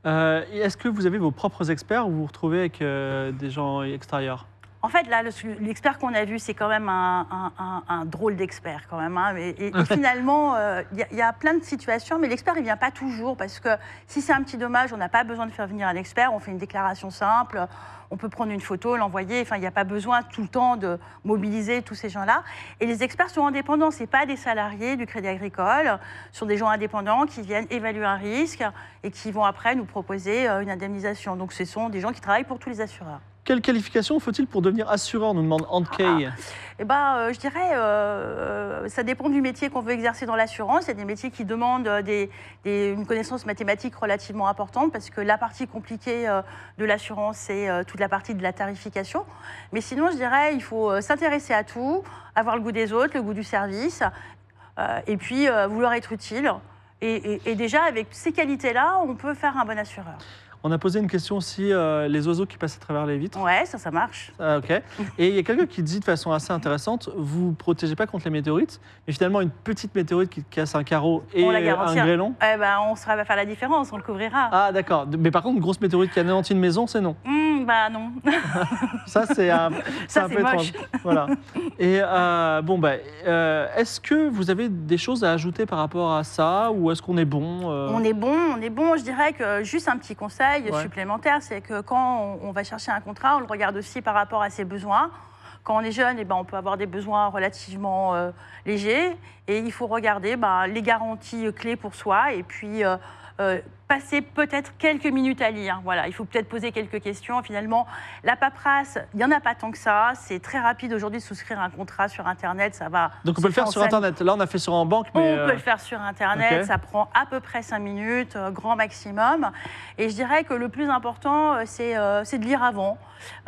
I: Euh, et Est-ce que vous avez vos propres experts ou vous vous retrouvez avec euh, des gens extérieurs
J: En fait, là, le- l'expert qu'on a vu, c'est quand même un, un- un- un drôle d'expert, quand même. hein. Et, et- et finalement, euh, il y a- il y, a plein de situations, mais l'expert, il vient pas toujours, parce que si c'est un petit dommage, on n'a pas besoin de faire venir un expert, on fait une déclaration simple, on peut prendre une photo, l'envoyer, enfin, il n'y a pas besoin tout le temps de mobiliser tous ces gens-là. Et les experts sont indépendants, ce pas des salariés du Crédit Agricole, ce sont des gens indépendants qui viennent évaluer un risque et qui vont après nous proposer euh, une indemnisation. Donc ce sont des gens qui travaillent pour tous les assureurs.
I: Quelle qualification faut-il pour devenir assureur nous demande Ant Kay.
J: Eh ben, euh, je dirais, euh, euh, ça dépend du métier qu'on veut exercer dans l'assurance. Il y a des métiers qui demandent euh, des- des- une connaissance mathématique relativement importante parce que la partie compliquée euh, de l'assurance, c'est euh, toute la partie de la tarification. Mais sinon, je dirais, il faut euh, s'intéresser à tout, avoir le goût des autres, le goût du service, euh, et puis euh, vouloir être utile. Et, et- et déjà, avec ces qualités-là, on peut faire un bon assureur.
I: On a posé une question aussi, euh, les oiseaux qui passent à travers les vitres.
J: Ouais, ça, ça marche.
I: Ah, ok. Et il y a quelqu'un qui dit de façon assez intéressante, vous protégez pas contre les météorites, mais finalement une petite météorite qui te casse un carreau et
J: on la
I: un
J: garantit.
I: grêlon.
J: Eh ben, on saura faire la différence, on le couvrira.
I: Ah d'accord. Mais par contre, une grosse météorite qui anéantit une maison, c'est non.
J: Hmm, bah non.
I: Ça c'est un, c'est
J: Ça,
I: un
J: c'est
I: peu
J: moche.
I: étrange. Voilà. Et euh, bon bah, euh, est-ce que vous avez des choses à ajouter par rapport à ça ou est-ce qu'on est bon euh,
J: On est bon, on est bon. Je dirais que juste un petit conseil
I: Ouais.
J: supplémentaire, c'est que quand on, on va chercher un contrat, on le regarde aussi par rapport à ses besoins. Quand on est jeune, eh ben, on peut avoir des besoins relativement euh, légers et il faut regarder ben, les garanties euh, clés pour soi et puis euh, euh, passer peut-être quelques minutes à lire. Voilà, il faut peut-être poser quelques questions. Finalement, la paperasse, il n'y en a pas tant que ça. C'est très rapide aujourd'hui de souscrire un contrat sur Internet, ça va.
I: Donc on
J: se
I: peut le faire
J: en
I: sur
J: cinq
I: Internet. Là on a fait sur en banque,
J: on
I: mais
J: peut
I: euh,
J: le faire sur Internet,
I: ok.
J: ça prend à peu près 5 minutes, euh, grand maximum. Et je dirais que le plus important, euh, c'est euh, c'est de lire avant.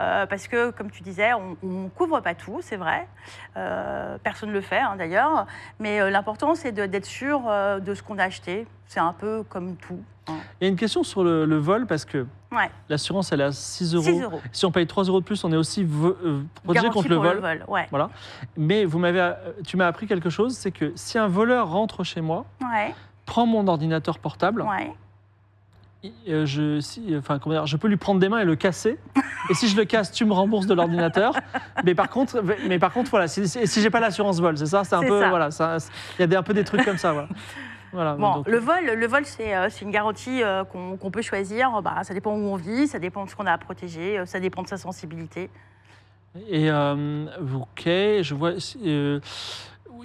J: Euh, parce que, comme tu disais, on ne couvre pas tout, c'est vrai. Euh, personne ne le fait, hein, d'ailleurs. Mais euh, l'important, c'est de- d'être sûr euh, de ce qu'on a acheté. C'est un peu comme tout. hein.
I: il y a une question sur le, le vol parce que
J: Ouais.
I: l'assurance elle est à 6 euros.
J: 6 euros.
I: Si on paye 3 euros de plus, on est aussi vo- euh, protégé
J: Garantie
I: contre le
J: pour
I: vol.
J: ouais.
I: Voilà. Mais vous m'avez, euh, tu m'as appris quelque chose, c'est que si un voleur rentre chez moi,
J: Ouais.
I: prend mon ordinateur portable,
J: Ouais.
I: et, euh, je, si- enfin, comment dire, je peux lui prendre des mains et le casser. et si je le casse, tu me rembourses de l'ordinateur. mais par contre, mais par contre, voilà, si, si, si j'ai pas l'assurance vol, c'est ça, c'est un
J: C'est
I: peu,
J: ça.
I: voilà, ça- il y a des- un peu des trucs comme ça, voilà. Voilà,
J: Bon,
I: Ah, donc-
J: le vol, le vol c'est euh, c'est une garantie euh, qu'on qu'on peut choisir. Bah, ça dépend où on vit, ça dépend de ce qu'on a à protéger, euh, ça dépend de sa sensibilité.
I: Et euh, ok, je vois. euh,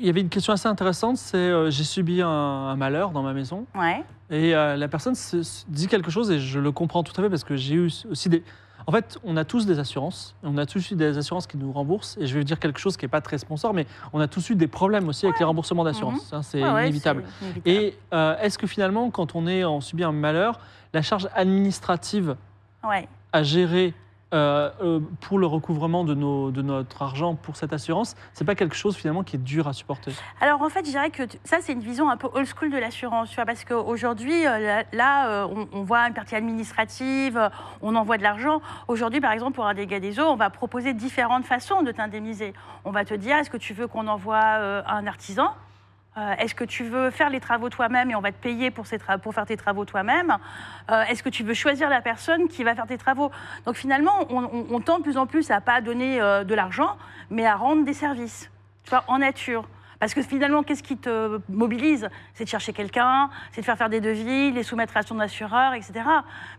I: il y avait une question assez intéressante, c'est euh, j'ai subi un, un malheur dans ma maison
J: Ouais.
I: et euh, la personne se- se dit quelque chose et je le comprends tout à fait parce que j'ai eu aussi des... En fait, on a tous des assurances, on a tous eu des assurances qui nous remboursent et je vais vous dire quelque chose qui n'est pas très sponsor, mais on a tous eu des problèmes aussi avec les remboursements d'assurance, hein, c'est
J: Mhm. Ouais, ouais,
I: inévitable.
J: c'est inévitable.
I: Et euh, est-ce que finalement, quand on est en subit un malheur, la charge administrative
J: Ouais.
I: à gérer euh, euh, pour le recouvrement de, nos, de notre argent pour cette assurance, c'est pas quelque chose finalement qui est dur à supporter.
J: Alors en fait, je dirais que tu- ça, c'est une vision un peu old school de l'assurance, tu vois, parce qu'aujourd'hui, euh, là, là, euh, on, on voit une partie administrative, euh, on envoie de l'argent. Aujourd'hui, par exemple, pour un dégât des eaux, on va proposer différentes façons de t'indemniser. On va te dire, est-ce que tu veux qu'on envoie euh, un artisan Euh, Est-ce que tu veux faire les travaux toi-même et on va te payer pour, ces tra- pour faire tes travaux toi-même Euh, Est-ce que tu veux choisir la personne qui va faire tes travaux Donc finalement, on, on- on tend de plus en plus à pas donner euh, de l'argent, mais à rendre des services, tu vois, en nature. Parce que finalement, qu'est-ce qui te mobilise C'est de chercher quelqu'un, c'est de faire faire des devis, les soumettre à son assureur, etc.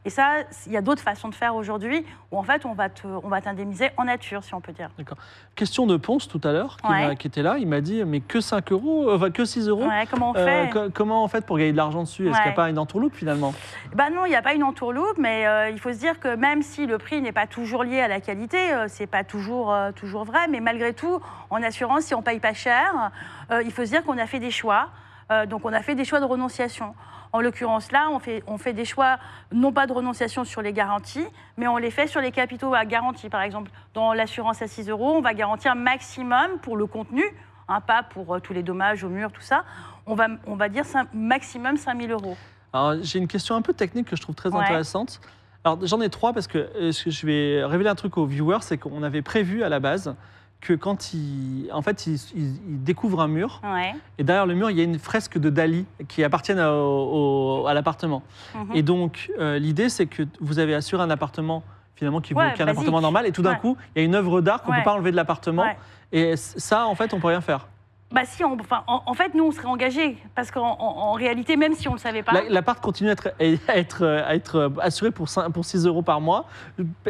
J: Mais ça, il y a d'autres façons de faire aujourd'hui où en fait, on va te- on va t'indemniser en nature, si on peut dire.
I: D'accord. Question de Ponce tout à l'heure, qui, m'a-
J: Ouais.
I: qui était là, il m'a dit mais que 5 euros, euh, enfin que 6 euros.
J: Ouais, comment on
I: euh,
J: fait
I: co- comment on fait pour gagner de l'argent dessus Est-ce qu'il n'y
J: Ouais.
I: a pas une entourloupe finalement
J: Ben non, il n'y a pas une entourloupe, mais euh, il faut se dire que même si le prix n'est pas toujours lié à la qualité, euh, c'est pas toujours, euh, toujours vrai, mais malgré tout, en assurance, si on paye pas cher, euh, il faut se dire qu'on a fait des choix. Euh, donc on a fait des choix de renonciation. En l'occurrence là, on fait, on fait des choix non pas de renonciation sur les garanties, mais on les fait sur les capitaux à garantie. Par exemple, dans l'assurance à 6 euros, on va garantir maximum pour le contenu, hein, pas pour euh, tous les dommages au mur, tout ça. On va, on va dire cin- maximum 5 000 euros.
I: Alors, j'ai une question un peu technique que je trouve très
J: Ouais.
I: intéressante. Alors, j'en ai trois parce que euh, ce que je vais révéler un truc aux viewers, c'est qu'on avait prévu à la base que quand ils, en fait, ils, ils- ils découvrent un mur,
J: Ouais.
I: et derrière le mur, il y a une fresque de Dali qui appartient à, au- au- à l'appartement.
J: Mhm.
I: Et donc, euh, l'idée, c'est que vous avez assuré un appartement finalement qui vaut
J: Ouais,
I: qu'un
J: basique.
I: appartement normal, et tout d'un
J: Ouais.
I: coup, il y a une œuvre d'art qu'on ne
J: Ouais.
I: peut pas enlever de l'appartement.
J: Ouais.
I: Et c- ça, en fait, on peut rien faire.
J: Bah si, on- enfin, en, en fait, nous, on serait engagés. Parce qu'en en- en réalité, même si on ne le savait pas,
I: La- L'appart continue à être, à être, à être assuré pour, cin- pour 6 euros par mois,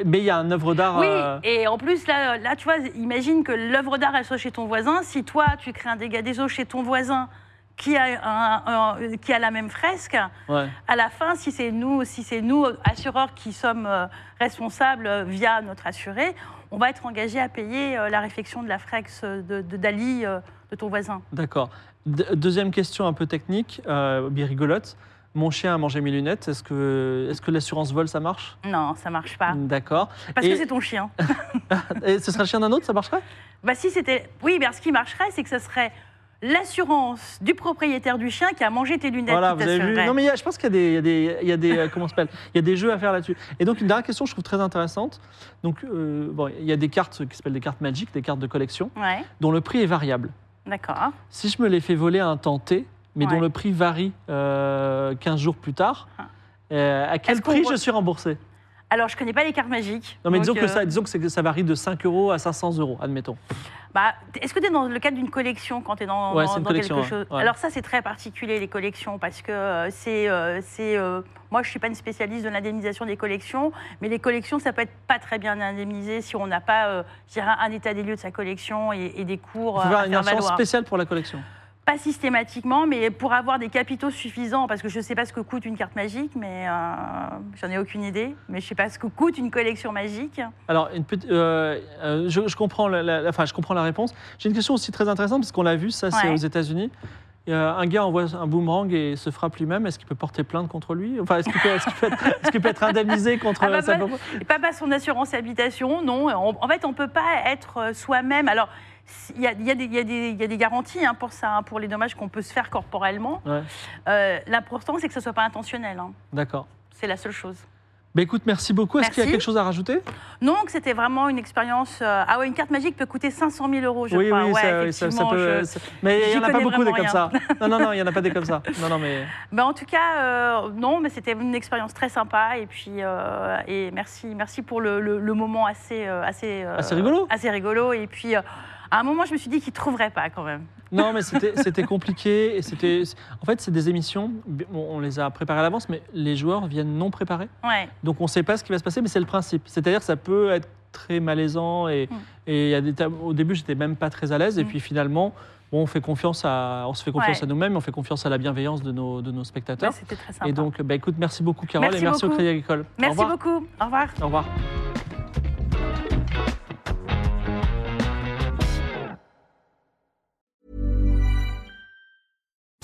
I: mais il y a un œuvre d'art.
J: Oui,
I: euh,
J: et en plus, là, là, tu vois, imagine que l'œuvre d'art, elle soit chez ton voisin. Si toi, tu crées un dégât des eaux chez ton voisin qui a, un- un- qui a la même fresque,
I: ouais.
J: à la fin, si c'est nous, si c'est nous assureurs, qui sommes euh, responsables euh, via notre assuré, on va être engagé à payer euh, la réfection de la fresque de, de Dali euh, de ton voisin.
I: D'accord. De- deuxième question un peu technique, euh, bien rigolote. Mon chien a mangé mes lunettes. Est-ce que, est que l'assurance vol, ça marche
J: Non, ça marche pas.
I: D'accord.
J: Parce
I: et,
J: que c'est ton chien.
I: et ce serait le chien d'un autre, ça marcherait
J: Bah si c'était. Oui, mais ce qui marcherait, c'est que ce serait l'assurance du propriétaire du chien qui a mangé tes lunettes.
I: Voilà,
J: qui
I: vous avez vu.
J: t'assurerait.
I: Non, mais il y a- je pense qu'il y a des, il y a des, il y a des euh, comment ça s'appelle Il y a des jeux à faire là-dessus. Et donc une dernière question, que je trouve très intéressante. Donc euh, bon, il y a des cartes qui s'appellent des cartes Magic, des cartes de collection,
J: Ouais,
I: dont le prix est variable.
J: d'accord.
I: Si je me les fais voler à un temps T, mais
J: Ouais. Ah.
I: dont le prix varie euh, 15 jours plus tard, euh, à quel
J: Est-ce qu'on
I: prix
J: re-
I: je suis remboursé
J: Alors, je connais pas les cartes magiques.
I: Non, mais
J: donc,
I: disons, que
J: euh,
I: ça, disons que c'est- que ça varie de 5 euros à 500 euros, admettons.
J: bah, t- Est-ce que tu es dans le cadre d'une collection quand tu es dans,
I: Ouais,
J: dans-
I: c'est une
J: dans
I: collection,
J: quelque
I: ouais,
J: chose
I: ouais.
J: Alors, ça, c'est très particulier, les collections, parce que euh, c'est. euh, c'est, euh, moi, je suis pas une spécialiste de l'indemnisation des collections, mais les collections, ça peut être pas très bien indemnisé si on n'a pas euh, je dirais, un état des lieux de sa collection et, et des cours.
I: Il
J: euh,
I: faut faire
J: à
I: une
J: faire
I: assurance
J: valoir.
I: spéciale pour la collection.
J: Pas systématiquement, mais pour avoir des capitaux suffisants, parce que je ne sais pas ce que coûte une carte magique, mais euh, j'en ai aucune idée. Mais je ne sais pas ce que coûte une collection magique.
I: Alors, une petite- euh, euh, je, je comprends la, la- la- enfin, je comprends la réponse. J'ai une question aussi très intéressante, parce qu'on l'a vu, ça, c'est
J: Ouais.
I: aux États-Unis. Euh, un gars envoie un boomerang et se frappe lui-même. Est-ce qu'il peut porter plainte contre lui Enfin, est-ce qu'il peut, est-ce qu'il peut être, est-ce qu'il peut être indemnisé contre
J: Ah bah,
I: sa
J: bah,
I: propre-
J: Et pas pas son assurance habitation, non. On- en fait, on ne peut pas être euh, soi-même. Alors, si- il y a, il y a des- il y a des- il y a des garanties hein, pour ça, hein, pour les dommages qu'on peut se faire corporellement.
I: Ouais,
J: Euh, L'important, c'est que ce ne soit pas intentionnel. hein.
I: d'accord.
J: C'est la seule chose.
I: Bah, écoute, merci beaucoup. Est-ce qu'il y a
J: Merci.
I: quelque chose à rajouter
J: Non, que c'était vraiment une expérience. euh, Ah ouais, une carte magique peut coûter 500 000 euros, je
I: oui,
J: crois.
I: oui,
J: Ouais,
I: ça, oui, ça- ça
J: effectivement,
I: peut.
J: je-
I: ça- Mais il n'y
J: j'y
I: en a pas
J: connais
I: beaucoup des
J: vraiment
I: comme ça.
J: rien.
I: Non, non, non, il n'y en a pas des comme ça. Non, non, mais.
J: Ben, en tout cas, euh, non, mais c'était une expérience très sympa. Et puis, euh, et merci, merci pour le, le- le moment assez, euh, assez, euh,
I: Assez rigolo.
J: assez rigolo. Et puis, euh, à un moment, je me suis dit qu'ils trouveraient pas quand même.
I: Non, mais c'était c'était compliqué. Et c'était. En fait, c'est des émissions. bon, on les a préparées à l'avance, mais les joueurs viennent non préparés.
J: Ouais.
I: Donc on ne sait pas ce qui va se passer, mais c'est le principe. C'est-à-dire que ça peut être très malaisant. Et,
J: Mm.
I: et il y a des tab- au début, j'étais même pas très à l'aise. Et puis finalement, bon, on, fait confiance à, on se fait confiance
J: Ouais.
I: à nous-mêmes, on fait confiance à la bienveillance de nos, de nos
J: Ouais,
I: spectateurs.
J: C'était très sympa.
I: et donc, bah, écoute, merci beaucoup, Carole,
J: Merci
I: et merci au
J: beaucoup.
I: Crédit Agricole.
J: Merci
I: au revoir.
J: beaucoup. Au revoir.
I: Au revoir.